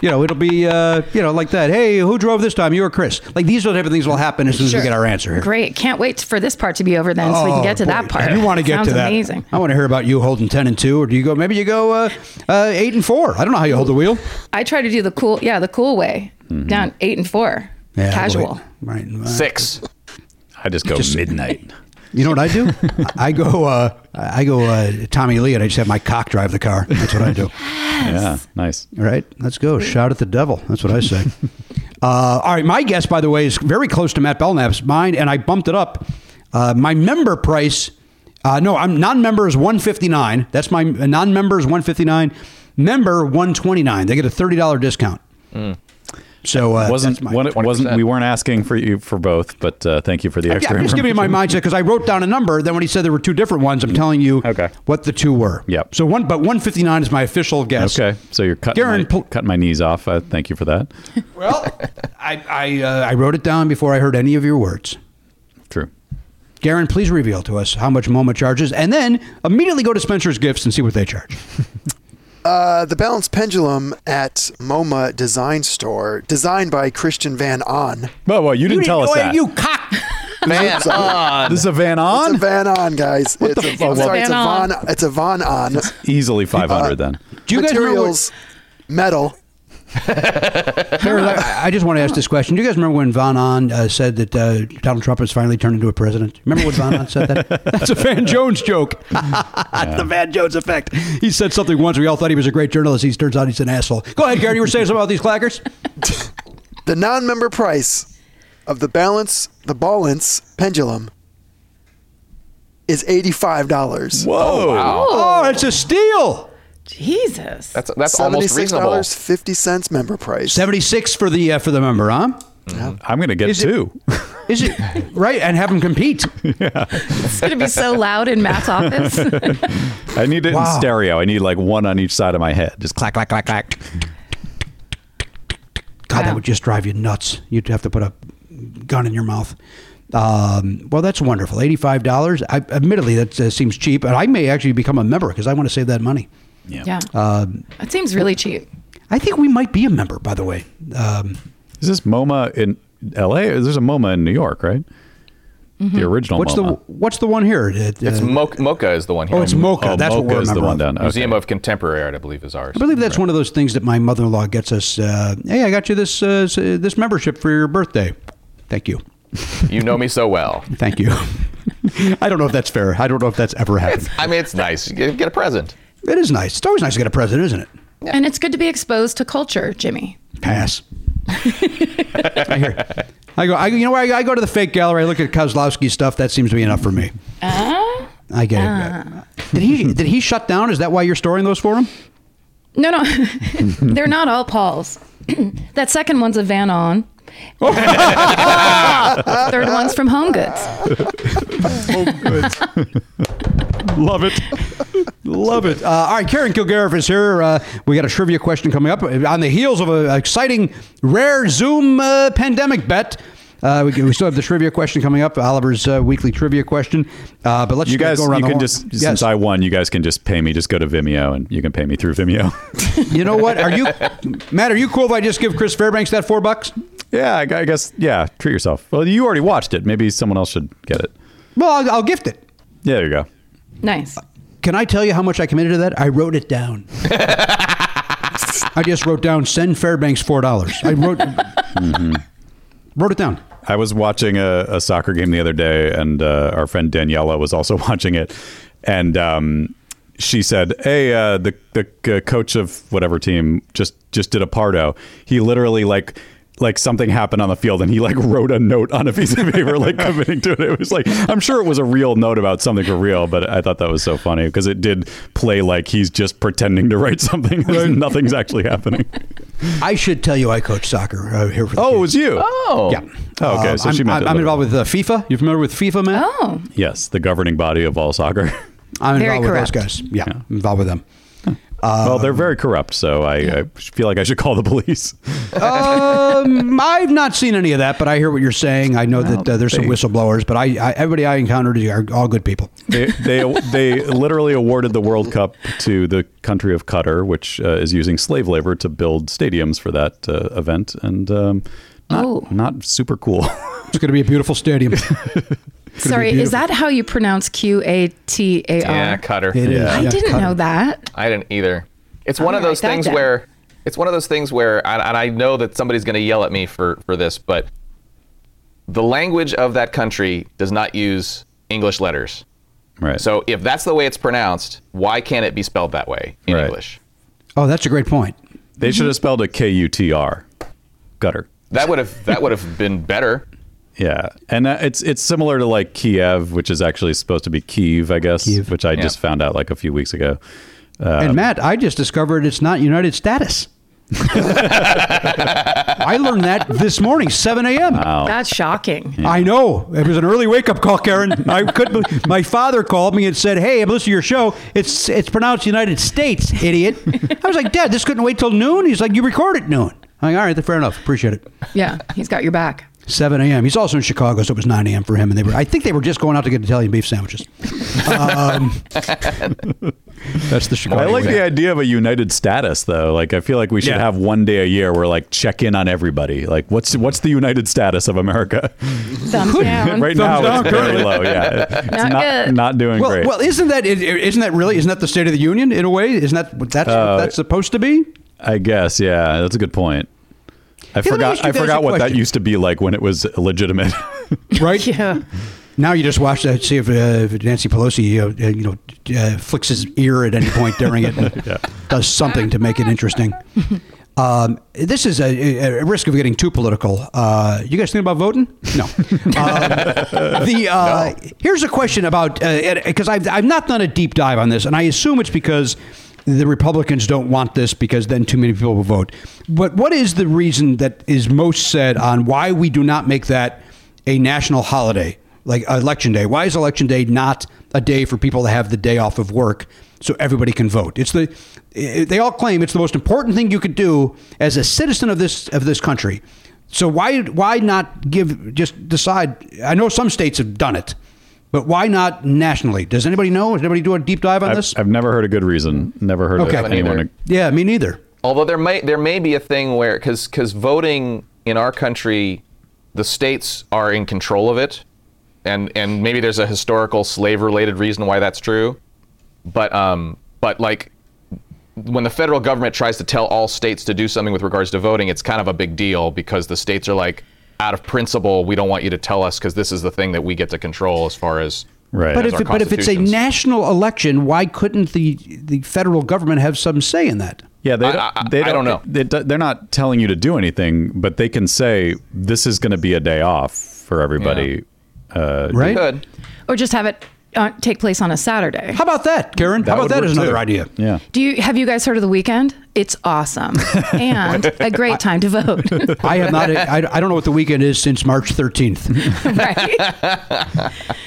Speaker 7: you know, it'll be, uh, you know, like that. Hey, who drove this time? You or Chris? Like these are the type of things will happen as soon as
Speaker 11: Sure.
Speaker 7: we get our answer here.
Speaker 11: Great. Can't wait for this part to be over then so we can
Speaker 7: Oh,
Speaker 11: get to that
Speaker 7: boy.
Speaker 11: part.
Speaker 7: You want to get
Speaker 11: Sounds
Speaker 7: to that?
Speaker 11: amazing.
Speaker 7: I want to hear about you holding ten and two, or do you go? Maybe you go uh, uh, eight and four. I don't know how you hold the wheel.
Speaker 11: I try to do the cool, yeah, the cool way. Down eight and four.
Speaker 7: Yeah,
Speaker 11: Casual.
Speaker 7: Right.
Speaker 10: Six.
Speaker 8: I just go midnight.
Speaker 7: You know what I do? I go, uh, I go uh, Tommy Lee, and I just have my cock drive the car. That's what I do.
Speaker 8: Yeah, nice.
Speaker 7: All right, let's go. Shout at the devil. That's what I say. uh, all right, my guess, by the way, is very close to Matt Belknap's mine, and I bumped it up. Uh, my member price, uh, no, I'm non-member is 159. That's my uh, non-member is 159. Member 129. They get a thirty dollar discount. So uh,
Speaker 8: Mm. wasn't what, wasn't we weren't asking for you for both, but uh, thank you for the
Speaker 7: Yeah,
Speaker 8: extra.
Speaker 7: I'm just giving you my mindset because I wrote down a number. Then when he said there were two different ones, I'm telling you what the two were. Yep. So one, but 159 is my official guess.
Speaker 8: Okay, so you're cutting
Speaker 7: Garen,
Speaker 8: my, cutting my knees off. Uh, thank you for that.
Speaker 7: I I, uh, I wrote it down before I heard any of your words.
Speaker 8: True.
Speaker 7: Garen, please reveal to us how much MoMA charges, and then immediately go to Spencer's Gifts and see what they charge.
Speaker 9: Uh, the Balanced Pendulum at MoMA Design Store, designed by Christian Van On.
Speaker 8: Well, well, you
Speaker 7: didn't
Speaker 8: tell us that.
Speaker 7: You cock.
Speaker 9: Van On.
Speaker 8: This is a Van On.
Speaker 9: It's a Van On, guys. it's a,
Speaker 8: fuck?
Speaker 9: I'm sorry, it's a
Speaker 8: Van
Speaker 9: Van. It's a Van On.
Speaker 8: Easily 500 then.
Speaker 7: Do you guys remember
Speaker 9: Materials, metal.
Speaker 7: Sarah, I I just want to ask this question. Do you guys remember when Von On uh, said that uh, Donald Trump has finally turned into a president? Remember when Von On said that? That's a Van Jones joke. That's the Van Jones effect. He said something once. We all thought he was a great journalist. He turns out he's an asshole. Go ahead, Gary. You were saying something about these clackers?
Speaker 9: The non-member price of the balance, the balance pendulum is eighty-five dollars.
Speaker 8: Whoa! Oh,
Speaker 10: wow.
Speaker 7: Oh, it's a steal.
Speaker 11: Jesus.
Speaker 10: That's that's almost reasonable.
Speaker 9: dollars fifty cents member price.
Speaker 7: Seventy-six for the uh, for the member, huh?
Speaker 8: I'm gonna get
Speaker 7: Is it-
Speaker 8: two.
Speaker 7: Is it right? And have them compete.
Speaker 11: It's going to be so loud in Matt's office.
Speaker 8: I need it
Speaker 7: Wow.
Speaker 8: in stereo. I need like one on each side of my head. Just clack clack clack clack.
Speaker 7: God, that would just drive you nuts. You'd have to put a gun in your mouth. Um, well, that's wonderful. Eighty-five dollars. Admittedly, that uh, seems cheap, and I may actually become a member because I want to save that money.
Speaker 11: yeah.
Speaker 7: Um,
Speaker 11: That seems really cheap.
Speaker 7: I think we might be a member, by the way. Um,
Speaker 8: Is this MoMA in L.A.? There's a MoMA in New York, right? The original
Speaker 7: what's
Speaker 8: MoMA.
Speaker 7: the What's the one here? It,
Speaker 10: It's
Speaker 7: uh,
Speaker 10: Mo- Mocha is the one here.
Speaker 7: Oh, it's Mocha.
Speaker 8: Oh,
Speaker 7: that's what
Speaker 8: Mocha
Speaker 7: we're a
Speaker 8: is the
Speaker 7: member
Speaker 8: one
Speaker 7: of.
Speaker 8: down. Okay.
Speaker 10: Museum of Contemporary Art, I believe, is ours.
Speaker 7: I believe that's one of those things that my mother-in-law gets us. Uh, hey, I got you this uh, s- uh, this membership for your birthday. Thank you.
Speaker 10: you know me so well.
Speaker 7: Thank you. I don't know if that's fair. I don't know if that's ever happened.
Speaker 10: I mean, it's nice. You get get a present.
Speaker 7: It is nice. It's always nice to get a present, isn't it?
Speaker 11: And it's good to be exposed to culture, Jimmy.
Speaker 7: Pass. I hear. I go. I, you know where I, I go to the fake gallery. I look at Kozlowski stuff. That seems to be enough for me.
Speaker 11: Uh,
Speaker 7: I get it. Did he? Did he shut down? Is that why you're storing those for
Speaker 8: Uh,
Speaker 7: him?
Speaker 11: no, no. They're not all Paul's. that second one's a Van On. Third one's from Home Goods.
Speaker 8: Love it.
Speaker 7: Love it. Uh, all right, Karen Kilgariff is here. Uh, we got a trivia question coming up uh, on the heels of an exciting, rare Zoom uh, pandemic bet. Uh, we, we still have the trivia question coming up, Oliver's uh, weekly trivia question. Uh, but let's
Speaker 8: You guys,
Speaker 7: go
Speaker 8: you
Speaker 7: around
Speaker 8: can
Speaker 7: the horn.
Speaker 8: just
Speaker 7: Yes.
Speaker 8: since I won, you guys can just pay me. Just go to Vimeo, and you can pay me through Vimeo.
Speaker 7: You know what? Are you Matt? Are you cool if I just give Chris Fairbanks that four bucks?
Speaker 8: yeah, I, I guess. Yeah, treat yourself. Well, you already watched it. Maybe someone else should get it.
Speaker 7: Well, I'll, I'll gift it.
Speaker 8: Yeah, there you go.
Speaker 11: Nice.
Speaker 7: Can I tell you how much I committed to that? I wrote it down. I just wrote down send Fairbanks four dollars. I wrote
Speaker 11: Mm-hmm.
Speaker 7: wrote it down.
Speaker 8: I was watching a, a soccer game the other day, and uh, our friend Daniela was also watching it, and um, she said, "Hey, uh, the the uh, coach of whatever team just just did a pardo. He literally like." Like something happened on the field, and he like wrote a note on a piece of paper, like committing to it. It was like I'm sure it was a real note about something for real, but I thought that was so funny because it did play like he's just pretending to write something. Nothing's actually happening.
Speaker 7: I should tell you I coach soccer uh, here for the
Speaker 8: Oh, it
Speaker 7: kids.
Speaker 8: was you?
Speaker 10: Oh,
Speaker 7: Yeah.
Speaker 8: Oh, okay.
Speaker 7: Um,
Speaker 8: So
Speaker 7: I'm,
Speaker 8: she meant it
Speaker 7: I'm, I'm
Speaker 8: literally.
Speaker 7: involved with uh, FIFA. You familiar with FIFA, man?
Speaker 11: Oh,
Speaker 8: Yes, the governing body of all soccer.
Speaker 7: I'm
Speaker 11: Very
Speaker 7: involved with those
Speaker 11: corrupt.
Speaker 7: guys. Yeah, I'm involved with them.
Speaker 8: well, they're very corrupt, so I, I feel like I should call the police.
Speaker 7: um, I've not seen any of that, but I hear what you're saying. I know that uh, there's some whistleblowers, but I, I everybody I encountered are all good people.
Speaker 8: they they, they literally awarded the World Cup to the country of Qatar, which uh, is using slave labor to build stadiums for that uh, event, and um, not not super cool.
Speaker 7: It's going to be a beautiful stadium.
Speaker 11: Sorry, is that how you pronounce Q A T A R?
Speaker 10: Yeah, Qatar.
Speaker 11: I
Speaker 10: It is, yeah,
Speaker 11: didn't
Speaker 10: Qatar.
Speaker 11: know that.
Speaker 10: I didn't either. It's
Speaker 11: I'm
Speaker 10: one of
Speaker 11: gonna
Speaker 10: those
Speaker 11: write that
Speaker 10: things
Speaker 11: down.
Speaker 10: where it's one of those things where, and, and I know that somebody's going to yell at me for for this, but the language of that country does not use English letters.
Speaker 8: Right.
Speaker 10: So if that's the way it's pronounced, why can't it be spelled that way in English?
Speaker 7: Oh, that's a great point.
Speaker 8: They should have spelled it K U T R, gutter.
Speaker 10: That would have that would have been better.
Speaker 8: Yeah, and uh, it's it's similar to like Kiev, which is actually supposed to be Kiev, I guess, which I just found out like a few weeks ago. Uh,
Speaker 7: and Matt, I just discovered it's not United Status. I learned that this morning, 7 a.m.
Speaker 11: That's shocking.
Speaker 7: I know. It was an early wake up call, Karen. I couldn't believe my father called me and said, Hey, I'm listening to your show. It's it's pronounced United States, idiot. I was like, Dad, this couldn't wait till noon. He's like, You record at noon. I'm like, all right, then fair enough. Appreciate it.
Speaker 11: Yeah, he's got your back.
Speaker 7: 7 a.m. He's also in Chicago, so it was 9 a.m. for him. And they were, I think they were just going out to get Italian beef sandwiches. Um, that's the Chicago.
Speaker 8: I like
Speaker 7: way.
Speaker 8: the idea of a united status, though. Like, I feel like we should have one day a year where, like, check in on everybody. Like, what's what's the united status of America?
Speaker 11: Thumbs down.
Speaker 8: right now, it's very low. Yeah, it's
Speaker 11: Not
Speaker 8: not not,
Speaker 11: good.
Speaker 8: doing
Speaker 7: well,
Speaker 8: great.
Speaker 7: well, isn't that isn't that really isn't that the State of the Union in a way? Isn't that what that's what
Speaker 8: Uh,
Speaker 7: that's supposed to be?
Speaker 8: I guess. Yeah, that's a good point. I
Speaker 7: me ask
Speaker 8: forgot.
Speaker 7: you
Speaker 8: I
Speaker 7: guys a
Speaker 8: forgot what that
Speaker 7: question.
Speaker 8: used to be like when it was legitimate.
Speaker 7: right? Yeah. Now you just watch that, see if, uh, if Nancy Pelosi, uh, uh, you know, uh, flicks his ear at any point during it, and does something to make it interesting. Um, this is a, a risk of getting too political. Uh, you guys think about voting? No. Um, the uh, here's a question about uh, because I've I've not done a deep dive on this, and I assume it's because the Republicans don't want this because then too many people will vote. But what is the reason that is most said on why we do not make that a national holiday like election day? Why is election day not a day for people to have the day off of work so everybody can vote? It's the i- they all claim it's the most important thing you could do as a citizen of this of this country. So why why not give just decide? I know some states have done it, but why not nationally? Does anybody know? Does anybody do a deep dive on
Speaker 8: I've,
Speaker 7: this?
Speaker 8: I've never heard a good reason. Never heard
Speaker 7: Okay.
Speaker 8: of anyone.
Speaker 7: Yeah, me neither.
Speaker 10: Although there may there may be a thing where because because voting in our country, the states are in control of it, and and maybe there's a historical slave related reason why that's true, but um but like when the federal government tries to tell all states to do something with regards to voting, it's kind of a big deal because the states are like out of principle we don't want you to tell us because this is the thing that we get to control as far as
Speaker 8: right
Speaker 7: But if, it- but if it's a national election, why couldn't the, the federal government have some say in that?
Speaker 8: Yeah, they don't, they don't, know. They, don't- they're not telling you to do anything, but they can say this is going to be a day off for everybody. Uh,
Speaker 7: Right?
Speaker 11: Or just have it uh, take place on a Saturday.
Speaker 7: How about that, Karen? How about
Speaker 8: would
Speaker 7: that
Speaker 8: work
Speaker 7: as another
Speaker 8: too.
Speaker 7: idea?
Speaker 8: Yeah.
Speaker 11: Do you have you guys heard of the weekend? It's awesome and a great time to vote.
Speaker 7: I have not. I, I don't know what the weekend is since March 13th.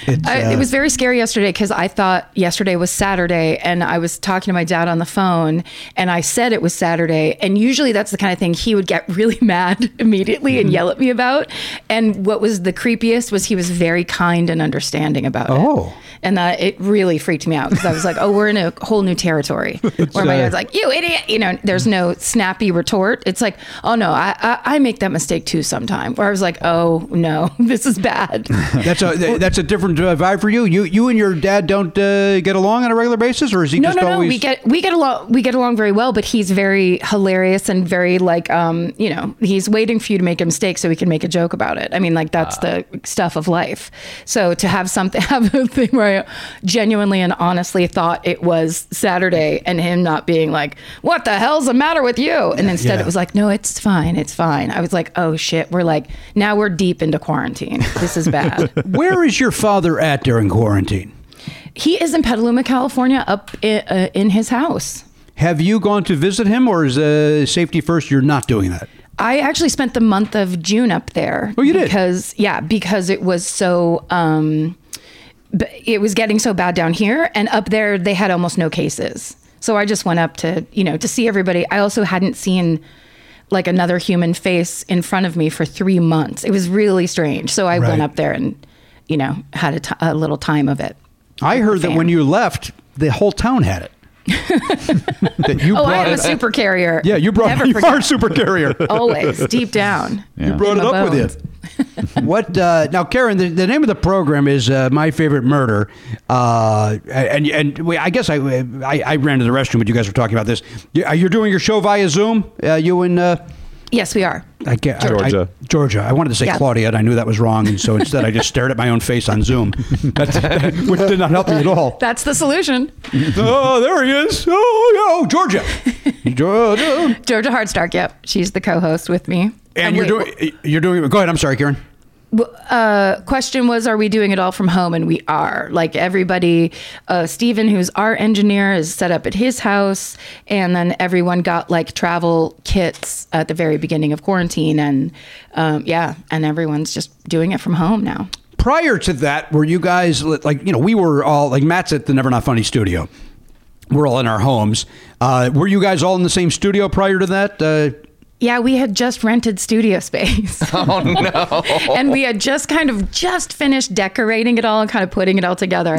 Speaker 7: It's,
Speaker 11: I,
Speaker 7: uh,
Speaker 11: it was very scary yesterday because I thought yesterday was Saturday, and I was talking to my dad on the phone, and I said it was Saturday. And usually that's the kind of thing he would get really mad immediately
Speaker 7: Mm-hmm.
Speaker 11: and yell at me about. And what was the creepiest was he was very kind and understanding about it.
Speaker 7: Oh.
Speaker 11: And that it really freaked me out because I was like, oh, we're in a whole new territory. Where my
Speaker 7: uh,
Speaker 11: dad's like, you idiot. You know, there's no snappy retort. It's like, oh, no, I, I, I make that mistake too sometime. Where I was like, oh, no, this is bad.
Speaker 7: That's a that's a different uh, vibe for you. You you and your dad don't uh, get along on a regular basis, or is he
Speaker 11: no,
Speaker 7: just
Speaker 11: no, no.
Speaker 7: always?
Speaker 11: We get we get along we get along very well, but he's very hilarious and very like um you know he's waiting for you to make a mistake so he can make a joke about it. I mean like that's the stuff of life. So to have something have a thing where I genuinely and honestly thought it was Saturday and him not being like what the hell's the matter with you and instead
Speaker 7: Yeah.
Speaker 11: it was like no it's fine it's fine. I was like oh shit we're like now we're deep into quarantine. This is bad.
Speaker 7: Where is your father at during quarantine?
Speaker 11: he is in Petaluma, California, up in, uh, in his house.
Speaker 7: Have you gone to visit him, or is uh, safety first? You're not doing that.
Speaker 11: I actually spent the month of June up there. Oh, you did? Because yeah, because it was so um b- it was getting so bad down here and up there they had almost no cases. So I just went up to, you know, to see everybody. I also hadn't seen like another human face in front of me for three months. It was really strange. So I
Speaker 7: Right.
Speaker 11: went up there and, you know, had a ti- a little time of it.
Speaker 7: I heard that when you left, the whole town had it. that you
Speaker 11: oh, I
Speaker 7: brought
Speaker 11: am a
Speaker 7: it.
Speaker 11: super carrier.
Speaker 7: Yeah, you brought
Speaker 11: Never
Speaker 7: you
Speaker 11: forget.
Speaker 7: are a super carrier.
Speaker 11: Always deep down.
Speaker 7: You brought it
Speaker 11: In my
Speaker 7: up
Speaker 11: bones.
Speaker 7: with you. what uh, now, Karen? The, the name of the program is uh, "My Favorite Murder," uh, and and we, I guess I, I I ran to the restroom, but you guys were talking about this. You- uh, You're doing your show via Zoom. Uh, you and uh,
Speaker 11: Yes, we are.
Speaker 7: I get, I-
Speaker 8: Georgia.
Speaker 7: I, Georgia. I wanted to say
Speaker 11: Yeah.
Speaker 7: Claudia, and I knew that was wrong, and so instead I just stared at my own face on Zoom, That's which did not help me at all.
Speaker 11: That's the solution.
Speaker 7: oh, there he is. Oh, yeah, oh Georgia. Georgia.
Speaker 11: Georgia Hardstark. Yep, she's the co-host with me.
Speaker 7: And you're doing you're doing. Go ahead. I'm sorry, Karen.
Speaker 11: Well, uh, question was, are we doing it all from home? And we are. Like everybody, uh, Steven, who's our engineer, is set up at his house. And then everyone got like travel kits at the very beginning of quarantine. And um, yeah, and everyone's just doing it from home now.
Speaker 7: prior to that, were you guys li- like you know we were all like Matt's at the Never Not Funny studio. We're all in our homes. Uh, were you guys all in the same studio prior to that? Uh,
Speaker 11: Yeah, we had just rented studio space.
Speaker 10: Oh no!
Speaker 11: and we had just kind of just finished decorating it all and kind of putting it all together.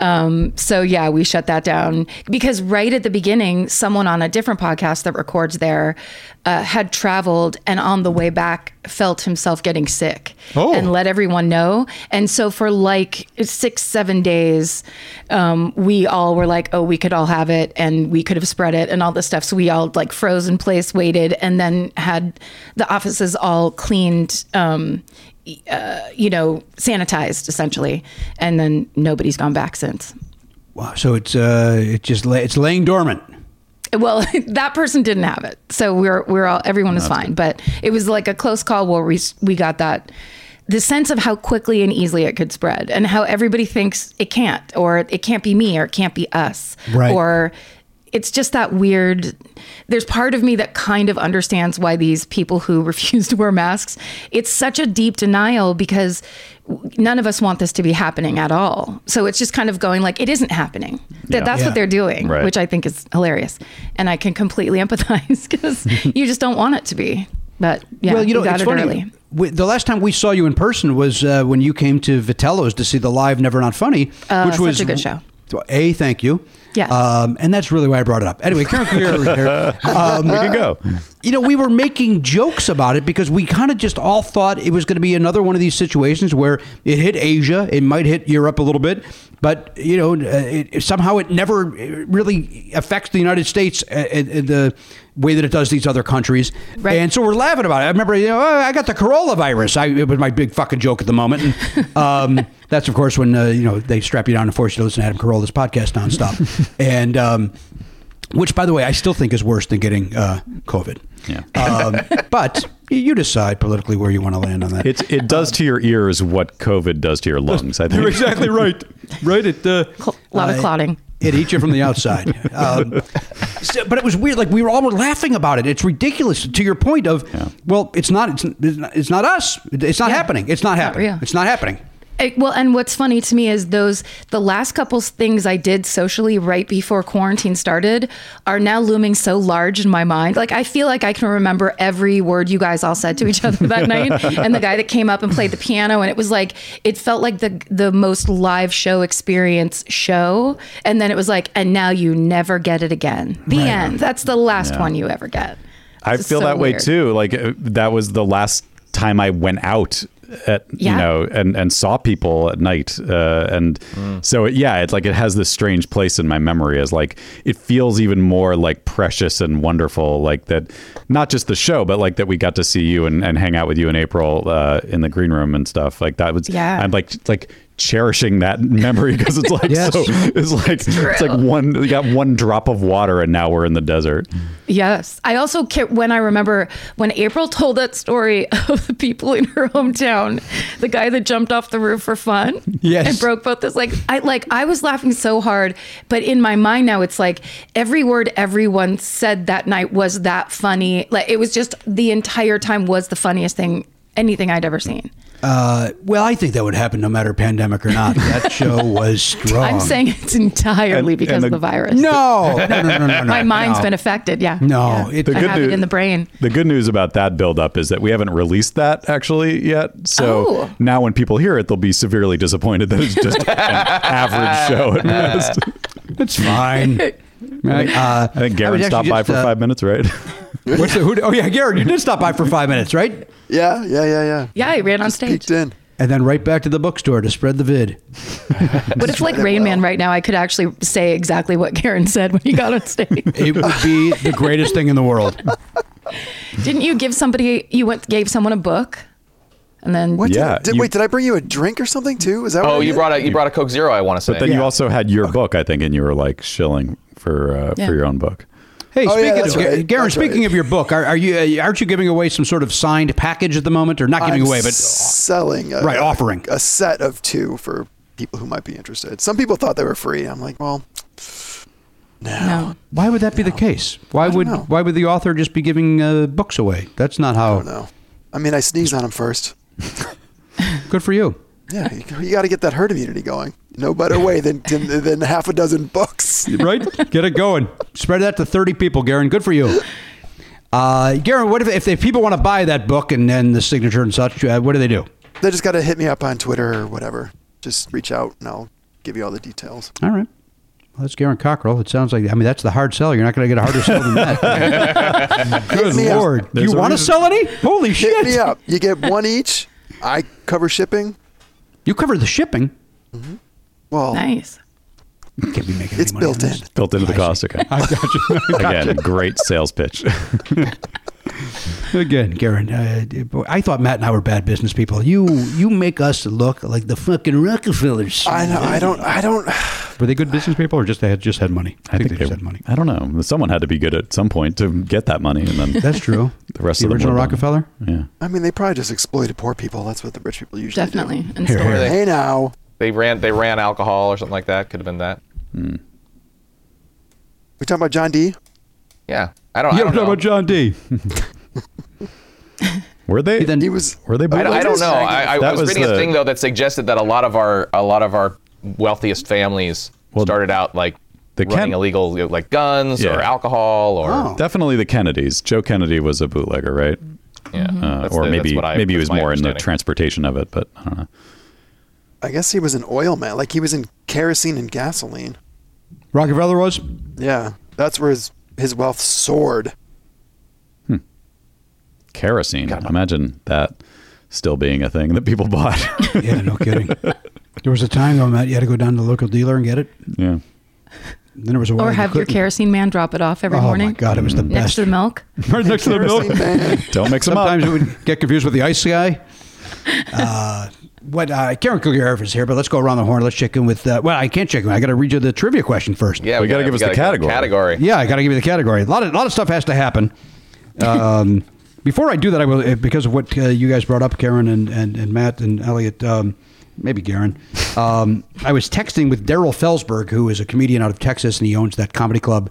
Speaker 11: Um, so yeah, we shut that down because right at the beginning, someone on a different podcast that records there uh, had traveled and on the way back felt himself getting sick
Speaker 12: Oh.
Speaker 11: and let everyone know. And so for like six, seven days, um, we all were like, oh, we could all have it and we could have spread it and all this stuff. So we all like froze in place, waited, and then had the offices all cleaned, um, y- uh, you know, sanitized essentially. And then nobody's gone back since.
Speaker 7: wow, so it's uh, it just la- it's laying dormant.
Speaker 11: Well, that person didn't have it, so we're we're all everyone was fine. But it was like a close call where we s- we got that the sense of how quickly and easily it could spread, and how everybody thinks it can't, or it can't be me, or it can't be us,
Speaker 12: Right.
Speaker 11: or it's just that weird. There's part of me that kind of understands why these people who refuse to wear masks. It's such a deep denial because w- none of us want this to be happening at all. So it's just kind of going like it isn't happening. That
Speaker 12: Yeah.
Speaker 11: that's
Speaker 12: Yeah.
Speaker 11: what they're doing,
Speaker 12: Right.
Speaker 11: which I think is hilarious, and I can completely empathize because you just don't want it to be. But yeah,
Speaker 7: well, you know,
Speaker 11: got
Speaker 7: it's
Speaker 11: it
Speaker 7: funny.
Speaker 11: early.
Speaker 7: We, the last time we saw you in person was uh, when you came to Vitello's to see the live Never Not Funny,
Speaker 11: Uh,
Speaker 7: which
Speaker 11: such
Speaker 7: was
Speaker 11: a good show.
Speaker 7: A, thank you.
Speaker 11: Yes.
Speaker 7: Um, and that's really why I brought it up. Anyway, Karen Clear over here. Um,
Speaker 8: We can go.
Speaker 7: You know, we were making jokes about it because we kind of just all thought it was going to be another one of these situations where it hit Asia, it might hit Europe a little bit, but you know, uh, it, somehow it never uh, really affects the United States uh, in, in the way that it does these other countries. Right. And so we're laughing about it. I remember, you know, oh, I got the Corolla virus. I, it was my big fucking joke at the moment. And, um, that's of course when uh, you know they strap you down and force you to listen to Adam Carolla's podcast nonstop, and. Um, which, by the way, I still think is worse than getting uh, COVID.
Speaker 8: Yeah.
Speaker 7: Um, but you decide politically where you want to land on that.
Speaker 8: It, it does to your ears what COVID does to your lungs. I think
Speaker 7: You're exactly right. Right at the
Speaker 11: a lot of clotting.
Speaker 7: It eats you from the outside. Um, so- but it was weird. Like we were all were laughing about it. It's ridiculous. To your point of, well, it's not. It's, it's not- it's not us. It's not happening. It's not happening.
Speaker 11: real.
Speaker 7: it's not happening.
Speaker 11: Eh, well, and what's funny to me is those the last couple things I did socially right before quarantine started are now looming so large in my mind. Like I feel like I can remember every word you guys all said to each other that night, and the guy that came up and played the piano, and it was like it felt like the the most live show experience show, and then it was like, and now you never get it again. The
Speaker 8: Right.
Speaker 11: end. That's the last
Speaker 8: Yeah.
Speaker 11: one you ever get.
Speaker 8: I
Speaker 11: It's
Speaker 8: feel
Speaker 11: so
Speaker 8: that way
Speaker 11: weird.
Speaker 8: too. Like uh, that was the last time I went out at
Speaker 11: Yeah.
Speaker 8: you know and and saw people at night uh, and so yeah it's like it has this strange place in my memory as like it feels even more like precious and wonderful like that not just the show but like that we got to see you and, and hang out with you in April uh, in the green room and stuff like that was
Speaker 11: Yeah.
Speaker 8: I'm like like cherishing that memory because it's like
Speaker 11: Yes.
Speaker 8: so it's like it's, like one we got one drop of water and now we're in the desert
Speaker 11: Yes. I also ca- when I remember when April told that story of the people in her hometown, the guy that jumped off the roof for fun
Speaker 12: Yes.
Speaker 11: and broke both his legs. I like I was laughing so hard, but in my mind now it's like every word everyone said that night was that funny. Like it was just the entire time was the funniest thing anything I'd ever seen.
Speaker 7: Uh, well, I think that would happen no matter pandemic or not. That show was strong.
Speaker 11: I'm saying it's entirely
Speaker 7: Um, And-
Speaker 11: because
Speaker 7: and
Speaker 11: of
Speaker 7: the-
Speaker 11: the virus.
Speaker 7: No, no, no, no, no, no,
Speaker 11: My mind's
Speaker 8: no.
Speaker 11: been affected. Yeah.
Speaker 8: No,
Speaker 11: Yeah.
Speaker 8: it- The
Speaker 11: I
Speaker 8: good
Speaker 11: have
Speaker 8: news-
Speaker 11: it in the brain.
Speaker 8: The good news about that buildup is that we haven't released that actually yet. So
Speaker 11: Oh.
Speaker 8: now when people hear it, they'll be severely disappointed that it's just an average show at best.
Speaker 7: It's fine.
Speaker 8: I think,
Speaker 7: Uh,
Speaker 8: I think
Speaker 7: I
Speaker 8: Garen
Speaker 7: was actually
Speaker 8: stopped by
Speaker 7: just,
Speaker 8: for
Speaker 7: uh,
Speaker 8: five minutes, right?
Speaker 7: What's the, who, oh yeah, Garrett, you did stop by for five minutes, right?
Speaker 9: Yeah, yeah, yeah, yeah.
Speaker 11: Yeah, I ran on stage.
Speaker 7: And then right back to the bookstore to spread the vid.
Speaker 11: What if, like Rain Man, right now, I could actually say exactly what Karen said when he got on stage?
Speaker 7: It would be the greatest thing in the world.
Speaker 11: Didn't you give somebody you went gave someone a book, and then
Speaker 9: What did, did, wait, did I bring you a drink or something too? Is that?
Speaker 10: Oh,
Speaker 9: what
Speaker 10: you brought a you brought a Coke Zero. I want to say.
Speaker 8: But then you also had your book, I think, and you were like shilling for uh,
Speaker 9: Yeah.
Speaker 8: for your own book.
Speaker 7: Hey,
Speaker 9: Oh, yeah,
Speaker 7: speaking
Speaker 9: that's
Speaker 7: of,
Speaker 9: right.
Speaker 7: Garen,
Speaker 9: That's
Speaker 7: speaking of your book, are, are you uh, aren't you giving away some sort of signed package at the moment, or not giving
Speaker 9: I'm
Speaker 7: away, but
Speaker 9: selling a,
Speaker 7: right offering?
Speaker 9: a set of two for people who might be interested. Some people thought they were free. I'm like, well,
Speaker 11: No.
Speaker 7: Why would that be the case? Why
Speaker 9: don't
Speaker 7: would
Speaker 9: know.
Speaker 7: why would the author just be giving uh, books away? That's not how. No,
Speaker 9: I mean, I sneezed on them first.
Speaker 7: Good for you.
Speaker 9: Yeah, you, you got to get that herd immunity going. No better way than than, than half a dozen books.
Speaker 7: right? Get it going. Spread that to 30 people, Garen. Good for you. Uh, Garen, what if, if, if people want to buy that book and then the signature and such, uh, what do they do?
Speaker 9: They just got to hit me up on Twitter or whatever. Just reach out and I'll give you all the details.
Speaker 7: All right. Well, that's Garen Cockrell. It sounds like, I mean, that's the hard sell. You're not going to get a harder sell than that. Good
Speaker 9: Hit me up.
Speaker 7: Lord. Do you want to sell any? Holy shit.
Speaker 9: Hit me up. You get one each. I cover shipping.
Speaker 7: You cover the shipping?
Speaker 9: Well,
Speaker 11: nice.
Speaker 7: Can't be making
Speaker 9: it's built in.
Speaker 8: Built into the cost. Okay.
Speaker 7: I got you. I got
Speaker 8: Again,
Speaker 7: you.
Speaker 8: great sales pitch.
Speaker 7: Again, Garen, uh, boy, I thought Matt and I were bad business people. You you make us look like the fucking Rockefellers.
Speaker 9: I know. I don't. I don't.
Speaker 7: Were they good business people or just they had just had money?
Speaker 8: I think they had money. I don't know. Someone had to be good at some point to get that money, and then
Speaker 7: That's true.
Speaker 8: The rest
Speaker 7: The
Speaker 8: of them
Speaker 7: original
Speaker 8: were bum.
Speaker 7: Rockefeller?
Speaker 8: Yeah.
Speaker 9: I mean, they probably just exploited poor people. That's what the rich people usually
Speaker 11: Definitely.
Speaker 9: do.
Speaker 11: And
Speaker 10: Here, still- here.
Speaker 9: Hey now.
Speaker 10: They ran they ran alcohol or something like that. Could have been that.
Speaker 9: We talking about John D?
Speaker 10: Yeah, I don't. I don't know.
Speaker 7: John D.
Speaker 8: were they?
Speaker 7: Then
Speaker 9: he was.
Speaker 8: Were they?
Speaker 10: I,
Speaker 8: bootleggers?
Speaker 10: I don't know. I, I
Speaker 8: That
Speaker 10: was, reading
Speaker 8: the-
Speaker 10: a thing though that suggested that a lot of our a lot of our wealthiest families started out like running
Speaker 8: Ken-
Speaker 10: illegal you know, like guns
Speaker 8: Yeah.
Speaker 10: or alcohol or
Speaker 8: Definitely the Kennedys. Joe Kennedy was a bootlegger, right?
Speaker 10: Yeah.
Speaker 8: Uh,
Speaker 10: That's
Speaker 8: or
Speaker 10: the- that's
Speaker 8: maybe
Speaker 10: what I-
Speaker 8: maybe he
Speaker 10: that's
Speaker 8: was
Speaker 10: my
Speaker 8: more in the
Speaker 10: understanding.
Speaker 8: transportation of it, but I don't know.
Speaker 9: I guess he was an oil man. Like he was in kerosene and gasoline.
Speaker 7: Rockefeller was?
Speaker 9: Yeah, that's where his his wealth soared.
Speaker 8: Kerosene. Imagine that still being a thing that people bought.
Speaker 7: yeah, no kidding. There was a time though, Matt, you had to go down to the local dealer and get it.
Speaker 8: yeah.
Speaker 7: Then there was a while
Speaker 11: Or
Speaker 7: you
Speaker 11: have your
Speaker 7: couldn't.
Speaker 11: kerosene man drop it off every
Speaker 7: Oh, my
Speaker 11: morning.
Speaker 7: God, it was the
Speaker 11: next
Speaker 7: best.
Speaker 11: to the milk.
Speaker 7: Right next to the milk.
Speaker 8: Don't mix them
Speaker 7: Sometimes it would get confused with the ice guy. Uh, what uh, Karen Kilgariff is here, but let's go around the horn. Let's check in with. Uh, well, I can't check in. I got to read you the trivia question first.
Speaker 10: Yeah, we gotta- we gotta give the category.
Speaker 7: Yeah, I got to give you the category. A lot of lot of stuff has to happen. Um, before I do that, I will because of what uh, you guys brought up, Karen and and, and Matt and Elliot. Um, Maybe Garen. Um, I was texting with Daryl Felsberg, who is a comedian out of Texas, and he owns that comedy club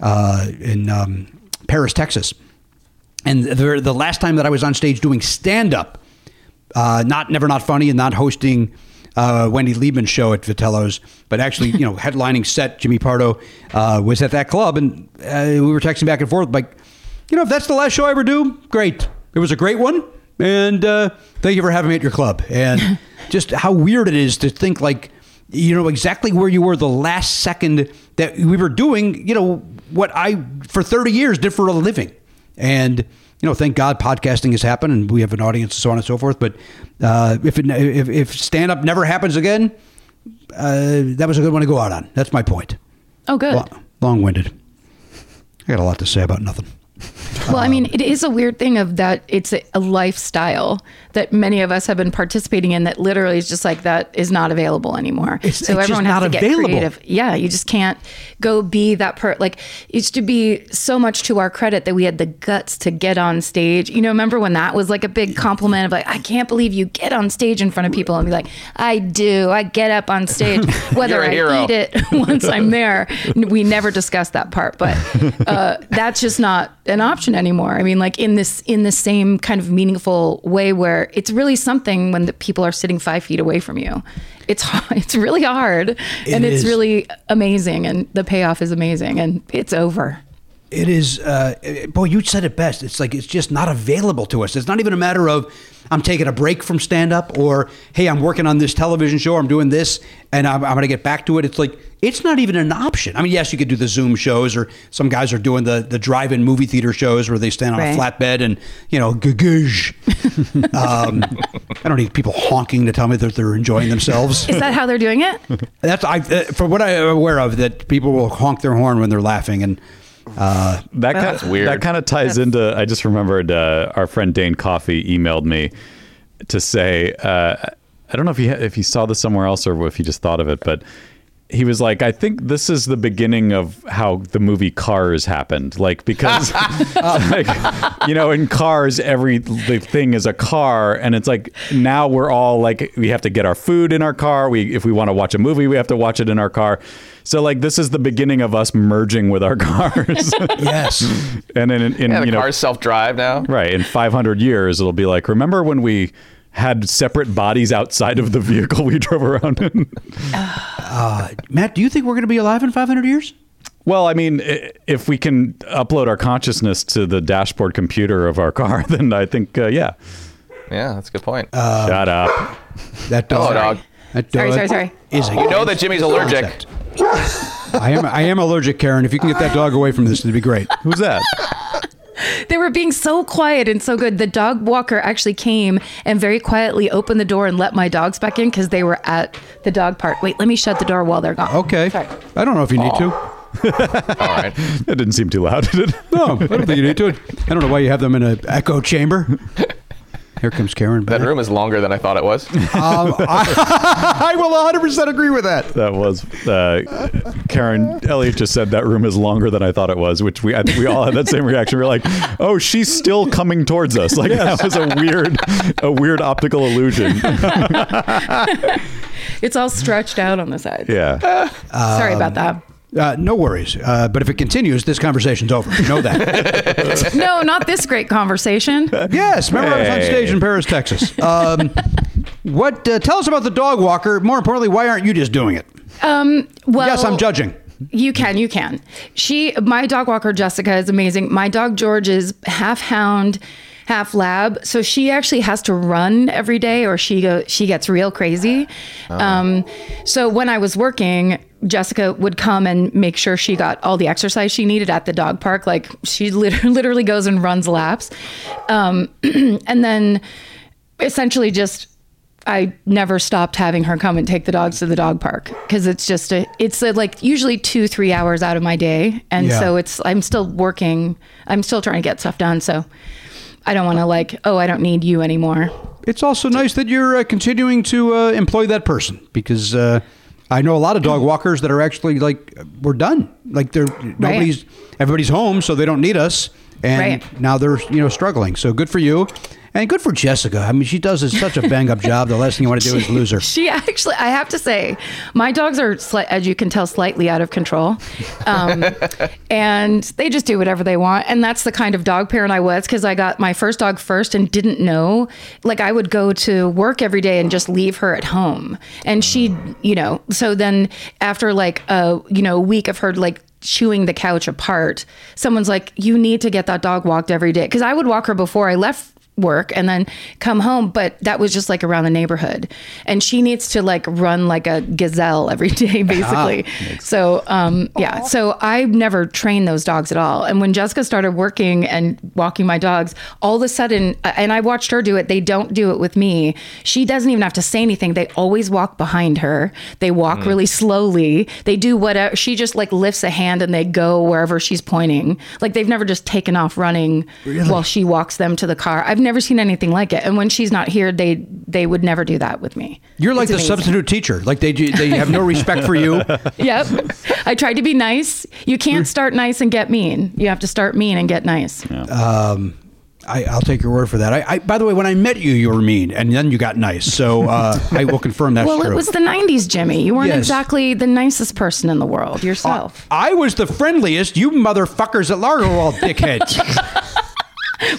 Speaker 7: uh, in um, Paris, Texas. And the, the last time that I was on stage doing stand up, uh, not never not funny and not hosting uh, Wendy Liebman's show at Vitello's, but actually you know headlining set Jimmy Pardo uh, was at that club and uh, we were texting back and forth like you know if that's the last show I ever do great it was a great one and uh, thank you for having me at your club and just how weird it is to think like you know exactly where you were the last second that we were doing you know what I for 30 years did for a living and you know, thank God podcasting has happened, and we have an audience, so on and so forth. But uh, if it, if, if stand up never happens again, uh, that was a good one to go out on. That's my point.
Speaker 11: Oh, good. Well,
Speaker 7: Long winded. I got a lot to say about nothing.
Speaker 11: I mean, it is a weird thing of that it's a, a lifestyle that many of us have been participating in that literally is just like that is not available anymore.
Speaker 7: It's-
Speaker 11: so
Speaker 7: it's just
Speaker 11: everyone has
Speaker 7: not
Speaker 11: to get
Speaker 7: available.
Speaker 11: creative. Yeah, you just can't go be that per like it used to be so much to our credit that we had the guts to get on stage. You know, remember when that was like a big compliment of like, I can't believe you get on stage in front of people and be like, I do, I get up on stage, whether
Speaker 10: You're a
Speaker 11: I
Speaker 10: hero.
Speaker 11: eat it once I'm there. N- We never discussed that part, but uh, that's just not an option anymore. I mean, like in this in the same kind of meaningful way where where it's really something when the people are sitting five feet away from you. It's hard, it's really hard, and
Speaker 7: It
Speaker 11: it's
Speaker 7: is.
Speaker 11: really amazing, and the payoff is amazing, and it's over.
Speaker 7: It is, uh, boy, you said it best. It's like it's just not available to us. It's not even a matter of I'm taking a break from stand up or hey, I'm working on this television show, I'm doing this, and I'm, I'm going to get back to it. It's like it's not even an option. I mean, yes, you could do the Zoom shows, or some guys are doing the, the drive in movie theater shows where they stand on
Speaker 11: Right.
Speaker 7: a flatbed and, you know, gugoosh. um, I don't need people honking to tell me that they're enjoying themselves.
Speaker 11: Is that how they're doing it?
Speaker 7: That's I, uh, from what I'm aware of, that people will honk their horn when they're laughing and. Uh,
Speaker 8: That kind of, That kind of ties into. I just remembered uh, our friend Dane Coffey emailed me to say. Uh, I don't know if he if he saw this somewhere else or if he just thought of it, but he was like, "I think this is the beginning of how the movie Cars happened." Like because, like, you know, in Cars, every the thing is a car, and it's like now we're all like we have to get our food in our car. We if we want to watch a movie, we have to watch it in our car. So like this is the beginning of us merging with our cars.
Speaker 7: yes.
Speaker 8: And then in, in
Speaker 10: Yeah, the
Speaker 8: you know
Speaker 10: car's self drive now.
Speaker 8: right in 500 years it'll be like remember when we had separate bodies outside of the vehicle we drove around in.
Speaker 7: Uh, Matt, do you think we're going to be alive in 500 years?
Speaker 8: Well, I mean, i- if we can upload our consciousness to the dashboard computer of our car, then I think uh, yeah.
Speaker 10: Yeah, that's a good point.
Speaker 8: Shut up.
Speaker 7: That
Speaker 10: Hello, Oh, dog.
Speaker 7: That
Speaker 10: Sorry,
Speaker 7: dog
Speaker 10: sorry, sorry.
Speaker 7: Is a
Speaker 10: You know that Jimmy's allergic.
Speaker 7: concept. I am. I am allergic, Karen. If you can get that dog away from this, it'd be great.
Speaker 8: Who's that?
Speaker 11: They were being so quiet and so good. The dog walker actually came and very quietly opened the door and let my dogs back in because they were at the dog park. Wait, let me shut the door while they're gone.
Speaker 7: Okay. I don't know if you need
Speaker 8: to. All right. That didn't seem too loud, did it?
Speaker 7: No, I don't think you need to. I don't know why you have them in an echo chamber. Here comes Karen.
Speaker 10: That room is longer than I thought it was.
Speaker 7: Um, I, I will 100 percent agree with that.
Speaker 8: That was uh, Karen Elliot just said that room is longer than I thought it was, which we I think we all had that same reaction. We are like, oh, she's still coming towards us. Like that was a weird, a weird optical illusion.
Speaker 11: It's all stretched out on the side.
Speaker 8: Yeah.
Speaker 11: Sorry about that.
Speaker 7: Uh, no worries. Uh, but if it continues, this conversation's over. Know that.
Speaker 11: No, not this great conversation.
Speaker 7: Yes, remember I was on stage in Paris, Texas. Um, what? Uh, tell us about the dog walker. More importantly, why aren't you just doing it?
Speaker 11: Um, well,
Speaker 7: yes, I'm judging.
Speaker 11: You can, you can. She, my dog walker Jessica is amazing. My dog George is half hound, half lab. So she actually has to run every day, or she go, she gets real crazy.
Speaker 7: Oh.
Speaker 11: Um, so when I was working, Jessica would come and make sure she got all the exercise she needed at the dog park. Like she lit- literally goes and runs laps, um, and then essentially just I never stopped having her come and take the dogs to the dog park because it's just a it's a, like usually two three hours out of my day, and
Speaker 13: Yeah.
Speaker 11: so it's I'm still working, I'm still trying to get stuff done, so I don't want to like oh I don't need you anymore.
Speaker 7: It's also nice that you're uh, continuing to uh, employ that person because uh, I know a lot of dog walkers that are actually like we're done. Like they're nobody's everybody's home, so they don't need us, and
Speaker 11: Right.
Speaker 7: now they're you know struggling. So good for you, and good for Jessica. I mean, she does such a bang up job. The last thing you want to do is lose her.
Speaker 11: She actually, I have to say, my dogs are, sli- as you can tell, slightly out of control. Um, and they just do whatever they want. And that's the kind of dog parent I was because I got my first dog first and didn't know. Like, I would go to work every day and just leave her at home. And she, you know, so then after like a, you know, a week of her like, chewing the couch apart someone's like you need to get that dog walked every day because i would walk her before i left work and then come home but that was just like around the neighborhood and she needs to like run like a gazelle every day basically so um yeah so i never trained those dogs at all and when jessica started working and walking my dogs all of a sudden and i watched her do it they don't do it with me she doesn't even have to say anything they always walk behind her they walk
Speaker 13: Mm.
Speaker 11: really slowly they do whatever she just like lifts a hand and they go wherever she's pointing like they've never just taken off running
Speaker 13: Really?
Speaker 11: while she walks them to the car. I've never seen anything like it. And when she's not here, they they would never do that with me.
Speaker 7: You're like
Speaker 11: It's
Speaker 7: the
Speaker 11: amazing.
Speaker 7: substitute teacher. Like they they have no respect for you.
Speaker 11: Yep. I tried to be nice. You can't start nice and get mean. You have to start mean and get nice.
Speaker 7: Um, I, I'll take your word for that. I, I, by the way, when I met you, you were mean, and then you got nice. So uh, I will confirm that's
Speaker 11: well,
Speaker 7: true.
Speaker 11: it was the 90s, Jimmy. You weren't
Speaker 7: Yes. Oh,
Speaker 11: exactly the nicest person in the world yourself.
Speaker 7: I was the friendliest. You motherfuckers at Largo were all dickheads.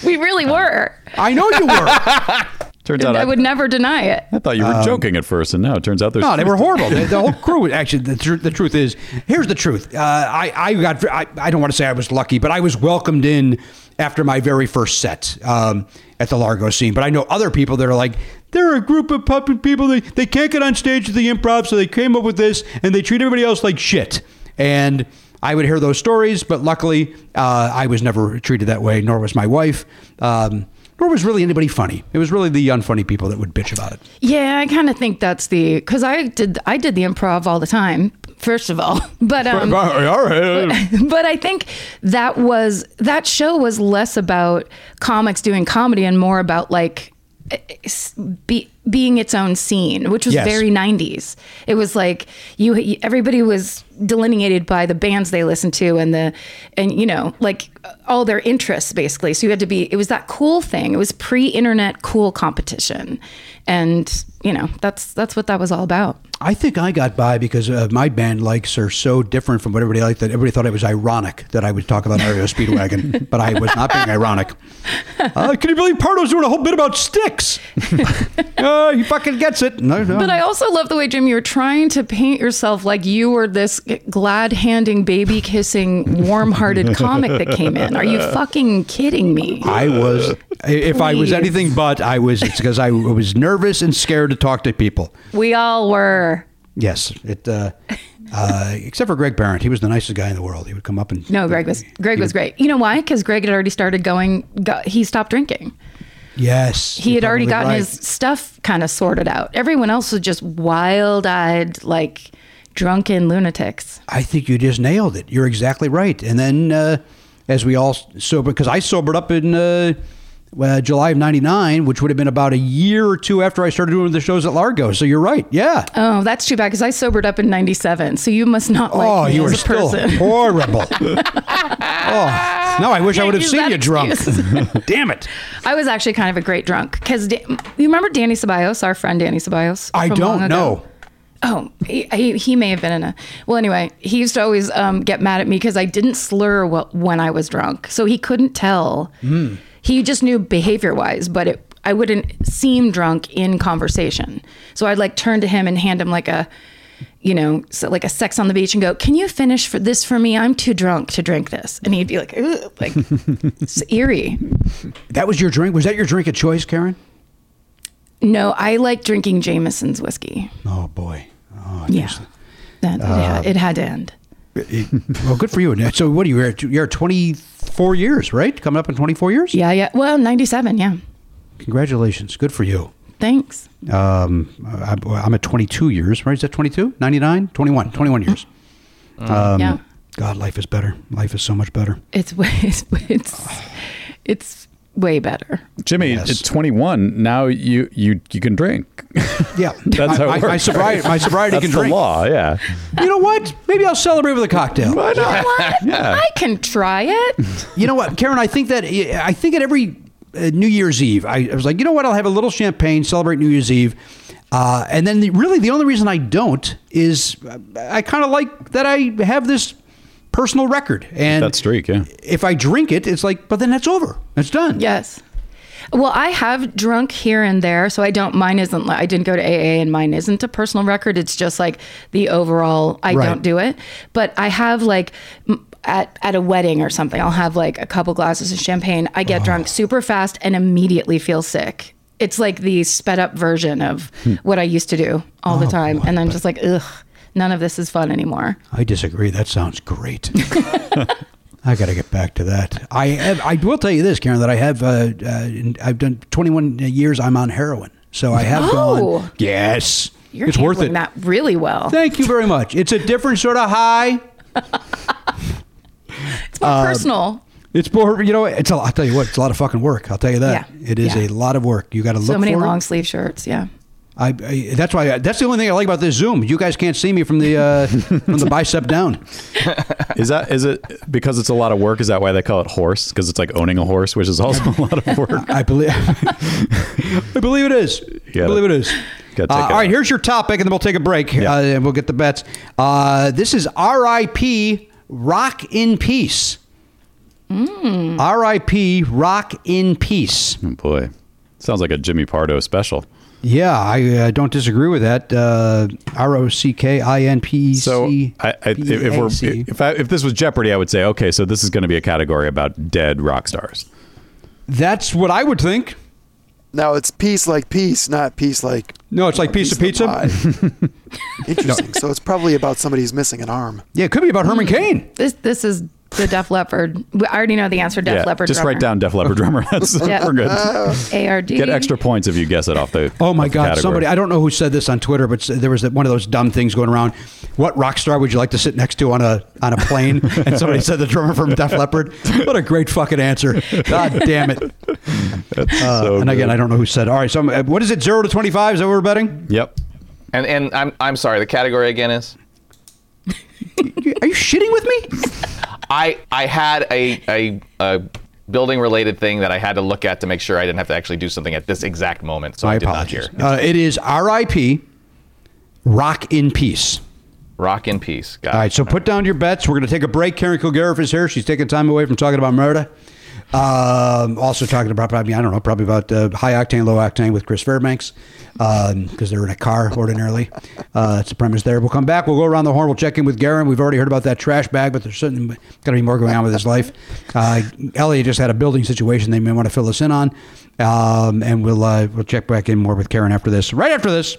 Speaker 11: we really were.
Speaker 7: I know you were.
Speaker 8: Turns out
Speaker 11: I
Speaker 8: I,
Speaker 11: would never deny it.
Speaker 8: I thought you were
Speaker 7: Um,
Speaker 8: joking at first, and now it turns out there's
Speaker 7: no, they
Speaker 8: truth
Speaker 7: were
Speaker 8: to
Speaker 7: horrible. the,
Speaker 8: it.
Speaker 7: the whole crew. Actually, the, tr- the truth is, here's the truth. Uh, I I got. I, I don't want to say I was lucky, but I was welcomed in after my very first set um, at the Largo scene. But I know other people that are like, they're a group of puppet people. They they can't get on stage at the improv, so they came up with this, and they treat everybody else like shit. And I would hear those stories, but luckily, uh, I was never treated that way, nor was my wife. Um, nor was really anybody funny. It was really the unfunny people that would bitch about it.
Speaker 11: Yeah, I kind of think that's the because I did I did the improv all the time. First of all, but um,
Speaker 7: all right.
Speaker 11: but I think that was that show was less about comics doing comedy and more about like s- be, being its own scene, which was
Speaker 14: Yes.
Speaker 11: very 90s. It was like you everybody was delineated by the bands they listened to and the and you know, like all their interests basically. So you had to be it was that cool thing. It was pre-internet cool competition. And, you know, that's that's what that was all about.
Speaker 7: I think I got by because uh, my band likes are so different from what everybody liked that everybody thought it was ironic that I would talk about Ario Speedwagon, but I was not being ironic. Uh, can you believe Pardo's doing a whole bit about sticks? uh, he fucking gets it. No, no.
Speaker 11: But I also love the way, Jim, you were trying to paint yourself like you were this glad handing, baby kissing, warm hearted comic that came in. Are you fucking kidding me?
Speaker 7: I was, if I was
Speaker 11: Please.
Speaker 7: anything but, I was, it's because I was nervous and scared to talk to people.
Speaker 11: We all were.
Speaker 7: Yes. It, uh, uh, except for Greg Barrett. He was the nicest guy in the world. He would come up and.
Speaker 11: No, Greg was Greg was great. You know why? Because Greg had already started going. Got, he stopped drinking.
Speaker 7: Yes.
Speaker 11: He
Speaker 7: you're
Speaker 11: had already
Speaker 7: probably
Speaker 11: gotten
Speaker 7: right.
Speaker 11: his stuff kind of sorted out. Everyone else was just wild eyed, like drunken lunatics.
Speaker 7: I think you just nailed it. You're exactly right. And then uh, as we all sober, because I sobered up in uh, uh, July of '99, which would have been about a year or two after I started doing the shows at Largo. So you're right. Yeah.
Speaker 11: Oh, that's too bad because I sobered up in '97. So you must not like
Speaker 7: oh,
Speaker 11: me
Speaker 7: you
Speaker 11: as
Speaker 7: were
Speaker 11: a
Speaker 7: still
Speaker 11: person.
Speaker 7: horrible. oh, no, I wish I would have
Speaker 11: use
Speaker 7: seen
Speaker 11: that
Speaker 7: you drunk. Damn it.
Speaker 11: I was actually kind of a great drunk because you remember Danny Ceballos, our friend Danny Ceballos.
Speaker 7: I
Speaker 11: from long
Speaker 7: don't
Speaker 11: ago?
Speaker 7: know.
Speaker 11: Oh, he, he, he may have been in a. Well, anyway, he used to always um, get mad at me because I didn't slur wh- when I was drunk. So he couldn't tell.
Speaker 7: Hmm.
Speaker 14: Mm.
Speaker 11: He just knew behavior wise, but it, I wouldn't seem drunk in conversation. So I'd like turn to him and hand him like a, you know, so like a sex on the beach and go, Can you finish for this for me? I'm too drunk to drink this. And he'd be like, Ugh, like it's eerie.
Speaker 7: That was your drink. Was that your drink of choice, Karen?
Speaker 11: No, I like drinking Jameson's whiskey.
Speaker 7: Oh boy. Oh,
Speaker 11: Yeah. That, it,
Speaker 7: Uh,
Speaker 11: had, it had to end.
Speaker 7: well, good for you. So what are you? at? You're at 24 years, right? Coming up in 24 years.
Speaker 11: Yeah, yeah. Well, 97, yeah.
Speaker 7: Congratulations. Good for you.
Speaker 11: Thanks.
Speaker 7: um, I, I'm at 22 years, right? Is that 22? 99? 21. 21 years. Um,
Speaker 11: Yeah.
Speaker 7: God, life is better. Life is so much better.
Speaker 11: It's way, it's it's, it's way better.
Speaker 8: Jimmy,
Speaker 7: Yes.
Speaker 8: at 21, now you you you can drink.
Speaker 7: Yeah.
Speaker 8: That's how it
Speaker 7: my,
Speaker 8: works.
Speaker 7: my sobriety, my sobriety
Speaker 8: That's
Speaker 7: can
Speaker 8: the
Speaker 7: drink.
Speaker 8: law, yeah.
Speaker 7: You know what? Maybe I'll celebrate with a cocktail.
Speaker 8: Why not?
Speaker 11: I can try it.
Speaker 7: You know what, Karen? I think that I think at every uh, New Year's Eve, I, I was like, you know what? I'll have a little champagne, celebrate New Year's Eve, uh, and then the, really the only reason I don't is uh, I kind of like that I have this personal record, and
Speaker 8: That streak, yeah.
Speaker 7: if I drink it, it's like, but then that's over. That's done.
Speaker 11: Yes. Well, I have drunk here and there, so I don't. Mine isn't. li- I didn't go to AA, and mine isn't a personal record. It's just like the overall. I
Speaker 14: Right.
Speaker 11: don't do it, but I have like m- at at a wedding or something. I'll have like a couple glasses of champagne. I get
Speaker 7: Oh.
Speaker 11: drunk super fast and immediately feel sick. It's like the sped up version of
Speaker 7: Hmm.
Speaker 11: what I used to do all
Speaker 7: Oh,
Speaker 11: the time, and I'm just like, ugh, none of this is fun anymore.
Speaker 7: I disagree. That sounds great. I got to get back to that. I have, I will tell you this, Karen, that I have uh, uh, I've done 21 years. I'm on heroin, so I have
Speaker 11: Oh.
Speaker 7: gone. Yes,
Speaker 11: You're
Speaker 7: it's worth
Speaker 11: handling
Speaker 7: it.
Speaker 11: that really well.
Speaker 7: Thank you very much. It's a different sort of high.
Speaker 11: It's more
Speaker 7: Uh,
Speaker 11: personal.
Speaker 7: It's more, you know, it's a, I'll tell you what, it's a lot of fucking work. I'll tell you that.
Speaker 11: Yeah.
Speaker 7: It is
Speaker 11: Yeah.
Speaker 7: a lot of work. You got to look
Speaker 11: So many
Speaker 7: for it.
Speaker 11: long sleeve shirts. Yeah.
Speaker 7: I, I that's why that's the only thing I like about this Zoom. You guys can't see me from the uh, from the bicep down.
Speaker 8: Is that is it because it's a lot of work? Is that why they call it horse? Because it's like owning a horse, which is also a lot of work.
Speaker 7: I believe. I believe it is.
Speaker 8: gotta-
Speaker 7: I believe it is.
Speaker 8: gotta take
Speaker 7: Uh, all
Speaker 8: it
Speaker 7: right, here's your topic, and then we'll take a break uh, and we'll get the bets. Uh, this is R.I.P. Rock in Peace. R.I.P. Rock in Peace.
Speaker 8: Oh, boy. Sounds like a Jimmy Pardo special.
Speaker 7: Yeah, I uh, don't disagree with that. Uh, R O C K I N P E C.
Speaker 8: So I, I, if if we're
Speaker 7: PAC.
Speaker 8: if I, if this was Jeopardy, I would say okay, so this is going to be a category about dead rock stars.
Speaker 7: That's what I would think.
Speaker 9: Now it's peace like peace, not peace like.
Speaker 7: No, it's like piece of
Speaker 9: pizza. Interesting. So it's probably about somebody who's missing an arm.
Speaker 7: Yeah, it could be about Herman Cain.
Speaker 11: This this is the Def Leppard. We I already know the answer. Def Leppard. Oh.
Speaker 8: just write down Def Leppard drummer. That's we're good.
Speaker 11: A R D.
Speaker 8: Get extra points if you guess it off the.
Speaker 7: Oh my
Speaker 8: off the
Speaker 7: God!
Speaker 8: category.
Speaker 7: Somebody I don't know who said this on Twitter, but s- there was that- one of those dumb things going around. What rock star would you like to sit next to on a on a plane? and somebody said the drummer from Def Leppard. What a great fucking answer! God damn it! Uh, and again, I don't know who said. All right, so uh, what is it? Zero to twenty five? Is that what we're betting?
Speaker 8: Yep.
Speaker 10: And and I'm I'm sorry. The category again is.
Speaker 7: Are you shitting with me?
Speaker 10: I I had a a. a building related thing that I had to look at to make sure I didn't have to actually do something at this exact moment. So
Speaker 7: my
Speaker 10: I did
Speaker 7: apologies.
Speaker 10: not hear.
Speaker 7: Uh, it is R.I.P. Rock in peace.
Speaker 10: Rock in peace. Got
Speaker 7: All right, so put down your bets. We're going to take a break. Karen Kilgariff is here. She's taking time away from talking about murder. Um, also talking about probably I don't know probably about uh, high octane, low octane with Chris Fairbanks because they're in a car ordinarily. Uh, that's the premise there. We'll come back. We'll go around the horn. We'll check in with Garen. We've already heard about that trash bag, but there's certainly got to be more going on with his life. Uh, Elliot just had a building situation they may want to fill us in on, um, and we'll uh, we'll check back in more with Karen after this. Right after this.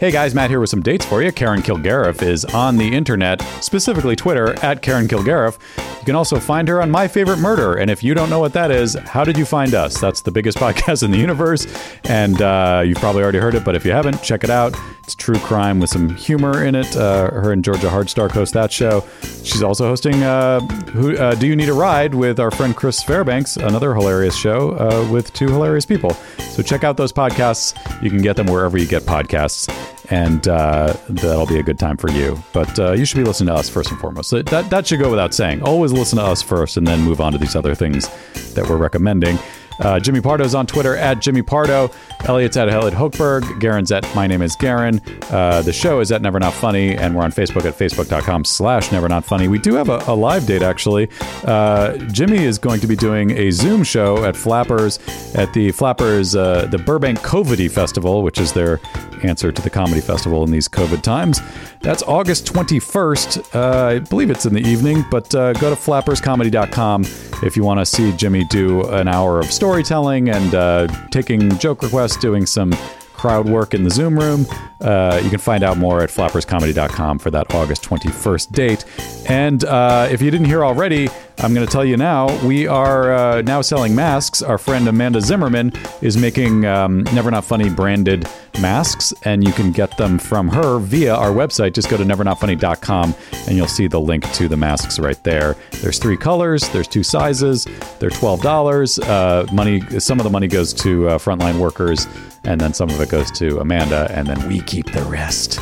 Speaker 8: Hey guys, Matt here with some dates for you. Karen Kilgariff is on the internet, specifically Twitter, at Karen Kilgariff. You can also find her on My Favorite Murder. And if you don't know what that is, how did you find us? That's the biggest podcast in the universe. And uh, you've probably already heard it, but if you haven't, check it out. It's true crime with some humor in it. Uh, her and Georgia Hardstark host that show. She's also hosting uh, Who, uh, Do You Need a Ride with our friend Chris Fairbanks, another hilarious show uh, with two hilarious people. So check out those podcasts. You can get them wherever you get podcasts, and uh, that'll be a good time for you. But uh, you should be listening to us first and foremost. That, that, that should go without saying. Always listen to us first and then move on to these other things that we're recommending. Uh, Jimmy Pardo's on Twitter at Jimmy Pardo. Elliot's at Elliot Hochberg. Garen's at My Name is Garen. Uh, the show is at Never Not Funny, and we're on Facebook at facebook.com slash Never Not Funny. We do have a, a live date, actually. Uh, Jimmy is going to be doing a Zoom show at Flappers at the Flappers, uh, the Burbank Covety Festival, which is their answer to the comedy festival in these COVID times. That's August 21st. Uh, I believe it's in the evening, but uh, go to flapperscomedy.com if you want to see Jimmy do an hour of storytelling and uh, taking joke requests, doing some crowd work in the Zoom room. Uh, you can find out more at flapperscomedy.com for that August 21st date. And uh, if you didn't hear already, I'm going to tell you now, we are uh, now selling masks. Our friend Amanda Zimmerman is making um, Never Not Funny branded masks, and you can get them from her via our website. Just go to nevernotfunny.com and you'll see the link to the masks right there. There's three colors, there's two sizes, they're $12. Uh, money, some of the money goes to uh, frontline workers, and then some of it goes to Amanda, and then we keep the rest.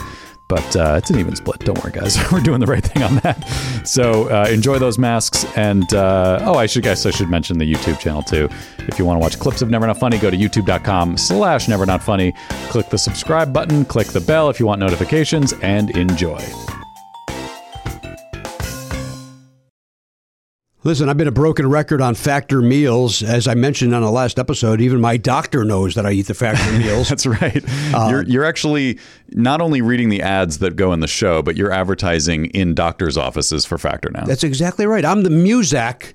Speaker 8: But uh, it's an even split. Don't worry, guys. We're doing the right thing on that. So uh, enjoy those masks. And uh, oh, I should guys, I should mention the YouTube channel too. If you want to watch clips of Never Not Funny, go to YouTube.com/slash Never Not Funny. Click the subscribe button. Click the bell if you want notifications. And enjoy.
Speaker 7: Listen, I've been a broken record on factor meals. As I mentioned on the last episode, even my doctor knows that I eat the factor meals.
Speaker 8: That's right. you're you're actually not only reading the ads that go in the show, but you're advertising in doctors' offices for Factor now.
Speaker 7: That's exactly right. I'm the Muzak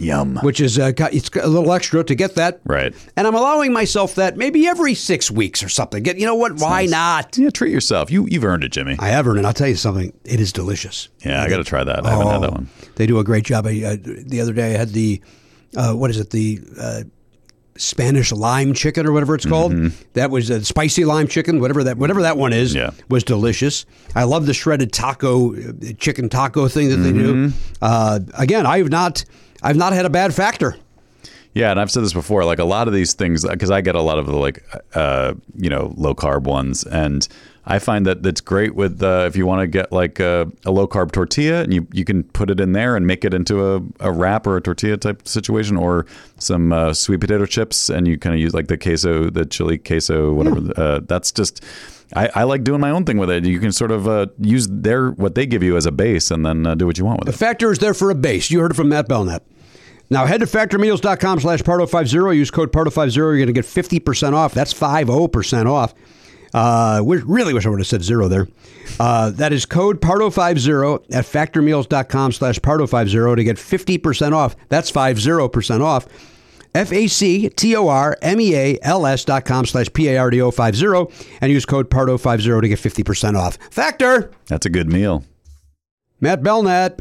Speaker 8: Yum.
Speaker 7: Which is uh, got, it's got a little extra to get that.
Speaker 8: Right.
Speaker 7: And I'm allowing myself that maybe every six weeks or something. Get you know what? Why not?
Speaker 8: Yeah, treat yourself. You you've earned it, Jimmy.
Speaker 7: I have earned it. I'll tell you something. It is delicious.
Speaker 8: Yeah, I got to try that. I
Speaker 7: Oh.
Speaker 8: haven't had that one.
Speaker 7: They do a great job. I, uh, the other day I had the, uh, what is it, the uh, Spanish lime chicken or whatever it's called. That was a spicy lime chicken, whatever that whatever that one is, was delicious. I love the shredded taco, uh, chicken taco thing that they do. Uh, again, I have not, I've not had a bad factor.
Speaker 8: Yeah, and I've said this before. Like a lot of these things, because I get a lot of the like, uh, you know, low carb ones, and I find that that's great with uh, if you want to get like a, a low carb tortilla and you, you can put it in there and make it into a, a wrap or a tortilla type situation or some uh, sweet potato chips and you kind of use like the queso, the chili queso, whatever. Uh, that's just, I, I like doing my own thing with it. You can sort of uh, use their what they give you as a base and then uh, do what you want with it.
Speaker 15: The Factor is there for a base. You heard it from Matt Belknap. Now head to factormeals.com slash pardo50. oh. Use code pardo50. You're going to get 50% off. That's 50% off. Uh, we really wish I would have said zero there. Uh, that is code pardo50 at factormeals.com slash pardo50 to get 50% off. That's 50% off. E F-A-C-T-O-R-M-E-A-L-S dot com slash P-A-R-D-O-50 and use code pardo50 to get 50% off. Factor!
Speaker 8: That's a good meal.
Speaker 15: Matt Belknap,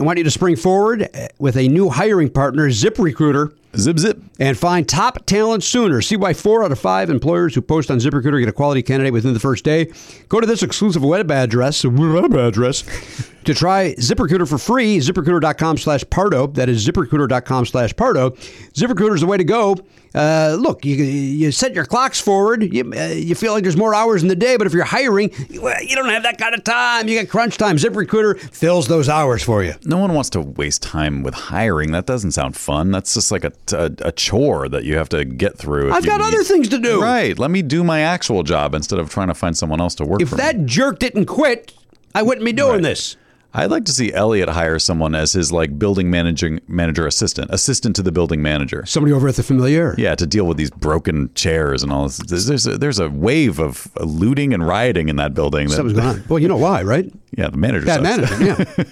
Speaker 15: I want you to spring forward eh, with a new hiring partner, ZipRecruiter.
Speaker 8: Zip zip.
Speaker 15: And find top talent sooner. See why four out of five employers who post on ZipRecruiter get a quality candidate within the first day. Go to this exclusive web address, web address, to try ZipRecruiter for free, ziprecruiter.com slash Pardo. That is ziprecruiter.com slash Pardo. ZipRecruiter is the way to go. Uh, look, you, you set your clocks forward. You, uh, you feel like there's more hours in the day, but if you're hiring, well, you don't have that kind of time. You got crunch time. ZipRecruiter fills those hours for you.
Speaker 8: No one wants to waste time with hiring. That doesn't sound fun. That's just like a, a, a chore that you have to get through. if
Speaker 15: I've
Speaker 8: you
Speaker 15: got
Speaker 8: need-
Speaker 15: other things to do.
Speaker 8: Right. Let me do my actual job instead of trying to find someone else to work
Speaker 15: If
Speaker 8: for. me.
Speaker 15: that jerk didn't quit, I wouldn't be doing this.
Speaker 8: I'd like to see Elliot hire someone as his like building managing manager assistant, assistant to the building manager.
Speaker 15: Somebody over at the familiar.
Speaker 8: Yeah, to deal with these broken chairs and all this. There's, there's, a, there's a wave of looting and rioting in that building. That,
Speaker 15: Something's going on. Well, you know why, right?
Speaker 8: Yeah, the manager.
Speaker 15: Bad
Speaker 8: sucks.
Speaker 15: manager,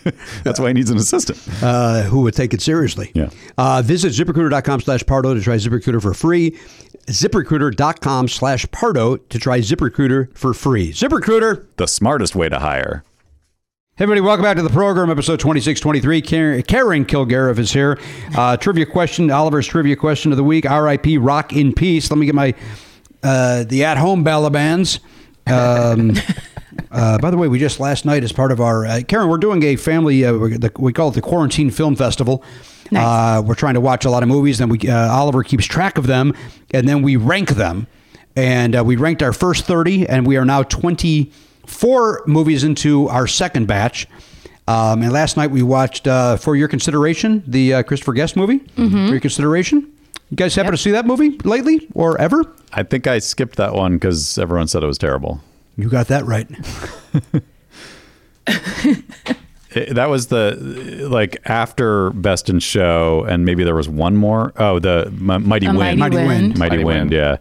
Speaker 15: yeah.
Speaker 8: That's why he needs an assistant.
Speaker 15: uh, who would take it seriously.
Speaker 8: Yeah.
Speaker 15: Uh, visit ziprecruiter.com slash Pardo to try ZipRecruiter for free. ZipRecruiter.com slash Pardo to try ZipRecruiter for free. ZipRecruiter.
Speaker 8: The smartest way to hire.
Speaker 15: Hey,
Speaker 7: everybody, welcome back to the program, episode 2623. Karen, Karen Kilgariff is here. Uh, trivia question, Oliver's trivia question of the week. R.I.P. Rock in Peace. Let me get my, uh, the at-home Balabands. Um, uh, by the way, we just last night, as part of our, uh, Karen, we're doing a family, uh, we're- the- we call it the Quarantine Film Festival. Uh, we're trying to watch a lot of movies, then we, uh, Oliver keeps track of them, and then we rank them. And uh, we ranked our first 30, and we are now 24 movies into our second batch. Um, and last night we watched, uh, for your consideration, the uh, Christopher Guest movie. For your consideration. You guys happen to see that movie lately or ever?
Speaker 8: I think I skipped that one because everyone said it was terrible.
Speaker 15: You got that right.
Speaker 8: It- that was the like after Best in Show, and maybe there was one more. Oh, the M- Mighty
Speaker 11: A
Speaker 8: Wind,
Speaker 11: Mighty Mighty Wind. Wind.
Speaker 8: Mighty
Speaker 11: Mighty
Speaker 8: Wind. Yeah.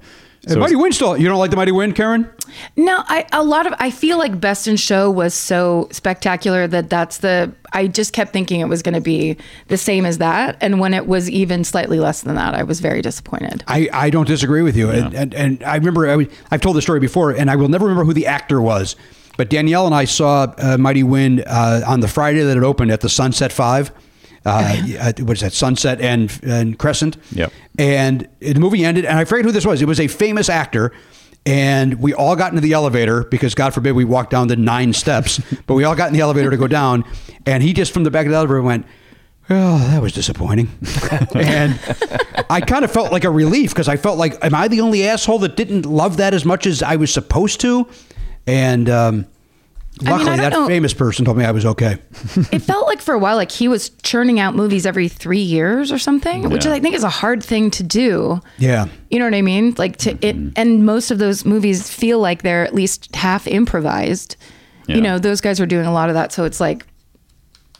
Speaker 7: And Mighty Wind still, you don't like the Mighty Wind, Karen?
Speaker 11: No, I a lot of I feel like Best in Show was so spectacular that that's the I just kept thinking it was going to be the same as that, and when it was even slightly less than that, I was very disappointed.
Speaker 7: I, I don't disagree with you. And, and, and I remember, I, have told this story before, and I will never remember who the actor was. But Danielle and I saw uh, Mighty Wind uh, on the Friday that it opened at the Sunset Five. Uh, uh, what is that? Sunset and, and Crescent.
Speaker 8: Yep.
Speaker 7: And the movie ended, and I forget who this was. It was a famous actor. And we all got into the elevator because, God forbid, we walked down the nine steps, but we all got in the elevator to go down. And he just from the back of the elevator went, Well, that was disappointing. and I kind of felt like a relief because I felt like, Am I the only asshole that didn't love that as much as I was supposed to? And um,
Speaker 11: I mean, I
Speaker 7: luckily,
Speaker 11: don't
Speaker 7: that
Speaker 11: know-
Speaker 7: famous person told me I was okay.
Speaker 11: it felt like for a while like he was churning out movies every three years or something, which
Speaker 7: Yeah.
Speaker 11: I think is a hard thing to do.
Speaker 7: Yeah.
Speaker 11: You know what I mean? Like to it, and most of those movies feel like they're at least half improvised.
Speaker 8: Yeah.
Speaker 11: You know, those guys were doing a lot of that, so it's like,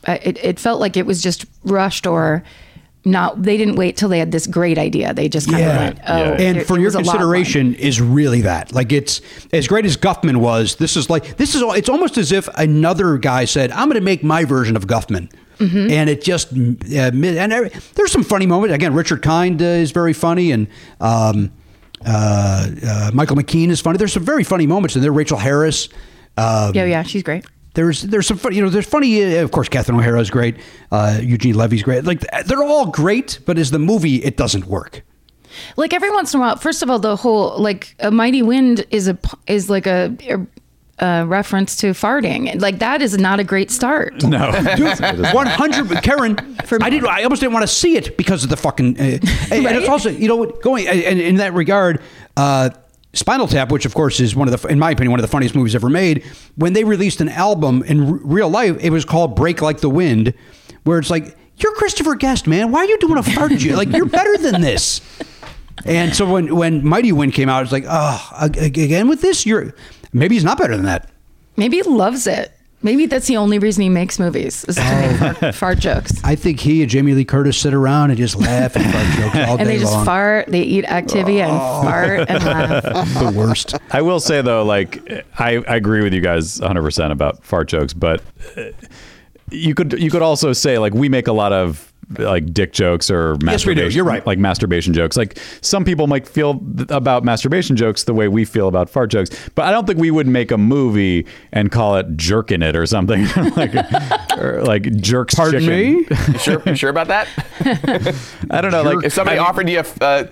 Speaker 11: I- it it felt like it was just rushed or not. They didn't wait till they had this great idea. They just kind of went, oh,
Speaker 7: and
Speaker 11: there-
Speaker 7: for
Speaker 11: it
Speaker 7: your
Speaker 11: was a lot of fun."
Speaker 7: consideration is really that. Like it's as great as Guffman was. This is like this is all. It's almost as if another guy said, "I'm going to make my version of Guffman,"
Speaker 11: Mm-hmm.
Speaker 7: and it just uh, mi- and every- there's some funny moments. Again, Richard Kind uh, is very funny, and um, uh, uh, Michael McKean is funny. There's some very funny moments in there. Rachel Harris. Um,
Speaker 11: Yeah, yeah, she's great.
Speaker 7: there's there's some funny, you know there's funny uh, of course Catherine O'Hara is great uh, Eugene Levy's great like they're all great but as the movie it doesn't work
Speaker 11: like every once in a while first of all the whole like a mighty wind is a p- is like a, a, reference to farting And, like that is not a great start
Speaker 8: No,
Speaker 7: Dude, 100. Karen, I didn't. I almost didn't want to see it because of the fucking. Uh, and- And it's also, you know, what, going and in that regard, uh, Spinal Tap, which of course is one of the, in my opinion, one of the funniest movies ever made. When they released an album in r- real life, it was called Break Like the Wind, where it's like, you're Christopher Guest, man. Why are you doing a fart? ju- like you're better than this. And so when when Mighty Wind came out, it's like, oh, ag- ag- again with this, you're maybe he's not better than that.
Speaker 11: Maybe he loves it. Maybe that's the only reason he makes movies is to make fart, fart jokes.
Speaker 7: I think he and Jamie Lee Curtis sit around and just laugh and fart jokes all
Speaker 11: and
Speaker 7: day
Speaker 11: they just
Speaker 7: long. Oh.
Speaker 11: fart. They eat Activia and fart and laugh.
Speaker 7: the worst.
Speaker 8: I will say though, like I, I agree with you guys 100 percent about fart jokes, but uh, you could you could also say like we make a lot of like dick jokes or masturbation,
Speaker 7: Yes, we do. You're right.
Speaker 8: like masturbation jokes. Like some people might feel th- about masturbation jokes the way we feel about fart jokes, but I don't think we would make a movie and call it jerking it or something like or like jerks.
Speaker 10: Pardon
Speaker 8: chicken.
Speaker 10: me? You sure, you sure about that?
Speaker 8: I don't know. Like
Speaker 10: if somebody
Speaker 8: I-
Speaker 10: offered you, a, uh,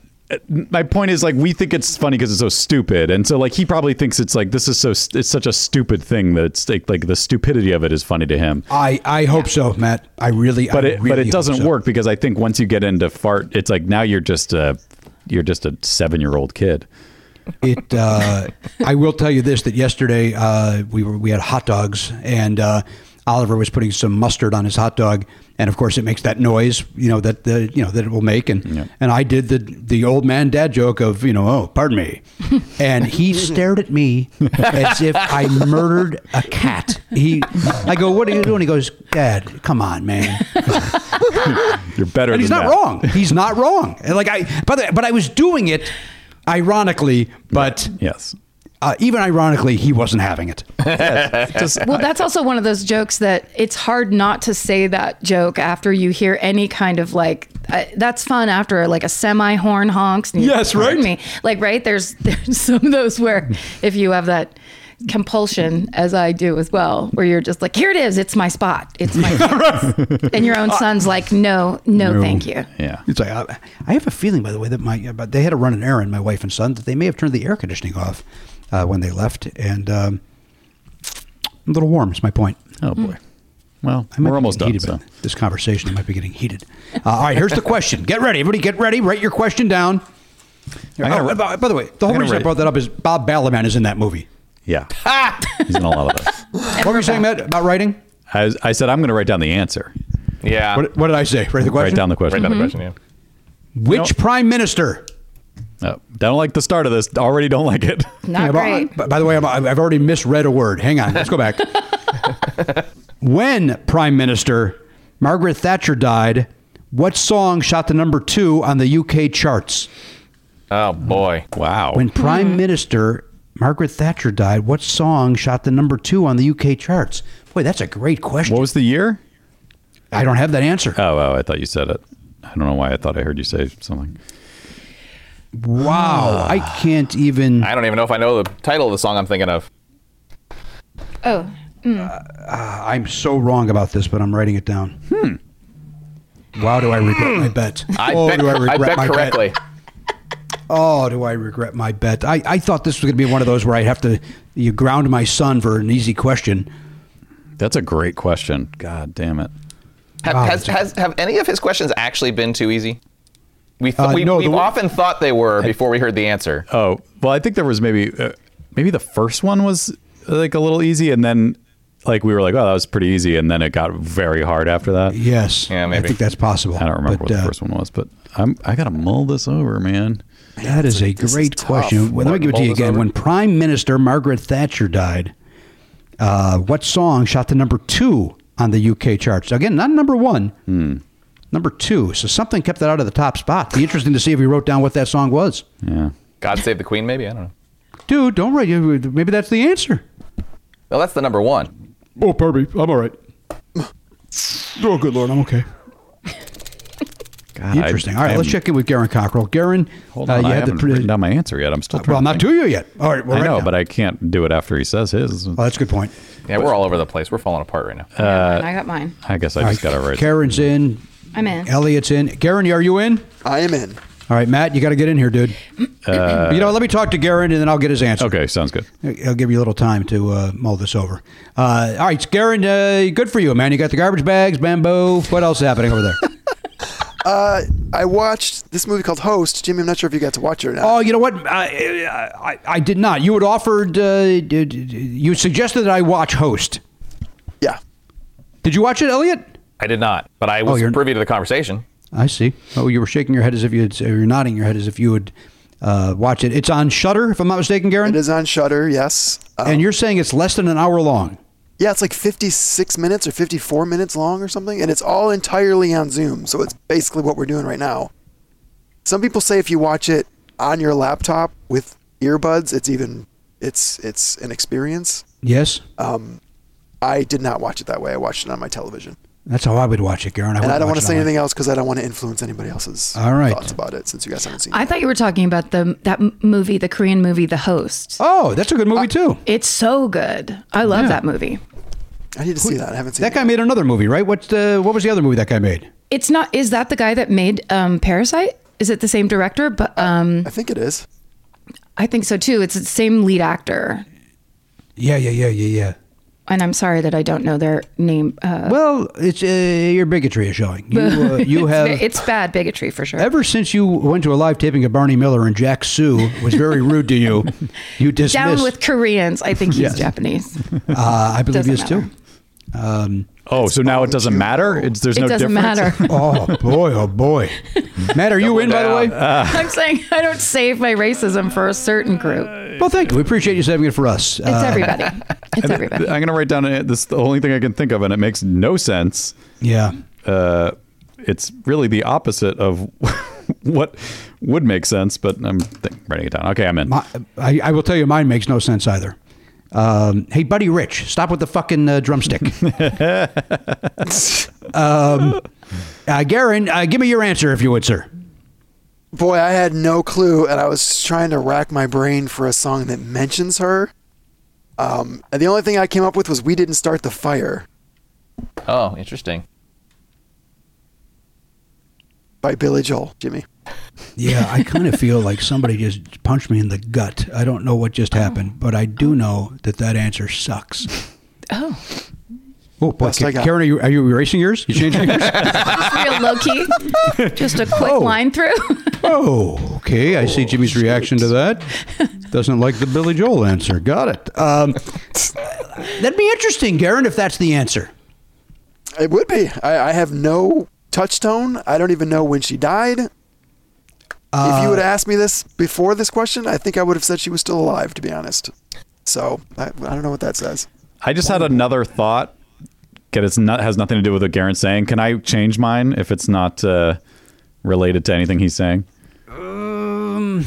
Speaker 8: my point is like we think it's funny because it's so stupid and so like he probably thinks it's like this is so st- it's such a stupid thing that it's like, like the stupidity of it is funny to him
Speaker 7: I I hope so, Matt. I really,
Speaker 8: but
Speaker 7: I
Speaker 8: it but
Speaker 7: really
Speaker 8: it
Speaker 7: hope
Speaker 8: doesn't
Speaker 7: so.
Speaker 8: work because i think once you get into fart it's like now you're just a you're just a seven year old kid
Speaker 7: It. Uh, I will tell you this: that yesterday uh, we were we had hot dogs, and uh, Oliver was putting some mustard on his hot dog, and of course it makes that noise, you know that the you know that it will make, and and I did the the old man dad joke of you know oh pardon me, and he stared at me as if I murdered a cat. He, I go, what are you doing? He goes, Dad, come on, man.
Speaker 8: you're better
Speaker 7: And he's
Speaker 8: than that.
Speaker 7: not wrong. He's not wrong. And like I, but but I was doing it ironically, but
Speaker 8: yes,
Speaker 7: uh, even ironically, he wasn't having it.
Speaker 11: well, that's also one of those jokes that it's hard not to say that joke after you hear any kind of like uh, that's fun after like a semi horn honks. And you-
Speaker 7: Yes,
Speaker 11: pardon Me,
Speaker 7: right.
Speaker 11: like right there's there's some of those where if you have that compulsion as I do as well, where you're just like here it is, it's my spot, it's my chance. and your own
Speaker 7: Uh,
Speaker 11: son's like no, no, thank you.
Speaker 8: Yeah,
Speaker 7: it's like I, I have a feeling, by the way, that my uh, but they had to run an errand, my wife and son, that they may have turned the air conditioning off uh, when they left, and um, a little warm is my point.
Speaker 8: Oh boy. Well,
Speaker 7: we're almost done. This conversation I might be getting heated. Uh, all right, here's the question. Get ready, everybody. Get ready. Write your question down.
Speaker 8: I gotta
Speaker 7: Oh,
Speaker 8: write-
Speaker 7: by, by the way, the
Speaker 8: I
Speaker 7: whole
Speaker 8: gotta
Speaker 7: reason I
Speaker 8: write-
Speaker 7: brought that up is Bob Balaban is in that movie.
Speaker 8: yeah he's in a lot of those
Speaker 7: What were you saying, Matt, about writing?
Speaker 8: I, I said i'm going to write down the answer
Speaker 10: yeah
Speaker 7: What, what did I say? Write the question.
Speaker 8: write down the question
Speaker 10: Write down the Mhm. question, yeah.
Speaker 7: Which prime minister?
Speaker 8: Oh, don't like the start of this already don't like it
Speaker 11: Not
Speaker 7: Yeah, but I-
Speaker 11: great.
Speaker 7: but by the way, I'm, I've already misread a word. Hang on, let's go back. when Prime Minister Margaret Thatcher died, what song shot the number two on the UK charts?
Speaker 10: oh boy,
Speaker 8: wow.
Speaker 7: When
Speaker 10: Hmm.
Speaker 7: Prime Minister Margaret Thatcher died, what song shot the number two on the UK charts? Boy, that's a great question.
Speaker 8: what was the year
Speaker 7: I don't have that answer.
Speaker 10: uh,
Speaker 8: Oh, oh, I thought you said it. I don't know why I thought I heard you say something.
Speaker 7: Wow, I can't even.
Speaker 10: I don't even know if I know the title of the song I'm thinking of.
Speaker 11: Oh,
Speaker 7: I'm so wrong about this, but I'm writing it down. Hmm. Wow, do I regret my bet?
Speaker 10: I
Speaker 7: oh,
Speaker 10: bet,
Speaker 7: do I
Speaker 10: I
Speaker 7: regret
Speaker 10: bet
Speaker 7: my bet?
Speaker 10: correctly.
Speaker 7: Oh, do I regret my bet? I, I thought this was going to be one of those where I have to you ground my son for an easy question.
Speaker 8: That's a great question. God damn it.
Speaker 10: Have,
Speaker 7: Wow,
Speaker 10: has,
Speaker 7: that's a-
Speaker 10: has, have any of his questions actually been too easy? We th-
Speaker 8: Uh,
Speaker 10: we,
Speaker 8: no,
Speaker 10: we've
Speaker 8: the one-
Speaker 10: often thought they were before we heard the answer.
Speaker 7: Uh,
Speaker 8: Oh, well, I think there was maybe uh, maybe the first one was uh, like a little easy and then like we were like, "Oh, that was pretty easy." And then it got very hard after that.
Speaker 7: Yes.
Speaker 10: Yeah,
Speaker 7: I think that's possible.
Speaker 8: I don't remember
Speaker 7: But,
Speaker 8: what the
Speaker 7: uh,
Speaker 8: first one was, but I'm I got to mull this over, man.
Speaker 7: That is a
Speaker 8: This is
Speaker 7: great
Speaker 8: tough.
Speaker 7: question. Well, let me give it to you again. When Prime Minister Margaret Thatcher died, uh, what song shot to number two on the UK charts? Again, not number one,
Speaker 8: Hmm.
Speaker 7: number two. So something kept that out of the top spot. Be interesting to see if you wrote down what that song was.
Speaker 8: Yeah.
Speaker 10: God save the queen, maybe I don't know.
Speaker 7: Dude, don't write. you- Maybe that's the answer.
Speaker 10: Well, that's the number one.
Speaker 7: Oh, Barbie, I'm all right. Oh, good lord, I'm okay.
Speaker 8: God, I-
Speaker 7: Interesting. All right,
Speaker 8: I'm-
Speaker 7: let's check in with Garen Cockrell. Garen,
Speaker 8: Hold on,
Speaker 7: uh, you
Speaker 8: I
Speaker 7: had the
Speaker 8: haven't
Speaker 7: pre- Uh,
Speaker 8: written down my answer yet. I'm still trying.
Speaker 7: well,
Speaker 8: to
Speaker 7: not
Speaker 8: think.
Speaker 7: to you yet. All right, well,
Speaker 8: I
Speaker 7: right
Speaker 8: know,
Speaker 7: now.
Speaker 8: but I can't do it after he says his.
Speaker 7: well, that's a good point.
Speaker 10: Yeah, we're all over the place. We're falling apart right now.
Speaker 11: and I got mine.
Speaker 8: I guess I
Speaker 7: All
Speaker 8: just
Speaker 7: right,
Speaker 8: got to write.
Speaker 7: Karen's in.
Speaker 11: I'm in.
Speaker 7: Elliot's in. Garen, are you in?
Speaker 9: I am in.
Speaker 7: All right, Matt, you got to get in here, dude.
Speaker 8: Uh,
Speaker 7: you know, let me talk to Garen and then I'll get his answer.
Speaker 8: okay, sounds good.
Speaker 7: I'll give you a little time to uh, mull this over. Uh, all right, Garen, uh, good for you, man. You got the garbage bags, bamboo. What else is happening over there?
Speaker 9: Uh, I watched this movie called Host. Jimmy, I'm not sure if you got to watch it or not.
Speaker 7: Oh, you know what? I, I, I did not. You had offered, uh, d- d- d- you suggested that I watch Host.
Speaker 9: Yeah.
Speaker 7: Did you watch it, Elliot?
Speaker 10: I did not, but I was privy to the conversation.
Speaker 7: I see. Oh, you were shaking your head as if you had, or you're nodding your head as if you would uh, watch it. It's on Shutter, if I'm not mistaken, Garen. It
Speaker 9: is Uh-huh. on Shutter, yes.
Speaker 7: and you're saying it's less than an hour long.
Speaker 9: Yeah, it's like 56 minutes or 54 minutes long or something, and it's all entirely on Zoom. So it's basically what we're doing right now. Some people say if you watch it on your laptop with earbuds, it's even it's it's an experience.
Speaker 7: Yes,
Speaker 9: Um, I did not watch it that way. I watched it on my television,
Speaker 7: that's how I would watch it, Garen.
Speaker 9: and I
Speaker 7: wouldn't
Speaker 9: don't want to
Speaker 7: watch it
Speaker 9: say
Speaker 7: on my-
Speaker 9: anything else because I don't want to influence anybody else's
Speaker 7: All right.
Speaker 9: thoughts about it since you guys haven't seen. it.
Speaker 11: I thought you were talking about the that m- movie, the Korean movie, The Host.
Speaker 7: Oh, that's a good movie too.
Speaker 11: It's so good. I love
Speaker 7: Yeah.
Speaker 11: that movie.
Speaker 9: I need to see that. I haven't seen
Speaker 7: That guy made another movie, right? What uh, What was the other movie that guy made?
Speaker 11: It's not. Is that the guy that made um, Parasite? Is it the same director? But um,
Speaker 9: I think it is.
Speaker 11: I think so too. It's the same lead actor.
Speaker 7: Yeah, yeah, yeah, yeah, yeah.
Speaker 11: And I'm sorry that I don't know their name. Uh,
Speaker 7: Well, it's uh, your bigotry is showing. You, uh, you
Speaker 11: it's,
Speaker 7: have
Speaker 11: ve- it's bad bigotry for sure.
Speaker 7: ever since you went to a live taping of Barney Miller and Jack Sue was very rude to you. You dismissed.
Speaker 11: Down with Koreans. I think he's
Speaker 7: Yes.
Speaker 11: Japanese.
Speaker 7: uh, I believe he is
Speaker 11: Doesn't
Speaker 7: too. Um,
Speaker 8: oh, so now it doesn't matter? It's, there's
Speaker 11: It
Speaker 8: no
Speaker 11: doesn't
Speaker 8: difference?
Speaker 11: matter.
Speaker 7: oh boy, oh boy. Matt, are you in by the way?
Speaker 11: I'm saying I don't save my racism for a certain group.
Speaker 7: well, thank you. We appreciate you saving it for us. Uh,
Speaker 11: It's everybody. It's everybody.
Speaker 8: I'm going to write down uh, this is the only thing I can think of, and it makes no sense.
Speaker 7: Yeah.
Speaker 8: Uh, it's really the opposite of what would make sense, but I'm th- writing it down. Okay, I'm in.
Speaker 7: My, I, I will tell you, mine makes no sense either. Um, hey, Buddy Rich, stop with the fucking uh, drumstick. um, uh, Garen, uh, give me your answer if you would, sir.
Speaker 9: Boy, I had no clue, and I was trying to rack my brain for a song that mentions her. Um, and the only thing I came up with was "We Didn't Start the Fire"
Speaker 10: Oh, interesting.
Speaker 9: by Billy Joel. Jimmy,
Speaker 7: Yeah, I kind of feel like somebody just punched me in the gut. I don't know what just happened, but I do know that that answer sucks.
Speaker 11: Oh.
Speaker 7: Oh, boy,
Speaker 9: Best I got.
Speaker 7: Karen, are you, are you erasing yours? You changing yours?
Speaker 11: Just real low key. Just a quick line through.
Speaker 7: Oh, okay. I see Jimmy's reaction to that. Doesn't like the Billy Joel answer. Got it. Um, that'd be interesting, Garen, if that's the answer.
Speaker 9: it would be. I, I have no touchstone. I don't even know when she died. if you would have asked me this before this question, I think I would have said she was still alive. To be honest, so I, I don't know what that says.
Speaker 8: I just had another thought. Get it's not has nothing to do with what Garrett's saying. Can I change mine if it's not uh, related to anything he's saying?
Speaker 10: Um,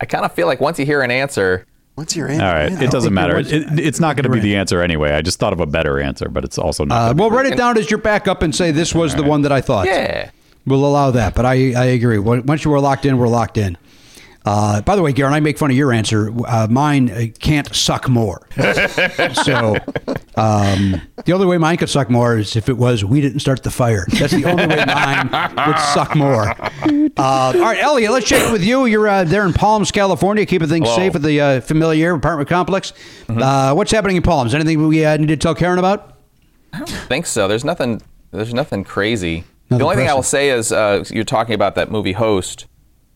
Speaker 10: I kind of feel like once you hear an answer,
Speaker 9: What's your
Speaker 8: All
Speaker 9: answer?
Speaker 8: right,
Speaker 9: Yeah.
Speaker 8: it doesn't matter. It, it's not going to be the answer anyway. I just thought of a better answer, but it's also not.
Speaker 7: Uh,
Speaker 8: gonna
Speaker 7: well,
Speaker 8: be
Speaker 7: write it down as your backup and say this was the one that I thought.
Speaker 10: Yeah.
Speaker 7: We'll allow that, but I, I agree. When- Once you were locked in, we're locked in. Uh, by the way, Garen, I make fun of your answer. Uh, mine uh, can't suck more. so um, the only way mine could suck more is if it was we didn't start the fire. That's the only way mine would suck more. Uh, all right, Elliot, let's check in with you. You're uh, there in Palms, California, keeping things
Speaker 10: Hello.
Speaker 7: safe at the uh, familiar apartment complex. Uh, what's happening in Palms? Anything we uh, need to tell Karen about?
Speaker 10: think so. There's nothing. There's nothing crazy.
Speaker 7: Nothing
Speaker 10: the only thing I
Speaker 7: pressing.
Speaker 10: will say is uh, you're talking about that movie host,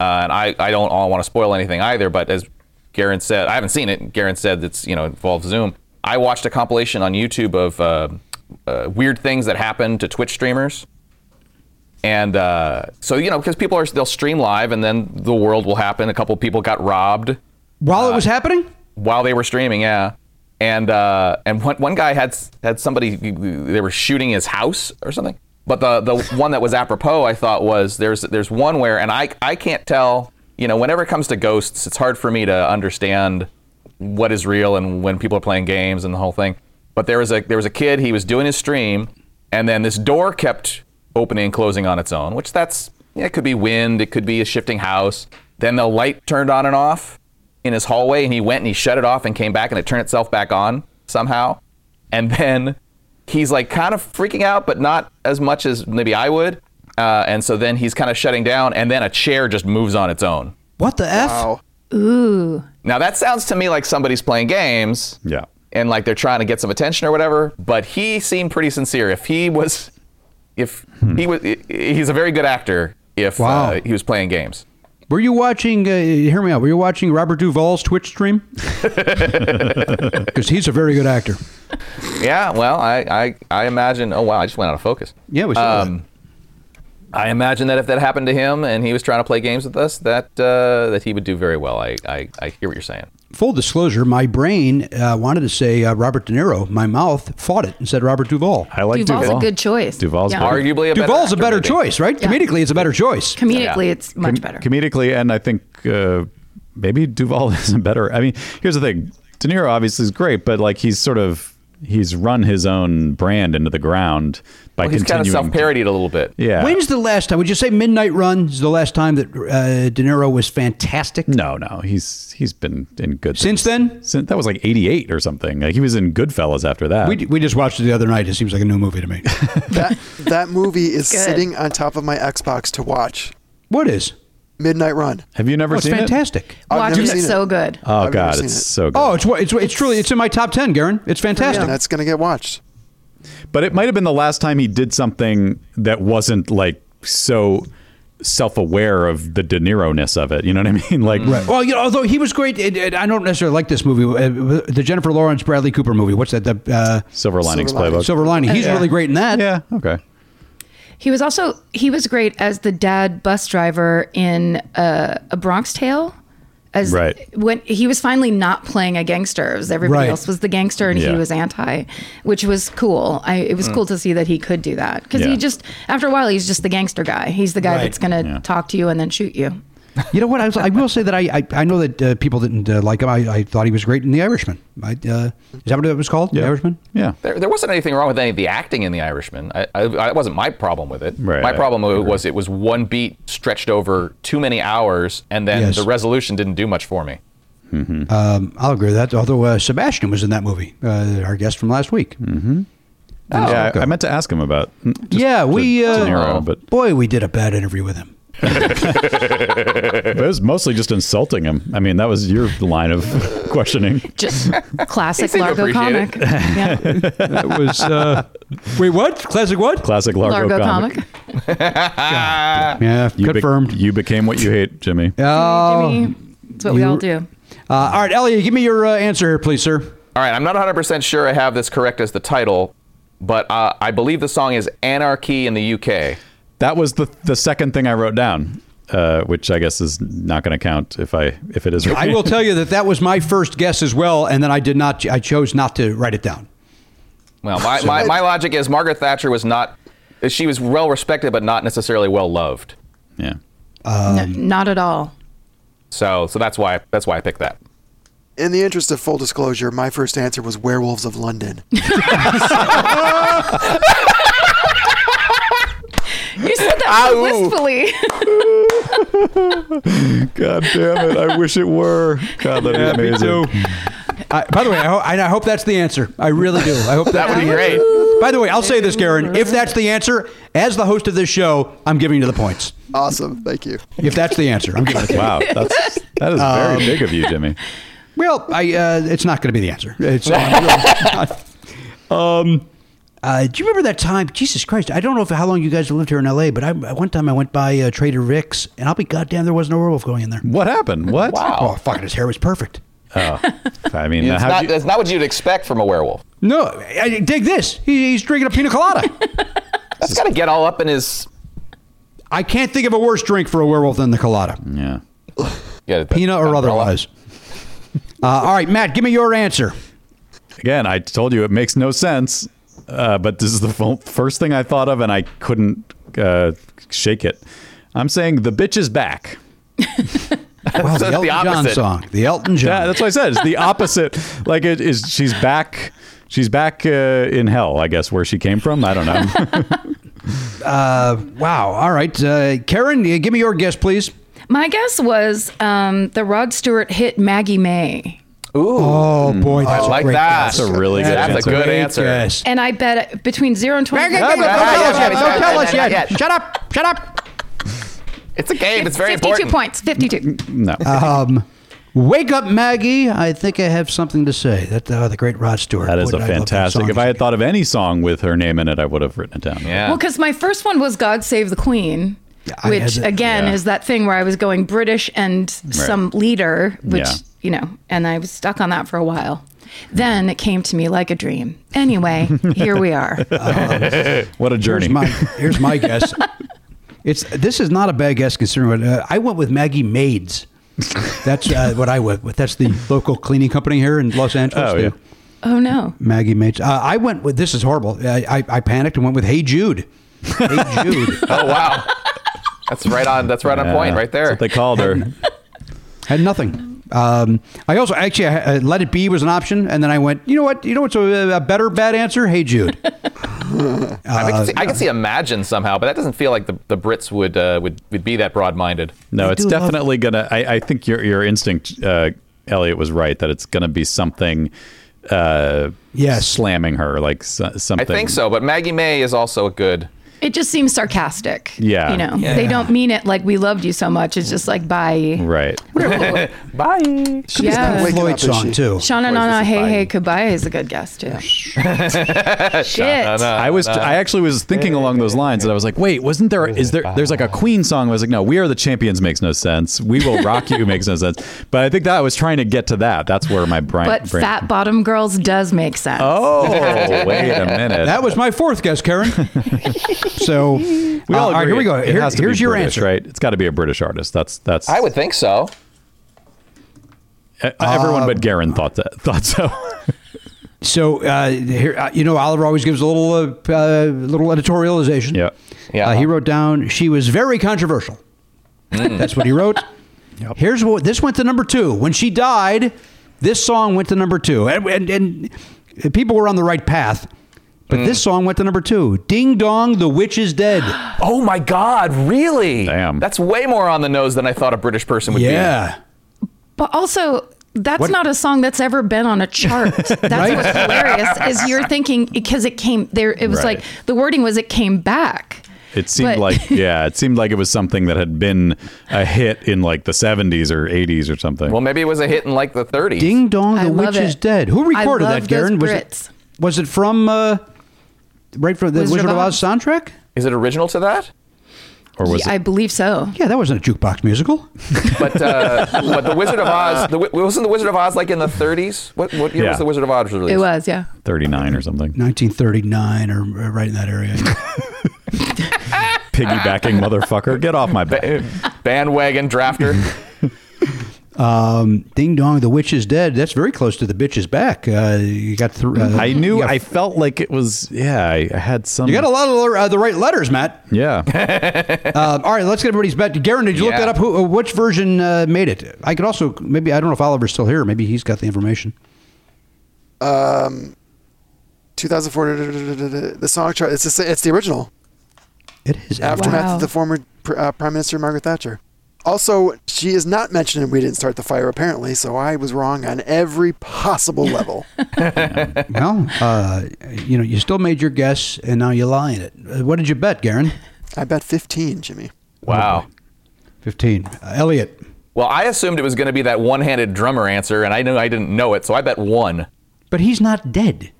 Speaker 10: uh, and I, I don't all want to spoil anything either. But as Garen said, I haven't seen it. and Garen said it's you know involves Zoom. I watched a compilation on YouTube of uh, uh, weird things that happen to Twitch streamers. And uh, so you know, because people are they'll stream live, and then the world will happen. A couple people got robbed
Speaker 7: While it was happening?
Speaker 10: while they were streaming, yeah. And uh, and one, one guy had had somebody they were shooting his house or something. But the the one that was apropos, I thought, was there's there's one where, and I I can't tell. You know, whenever it comes to ghosts, it's hard for me to understand what is real and when people are playing games and the whole thing. But there was a there was a kid. He was doing his stream, and then this door kept opening and closing on its own. Which that's yeah, it could be wind, it could be a shifting house. Then the light turned on and off, in his hallway and he went and he shut it off and came back and it turned itself back on somehow. And then he's like kind of freaking out, but not as much as maybe I would. Uh, and so then he's kind of shutting down and then a chair just moves on its own.
Speaker 7: What the F?
Speaker 11: Ooh.
Speaker 10: Now that sounds to me like somebody's playing games.
Speaker 8: Yeah.
Speaker 10: And like they're trying to get some attention or whatever, but he seemed pretty sincere. If he was if he was he's a very good actor if
Speaker 7: Wow.
Speaker 10: uh, he was playing games.
Speaker 7: Were you watching? Uh, hear me out. Were you watching Robert Duvall's Twitch stream? Because he's a very good actor.
Speaker 10: Yeah, well, I, I, I imagine. Oh wow, I just went out of focus. Um,
Speaker 7: Yeah, we saw
Speaker 10: I imagine that if that happened to him and he was trying to play games with us, that uh, that he would do very well. I, I, I hear what you're saying.
Speaker 7: Full disclosure: my brain uh, wanted to say uh, Robert De Niro. My mouth fought it and said Robert Duvall. I
Speaker 11: like Duvall's Duvall. a good choice. Duvall's Yeah. better. Arguably a better
Speaker 7: Duvall's a
Speaker 11: actor,
Speaker 7: better
Speaker 11: maybe.
Speaker 7: choice, right?
Speaker 11: Yeah.
Speaker 7: Comedically, it's a better choice.
Speaker 11: Comedically, it's much better.
Speaker 8: comedically, and I think uh, maybe Duvall is a better. I mean, here's the thing: De Niro obviously is great, but like he's sort of he's run his own brand into the ground by
Speaker 10: Well, he's kind of
Speaker 8: continuing.
Speaker 10: self-parodied a little bit.
Speaker 8: yeah,
Speaker 7: When's the last time? Would you say Midnight Run is the last time that uh, De Niro was fantastic?
Speaker 8: No, no, he's he's been in good
Speaker 7: since then.
Speaker 8: Since that was like '88 or something. Like he was in Goodfellas after that.
Speaker 7: We, we just watched it the other night. It seems like a new movie to me.
Speaker 9: that that movie is
Speaker 11: Good.
Speaker 9: sitting on top of my Xbox to watch.
Speaker 7: What is?
Speaker 9: Midnight Run.
Speaker 8: Have you never
Speaker 7: Oh, it's
Speaker 8: seen
Speaker 7: fantastic.
Speaker 8: it?
Speaker 11: Watch
Speaker 9: never
Speaker 11: it.
Speaker 9: seen
Speaker 11: It's
Speaker 9: it. Uh.
Speaker 11: so good.
Speaker 8: Oh
Speaker 9: I've never
Speaker 8: God,
Speaker 9: seen
Speaker 8: it's
Speaker 9: it.
Speaker 8: so good.
Speaker 7: Oh, it's what it's, it's truly it's in my top ten, Garen. It's fantastic.
Speaker 9: Yeah, that's gonna get watched.
Speaker 8: But it might have been the last time he did something that wasn't like so self-aware of the De Niro-ness of it. You know what I mean? Like,
Speaker 7: Right. Well, you know, although he was great, it, it- I don't necessarily like this movie. Uh, the Jennifer Lawrence Bradley Cooper movie. What's that? The uh,
Speaker 8: Silver Linings
Speaker 7: Silver
Speaker 8: Playbook.
Speaker 7: Silver Lining. He's
Speaker 11: Yeah.
Speaker 7: really great in that.
Speaker 8: Yeah. Okay.
Speaker 11: He was also he was great as the dad bus driver in uh, a Bronx Tale. As
Speaker 8: Right.
Speaker 11: when he was finally not playing a gangster, it was everybody
Speaker 7: Right.
Speaker 11: else was the gangster and
Speaker 8: Yeah.
Speaker 11: he was anti, which was cool. I, it was
Speaker 8: Mm.
Speaker 11: cool to see that he could do that because
Speaker 8: Yeah.
Speaker 11: he just after a while he's just the gangster guy. He's the guy
Speaker 7: Right.
Speaker 11: that's gonna talk to you and then shoot you.
Speaker 7: You know what? I, was, I will say that I I, I know that uh, people didn't uh, like him. I, I thought he was great in The Irishman. I, uh, is that what it was called? The Irishman.
Speaker 8: Yeah.
Speaker 10: There, there wasn't anything wrong with any of the acting in The Irishman. I, I, that wasn't my problem with it.
Speaker 8: Right,
Speaker 10: my
Speaker 8: I
Speaker 10: problem was it was one beat stretched over too many hours, and then
Speaker 7: Yes.
Speaker 10: the resolution didn't do much for me.
Speaker 7: Um, I'll agree with that. Although uh, Sebastian was in that movie, uh, our guest from last week. Mm-hmm.
Speaker 8: yeah, I, I meant to ask him about.
Speaker 7: yeah, we
Speaker 8: De
Speaker 7: uh,
Speaker 8: Niro, but
Speaker 7: boy, we did a bad interview with him.
Speaker 8: but it was mostly just insulting him. I mean, that was your line of questioning.
Speaker 11: Just classic
Speaker 10: He seemed to
Speaker 11: Largo
Speaker 10: appreciate
Speaker 11: comic.
Speaker 10: it.
Speaker 11: Yeah.
Speaker 7: That was uh, wait, what classic? What
Speaker 8: Classic Largo,
Speaker 11: Largo
Speaker 8: comic.
Speaker 11: comic.
Speaker 7: Yeah,
Speaker 8: You be-
Speaker 7: confirmed.
Speaker 8: you became what you hate, Jimmy.
Speaker 7: Oh.
Speaker 11: Jimmy, that's what we
Speaker 7: you-
Speaker 11: all do.
Speaker 7: Uh, all right, Elliot, give me your uh, answer here, please, sir.
Speaker 10: All right, I'm not 100% sure I have this correct as the title, but uh, I believe the song is Anarchy in the UK.
Speaker 8: That was the the second thing I wrote down, uh, which I guess is not going to count if I if it is. Right.
Speaker 7: I will tell you that that was my first guess as well, and then I did not. I chose not to write it down.
Speaker 10: Well, my, my, my logic is Margaret Thatcher was not, she was well respected, but not necessarily well loved.
Speaker 8: Yeah.
Speaker 7: um,
Speaker 11: N- not at all.
Speaker 10: So, so that's why that's why I picked that.
Speaker 9: In the interest of full disclosure, my first answer was Werewolves of London.
Speaker 11: You said that so
Speaker 10: Ow.
Speaker 11: wistfully.
Speaker 8: God damn it! I wish it were. God, that'd
Speaker 7: Yeah,
Speaker 8: be
Speaker 7: me
Speaker 8: amazing.
Speaker 7: too. I, by the way, I, ho- I I hope that's the answer. I really do. I hope that,
Speaker 10: That would be great.
Speaker 7: By the way, I'll say this, Garen. If that's the answer, as the host of this show, I'm giving you the points.
Speaker 9: awesome. Thank you.
Speaker 7: If that's the answer, I'm giving. You the
Speaker 8: Wow,
Speaker 7: points.
Speaker 8: that's that is very big of you, Jimmy.
Speaker 7: Well, I, uh, it's not going to be the answer. It's uh, um, uh, do you remember that time? Jesus Christ! I don't know if, how long you guys have lived here in L.A., but I one time I went by uh, Trader Rick's, and I'll be goddamn, there wasn't a werewolf going in there.
Speaker 8: What happened? What?
Speaker 7: Oh, fucking, his hair was perfect.
Speaker 8: Oh, I mean,
Speaker 10: It's
Speaker 8: how
Speaker 10: not,
Speaker 8: do you,
Speaker 10: that's not what you'd expect from a werewolf.
Speaker 7: No, I, I- dig this. He, he's drinking a pina colada.
Speaker 10: That's got to get all up in his.
Speaker 7: I can't think of a worse drink for a werewolf than the colada,
Speaker 8: yeah.
Speaker 10: Yeah, that-
Speaker 7: pina or
Speaker 10: umbrella.
Speaker 7: otherwise. Uh, all right, Matt, give me your answer.
Speaker 8: Again, I told you it makes no sense, uh, but this is the fo- first thing I thought of, and I couldn't uh, shake it. I'm saying the bitch is back.
Speaker 7: Wow, the
Speaker 10: That's
Speaker 7: Elton
Speaker 10: the
Speaker 7: John
Speaker 10: opposite.
Speaker 7: song. The Elton John.
Speaker 8: Yeah, that's what I said. It's the opposite. like it is. She's back. She's back uh, in hell, I guess, where she came from. I don't know.
Speaker 7: Uh, wow. All right, uh, Karen, uh, give me your guess, please.
Speaker 11: My guess was um, the Rod Stewart hit Maggie May.
Speaker 7: Oh boy, that's
Speaker 10: I like
Speaker 7: a great
Speaker 10: that.
Speaker 7: guess.
Speaker 8: That's a really good
Speaker 10: That's
Speaker 8: answer.
Speaker 10: a good
Speaker 7: Great
Speaker 10: answer.
Speaker 7: guess.
Speaker 11: And I bet between zero and twenty.
Speaker 7: Don't tell
Speaker 10: yeah, yeah,
Speaker 7: us
Speaker 10: yeah,
Speaker 7: yet.
Speaker 10: yeah,
Speaker 7: Don't
Speaker 10: yeah,
Speaker 7: tell
Speaker 10: yeah,
Speaker 7: us
Speaker 10: yeah,
Speaker 7: yet.
Speaker 10: yeah.
Speaker 7: Shut up. Shut up.
Speaker 10: It's a game. It's very
Speaker 11: 52
Speaker 10: important.
Speaker 11: points. Fifty-two.
Speaker 8: no.
Speaker 7: Um, wake up, Maggie. I think I have something to say. That uh, the great Rod Stewart.
Speaker 8: That is a
Speaker 7: Boy, did I love that
Speaker 8: fantastic.
Speaker 7: song.
Speaker 8: If I had thought of any song with her name in it, I would have written it down.
Speaker 10: Yeah.
Speaker 11: Well, because my first one was "God Save the Queen,"
Speaker 7: I
Speaker 11: which
Speaker 7: had-
Speaker 11: again
Speaker 7: yeah.
Speaker 11: is that thing where I was going British and some leader, which
Speaker 7: Yeah.
Speaker 11: you know, and I was stuck on that for a while. Then it came to me like a dream. Anyway, here we are.
Speaker 8: what a
Speaker 7: journey. Here's my, here's my guess. It's this is not a bad guess considering what uh, I went with Maggie Maids. That's uh, what I went with. That's the local cleaning company here in Los Angeles.
Speaker 8: Oh, yeah.
Speaker 11: Oh no.
Speaker 7: Maggie Maids. Uh, I went with this is horrible. I, I, I panicked and went with Hey Jude. Hey Jude.
Speaker 10: Oh wow, that's right on. That's right on point, right there.
Speaker 8: That's what they called her.
Speaker 7: Had nothing. Um, I also actually I, uh, Let It Be was an option, and then I went. You know what? You know what's a, a better bad answer? Hey Jude.
Speaker 10: I,
Speaker 7: Uh,
Speaker 10: can see, I can see Imagine somehow, but that doesn't feel like the, the Brits would uh, would would be that broad minded.
Speaker 8: No, it's definitely gonna. I, I think your your instinct, uh, Elliot, was right that it's gonna be something. Uh,
Speaker 7: yes,
Speaker 8: slamming her like so,
Speaker 10: I
Speaker 8: something.
Speaker 10: think so, but Maggie May is also a good.
Speaker 11: It just seems sarcastic.
Speaker 8: Yeah.
Speaker 11: You know,
Speaker 8: Yeah.
Speaker 11: they don't mean it like we loved you so much. It's just like bye.
Speaker 8: Right.
Speaker 10: Bye.
Speaker 7: Could be Pink Floyd song too.
Speaker 11: Shauna Nana Hey Hey Kabaye is a good guess too. Shit.
Speaker 8: I was. I actually was thinking along those lines, and I was like, "Wait, wasn't there? Is there? There's like a Queen song." I was like, "No, We Are the Champions makes no sense. We Will Rock You makes no sense." But I think that I was trying to get to that. That's where my brain.
Speaker 11: But
Speaker 8: brain
Speaker 11: Fat Bottom Girls does make sense.
Speaker 8: Oh, wait a minute.
Speaker 7: That was my fourth guess, Karen. so,
Speaker 8: we
Speaker 7: uh,
Speaker 8: all
Speaker 7: all right,
Speaker 8: agree
Speaker 7: here we go.
Speaker 8: It
Speaker 7: Here-
Speaker 8: has to
Speaker 7: here's
Speaker 8: be
Speaker 7: your
Speaker 8: British,
Speaker 7: answer.
Speaker 8: right? It's got to be a British artist. That's that's.
Speaker 10: I would think so.
Speaker 8: e- everyone
Speaker 7: Um,
Speaker 8: but Garen thought that thought so.
Speaker 7: So uh, here, uh, you know, Oliver always gives a little uh, uh, little editorialization. Yeah,
Speaker 10: yeah.
Speaker 7: Uh, he wrote down she was very controversial.
Speaker 10: Mm.
Speaker 7: That's what he wrote. Here's what this went to number two. When she died, this song went to number two, and and, and people were on the right path. But
Speaker 10: Mm.
Speaker 7: this song went to number two. Ding dong, the witch is dead.
Speaker 10: oh my God! Really? Damn. That's way more on the nose than I thought a British person would be.
Speaker 7: Yeah.
Speaker 11: But also, that's
Speaker 10: What-
Speaker 11: not a song that's ever been on a chart. That's what's hilarious is you're thinking because it came there. It was
Speaker 8: Right.
Speaker 11: like the wording was it came back.
Speaker 8: It seemed
Speaker 11: But-
Speaker 8: like yeah, it seemed like it was something that had been a hit in like the 70s or 80s or something.
Speaker 10: Well, maybe it was a hit in like the 30s.
Speaker 7: Ding dong, Oh, the
Speaker 11: love
Speaker 7: witch is
Speaker 11: it.
Speaker 7: dead. Who
Speaker 11: I
Speaker 7: recorded
Speaker 11: love
Speaker 7: that, Garen?
Speaker 11: those
Speaker 7: Was
Speaker 11: Brits.
Speaker 7: it was it from uh, right from the
Speaker 11: Wizard
Speaker 7: Wizard,
Speaker 11: of
Speaker 7: of Oz soundtrack?
Speaker 10: Is it original to that?
Speaker 8: Or
Speaker 11: Yeah, I believe so.
Speaker 7: Yeah, that wasn't a jukebox musical.
Speaker 10: But uh, but the Wizard of Oz. The, Wi- wasn't the Wizard of Oz like in the 30s? What what year
Speaker 7: Yeah.
Speaker 10: was the Wizard of Oz released?
Speaker 11: It was, yeah.
Speaker 8: 39 or something.
Speaker 7: 1939 or or right in that area.
Speaker 8: Piggybacking motherfucker, get off my back.
Speaker 10: Bandwagon drafter.
Speaker 7: um, Ding dong, the witch is dead. That's very close to the bitch is back. Uh, you got three. Uh,
Speaker 8: I knew.
Speaker 7: you got-
Speaker 8: I felt like it was. Yeah, I, I had some.
Speaker 7: you got a lot of the- uh, the right letters, Matt.
Speaker 8: Yeah.
Speaker 7: Um, all right, let's get everybody's bet. Garen, did you look
Speaker 8: Yeah.
Speaker 7: that up? Who, uh, which version uh, made it? I could also maybe I don't know if Oliver's still here. Maybe he's got the information.
Speaker 9: Um, 2004. The song chart. It's the, it's the original.
Speaker 7: It is
Speaker 9: aftermath
Speaker 7: Wow.
Speaker 9: of the former pr- uh, Prime Minister Margaret Thatcher. Also, she is not mentioned in "We Didn't Start the Fire" apparently, so I was wrong on every possible level.
Speaker 7: well, uh, you know, you still made your guess, and now you lie in it. Uh, What did you bet, Garen?
Speaker 9: I bet 15, Jimmy.
Speaker 10: Wow.
Speaker 7: Fifteen. Uh, Elliot.
Speaker 10: Well, I assumed it was going to be that one-handed drummer answer, and I knew I didn't know it, so I bet one.
Speaker 7: But he's not dead.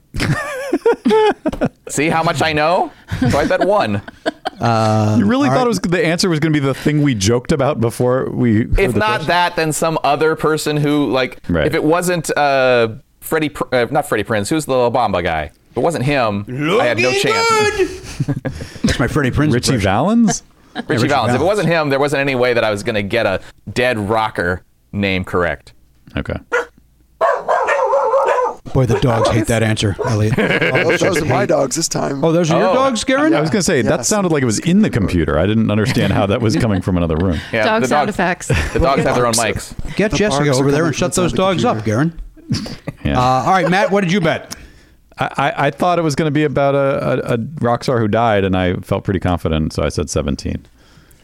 Speaker 10: See how much I know? So I bet one.
Speaker 8: you really thought it was the answer was going to be the thing we joked about before we. heard
Speaker 10: if
Speaker 8: the
Speaker 10: not
Speaker 8: question?
Speaker 10: that, then some other person who, like,
Speaker 8: Right.
Speaker 10: if it wasn't uh, Freddie, Pr- uh, not Freddie Prince, who's the La Bamba guy? If it wasn't him, I had no
Speaker 7: Looking
Speaker 10: chance.
Speaker 7: That's my Freddie Prinze.
Speaker 8: Richie Valens.
Speaker 10: Richie, Valens. If it wasn't him, there wasn't any way that I was going to get a dead rocker name correct.
Speaker 8: Okay.
Speaker 7: Boy, the dogs hate that answer, Elliot.
Speaker 9: Oh, those are my dogs this time. Oh,
Speaker 7: those are your Oh. dogs, Garen?
Speaker 8: I was going to say that
Speaker 9: Yes.
Speaker 8: sounded like it was in the computer. I didn't understand how that was coming from another room.
Speaker 10: Yeah,
Speaker 11: Dog
Speaker 10: the
Speaker 11: sound
Speaker 10: dogs-
Speaker 11: effects.
Speaker 10: The dogs have their own mics.
Speaker 7: Get
Speaker 10: The
Speaker 7: Jessica
Speaker 10: barks are
Speaker 7: over there
Speaker 10: coming
Speaker 7: and shut
Speaker 10: from
Speaker 7: those
Speaker 10: inside the
Speaker 7: dogs up, Garen.
Speaker 8: Yeah.
Speaker 7: Uh, all right, Matt, what did you bet?
Speaker 8: I, I, I thought it was going to be about a, a, a rock star who died, and I felt pretty confident, so I said 17.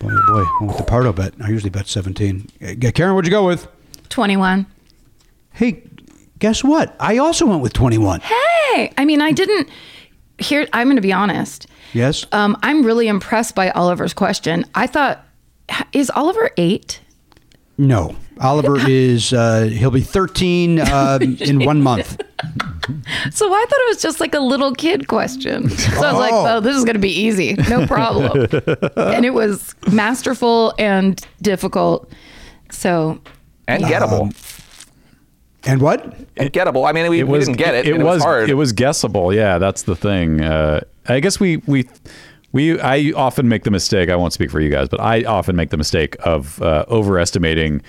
Speaker 7: Boy, oh boy, I went with the Pardo bet. I usually bet 17. Uh, Karen, what'd you go with?
Speaker 11: 21.
Speaker 7: Hey, guess what? I also went with 21.
Speaker 11: Hey, I mean, I didn't. Here, I'm going to be honest.
Speaker 7: Yes?
Speaker 11: Um, I'm really impressed by Oliver's question. I thought, is Oliver eight?
Speaker 7: No. Oliver is, uh, he'll be 13 um, in one month.
Speaker 11: So I thought it was just like a little kid question. So I was like,
Speaker 16: Oh.
Speaker 11: oh, this is going to be easy. No problem. and it was masterful and difficult. So
Speaker 10: and gettable.
Speaker 7: and what?
Speaker 10: And gettable. I mean, we,
Speaker 8: Um, it
Speaker 10: we
Speaker 8: was
Speaker 10: didn't get it. and
Speaker 8: was,
Speaker 10: hard.
Speaker 8: It was guessable. Yeah, that's the thing. Uh, I guess we we we I often make the mistake. I won't speak for you guys, but I often make the mistake of uh, overestimating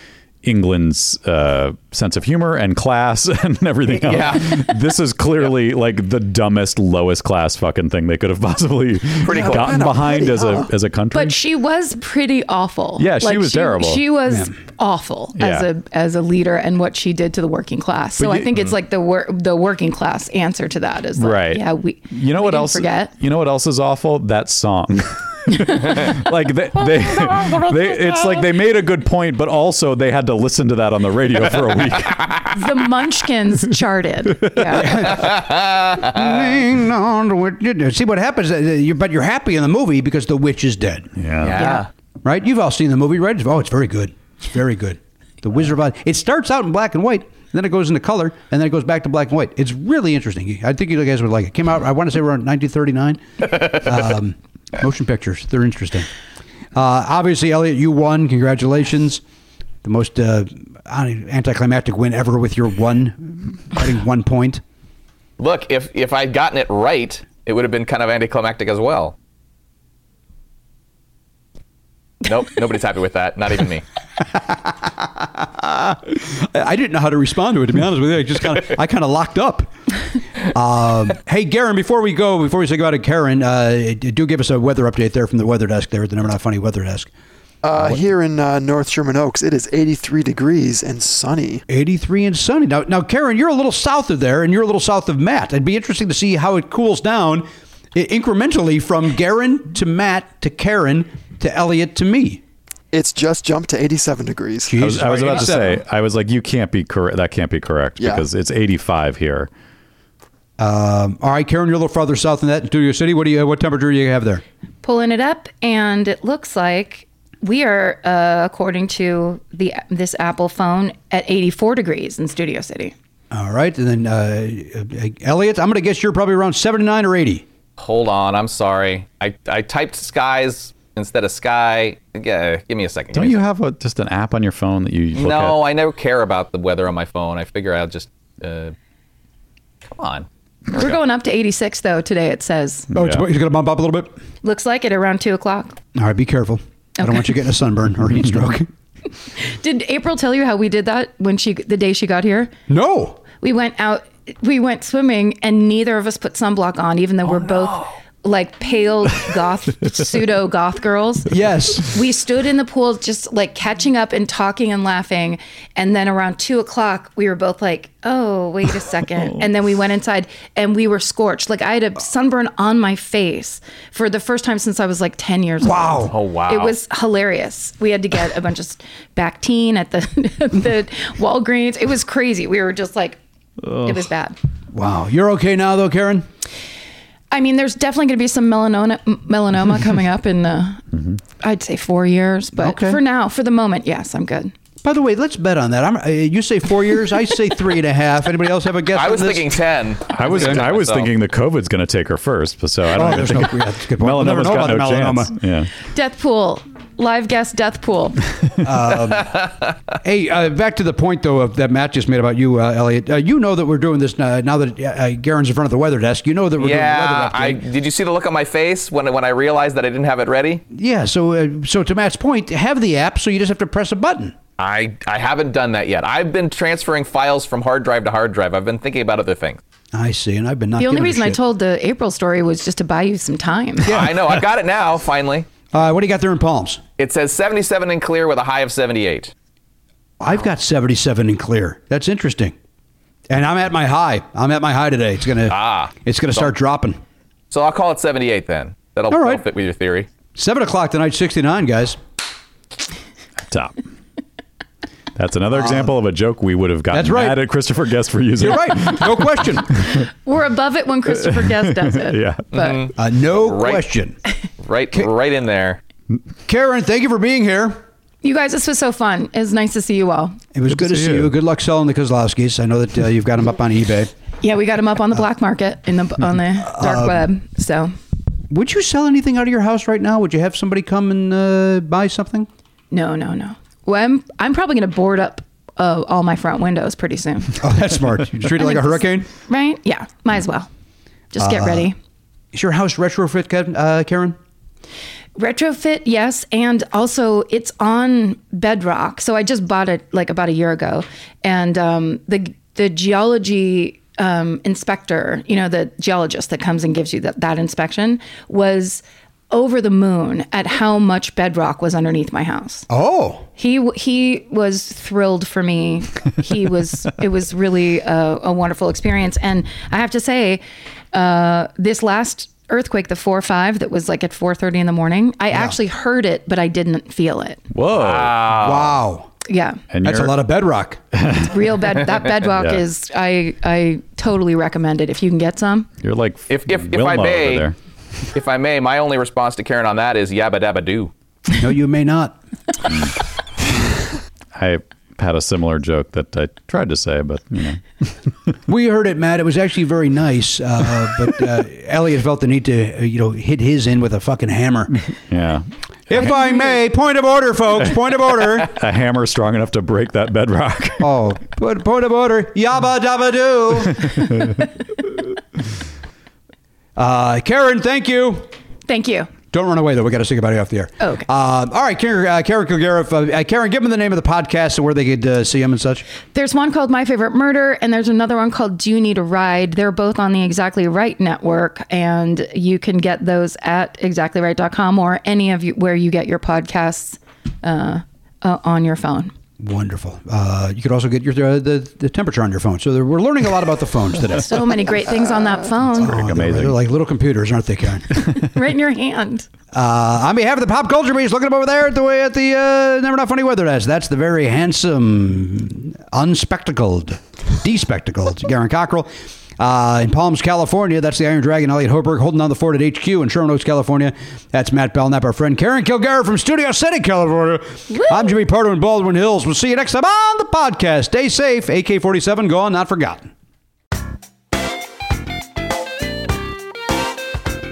Speaker 8: England's uh, sense of humor and class and everything else.
Speaker 10: Yeah.
Speaker 8: this is clearly like the dumbest, lowest class fucking thing they could have possibly
Speaker 10: Pretty cool.
Speaker 8: gotten
Speaker 10: Yeah,
Speaker 8: behind
Speaker 10: pretty
Speaker 8: as a as a country.
Speaker 11: But she was pretty awful.
Speaker 8: Yeah, she was terrible.
Speaker 11: She was
Speaker 8: Yeah.
Speaker 11: awful as
Speaker 8: Yeah.
Speaker 11: a as a leader and what she did to the working class.
Speaker 8: But
Speaker 11: So I
Speaker 8: you- Mm.
Speaker 11: think it's like the wor- the working class answer to that is like,
Speaker 8: right.
Speaker 11: Yeah, we.
Speaker 8: You know what else?
Speaker 11: forget.
Speaker 8: You know what else is awful? That song. like they,
Speaker 11: Oh,
Speaker 8: they, they, it's like they made a good point, but also they had to listen to that on the radio for a week.
Speaker 11: the Munchkins charted.
Speaker 7: Uh. Lean on the witch- See what happens, uh, you- but you're happy in the movie because the witch is dead.
Speaker 8: Yeah.
Speaker 10: Yeah.
Speaker 7: Right? You've all seen the movie, right? Oh, it's very good. It's very good. The Wizard of Oz. It starts out in black and white, and then it goes into color, and then it goes back to black and white. It's really interesting. I think you guys would like it. Came out, I want to say around 1939. Um, motion pictures, they're interesting. Uh, obviously, Elliot, you won. Congratulations. The most uh, anticlimactic win ever with your one, getting one point.
Speaker 10: Look, if if I'd gotten it right, it would have been kind of anticlimactic as well. Nope, nobody's happy with that. Not even me.
Speaker 7: I didn't know how to respond to it. To be honest with you, I just kind of I kind of locked up. Um, hey, Garen, before we go, before we say goodbye to Karen, uh, do give us a weather update there from the weather desk there at the Never Not Funny weather desk.
Speaker 9: Uh, here in uh, North Sherman Oaks, it is 83 degrees and sunny.
Speaker 7: 83 and sunny. Now, now, Karen, you're a little south of there, and you're a little south of Matt. It'd be interesting to see how it cools down i- incrementally from Garen to Matt to Karen to Elliot to me.
Speaker 9: It's just jumped to 87 degrees.
Speaker 8: I was, I was about to say, I was like, you can't be correct. That can't be correct
Speaker 9: Yeah.
Speaker 8: because it's 85 here.
Speaker 7: Um, all right, Karen, you're a little farther south than that in Studio City. What do you? What temperature do you have there?
Speaker 11: pulling it up, and it looks like we are, uh, according to the this Apple phone, at 84 degrees in Studio City.
Speaker 7: All right, and then uh, uh, Elliot, I'm going to guess you're probably around 79 or 80.
Speaker 10: Hold on, I'm sorry. I, I typed skies instead of sky. Yeah, give me a second.
Speaker 8: Don't you have a, just an app on your phone that you look
Speaker 10: no, I never care about the weather on my phone. I figure I'll just uh, come on. There we
Speaker 11: We're
Speaker 10: go.
Speaker 11: going up to 86 though today. It says
Speaker 7: Oh, it's, it's going to bump up a little bit.
Speaker 11: looks like it around two o'clock.
Speaker 7: All right, be careful. I don't
Speaker 11: Okay.
Speaker 7: want you getting a sunburn or heat stroke.
Speaker 11: Did April tell you how we did that when she the day she got here?
Speaker 7: no.
Speaker 11: We went out, we went swimming, and neither of us put sunblock on, even though we're both like pale goth pseudo goth girls.
Speaker 7: Yes.
Speaker 11: We stood in the pool just like catching up and talking and laughing. And then around two o'clock, we were both like, oh, wait a second. and then we went inside and we were scorched. Like I had a sunburn on my face for the first time since I was like 10 years old.
Speaker 10: Oh wow.
Speaker 11: It was hilarious. We had to get a bunch of Bactine at the the Walgreens. It was crazy. We were just like, it was bad.
Speaker 7: Wow. You're okay now, though, Karen?
Speaker 11: I mean, there's definitely going to be some melanoma melanoma coming up in, uh,
Speaker 7: Mm-hmm.
Speaker 11: I'd say four years, but for now, for the moment, yes, I'm good.
Speaker 7: By the way, let's bet on that. I'm, uh, you say four years, I say three and a half. Anybody else have a guess?
Speaker 10: I
Speaker 7: on
Speaker 10: was
Speaker 7: this?
Speaker 10: thinking ten.
Speaker 8: I was I was thinking the COVID's going to take her first, but so I don't
Speaker 7: Oh,
Speaker 8: even
Speaker 7: there's
Speaker 8: think
Speaker 7: no- yeah, that's a good point. We'll never
Speaker 8: melanoma's
Speaker 7: know
Speaker 8: got no
Speaker 7: about a
Speaker 8: chance. Yeah.
Speaker 11: Death pool, live guest death pool.
Speaker 7: Hey, uh, back to the point though of that Matt just made about you, uh, Elliot. Uh, you know that we're doing this now, now that uh, Garen's in front of the weather desk. You know that we're
Speaker 10: Yeah,
Speaker 7: doing the
Speaker 10: I,
Speaker 7: weather update.
Speaker 10: did you see the look on my face when when I realized that I didn't have it ready?
Speaker 7: Yeah. So, uh, so to Matt's point, have the app, so you just have to press a button.
Speaker 10: I I haven't done that yet. I've been transferring files from hard drive to hard drive. I've been thinking about other things.
Speaker 7: I see, and I've been not.
Speaker 11: the only
Speaker 7: giving a
Speaker 11: reason I
Speaker 7: shit.
Speaker 11: told the April story was just to buy you some time.
Speaker 10: I know. I've got it now. Finally,
Speaker 7: Uh, what do you got there in Palms?
Speaker 10: it says 77 and clear with a high of 78.
Speaker 7: I've got 77 in clear. That's interesting. And I'm at my high. I'm at my high today. It's gonna. Ah. It's gonna start dropping.
Speaker 10: So I'll call it 78 then. That'll,
Speaker 7: All right.
Speaker 10: that'll fit with your theory.
Speaker 7: Seven o'clock tonight. 69 guys.
Speaker 8: Top. That's another example of a joke we would have gotten
Speaker 7: That's right.
Speaker 8: mad at Christopher Guest for using.
Speaker 7: You're right. No question.
Speaker 11: We're above it when Christopher Guest does it.
Speaker 8: yeah.
Speaker 11: But
Speaker 7: Uh, no
Speaker 10: Right.
Speaker 7: question.
Speaker 10: Right, right in there.
Speaker 7: Karen, thank you for being here.
Speaker 11: you guys, this was so fun. It was nice to see you all.
Speaker 7: It was good, to see you. Good luck selling the Kozlowskis. I know that uh, you've got them up on eBay.
Speaker 11: Yeah, we got them up on the black market in the on the dark
Speaker 7: Um,
Speaker 11: web. So
Speaker 7: Would you sell anything out of your house right now? Would you have somebody come and uh, buy something?
Speaker 11: no, no, no. Well, I'm I'm probably going to board up uh, all my front windows pretty soon.
Speaker 7: Oh, that's smart. You treat
Speaker 11: I
Speaker 7: it like a
Speaker 11: think this-
Speaker 7: hurricane.
Speaker 11: right? Yeah, might as well. Just get
Speaker 7: Uh,
Speaker 11: ready.
Speaker 7: Is your house retrofit, Kev- uh, Karen?
Speaker 11: Retrofit, yes, and also it's on Bedrock. So I just bought it like about a year ago, and um, the the geology um, inspector, you know, the geologist that comes and gives you that that inspection, was over the moon at how much bedrock was underneath my house.
Speaker 7: Oh,
Speaker 11: He w- he was thrilled for me. He was it was really a, a wonderful experience, and I have to say, uh, this last earthquake, the four five, that was like at four thirty in the morning. I actually heard it, but I didn't feel it.
Speaker 17: Whoa! Wow!
Speaker 7: Wow!
Speaker 11: Yeah,
Speaker 7: that's a lot of bedrock.
Speaker 11: real bed. That bedrock
Speaker 17: Yeah.
Speaker 11: is I I totally recommend it if you can get some.
Speaker 17: You're like
Speaker 10: if if, if
Speaker 17: Wilma
Speaker 10: I
Speaker 17: over
Speaker 10: may,
Speaker 17: there.
Speaker 10: if I may, my only response to Karen on that is yabba dabba doo.
Speaker 7: no, you may not.
Speaker 17: I had a similar joke that I tried to say, but you know,
Speaker 7: We heard it, Matt. It was actually very nice, uh, but uh, Elliot felt the need to, uh, you know, hit his in with a fucking hammer.
Speaker 17: yeah.
Speaker 7: If I may, point of order, folks. Point of order.
Speaker 17: a hammer strong enough to break that bedrock.
Speaker 7: Oh, but point of order. Yabba dabba doo. uh, Karen, thank you.
Speaker 11: Thank you.
Speaker 7: Don't run away though. We got to sing about it off the air.
Speaker 11: Oh, okay.
Speaker 7: Um, all right, Karen, uh, Karen Kilgariff. Uh, uh, Karen, give them the name of the podcast and where they could uh, see him and such.
Speaker 11: There's one called My Favorite Murder, and there's another one called Do You Need a Ride? They're both on the Exactly Right network, and you can get those at exactlyright.com or any of you where you get your podcasts uh, uh, on your phone.
Speaker 7: Wonderful. Uh, you could also get your uh, the the temperature on your phone. So there, we're learning a lot about the phones today.
Speaker 11: So many great things on that phone,
Speaker 7: Oh, they're- They're, like little computers, aren't they, Karen?
Speaker 11: right in your hand.
Speaker 7: uh, on behalf of the pop culture beast, look at him over there at the way at the uh, Never Not Funny Weather Desk. That's the very handsome, unspectacled, despectacled Garen Cockrell. Uh, in Palms, California, that's the Iron Dragon, Elliot Hoberg, holding down the fort at HQ in Sherman Oaks, California. That's Matt Belknap, our friend Karen Kilgariff from Studio City, California. I'm Jimmy Pardo in Baldwin Hills. We'll see you next time on the podcast. Stay safe. AK 47, gone, not forgotten.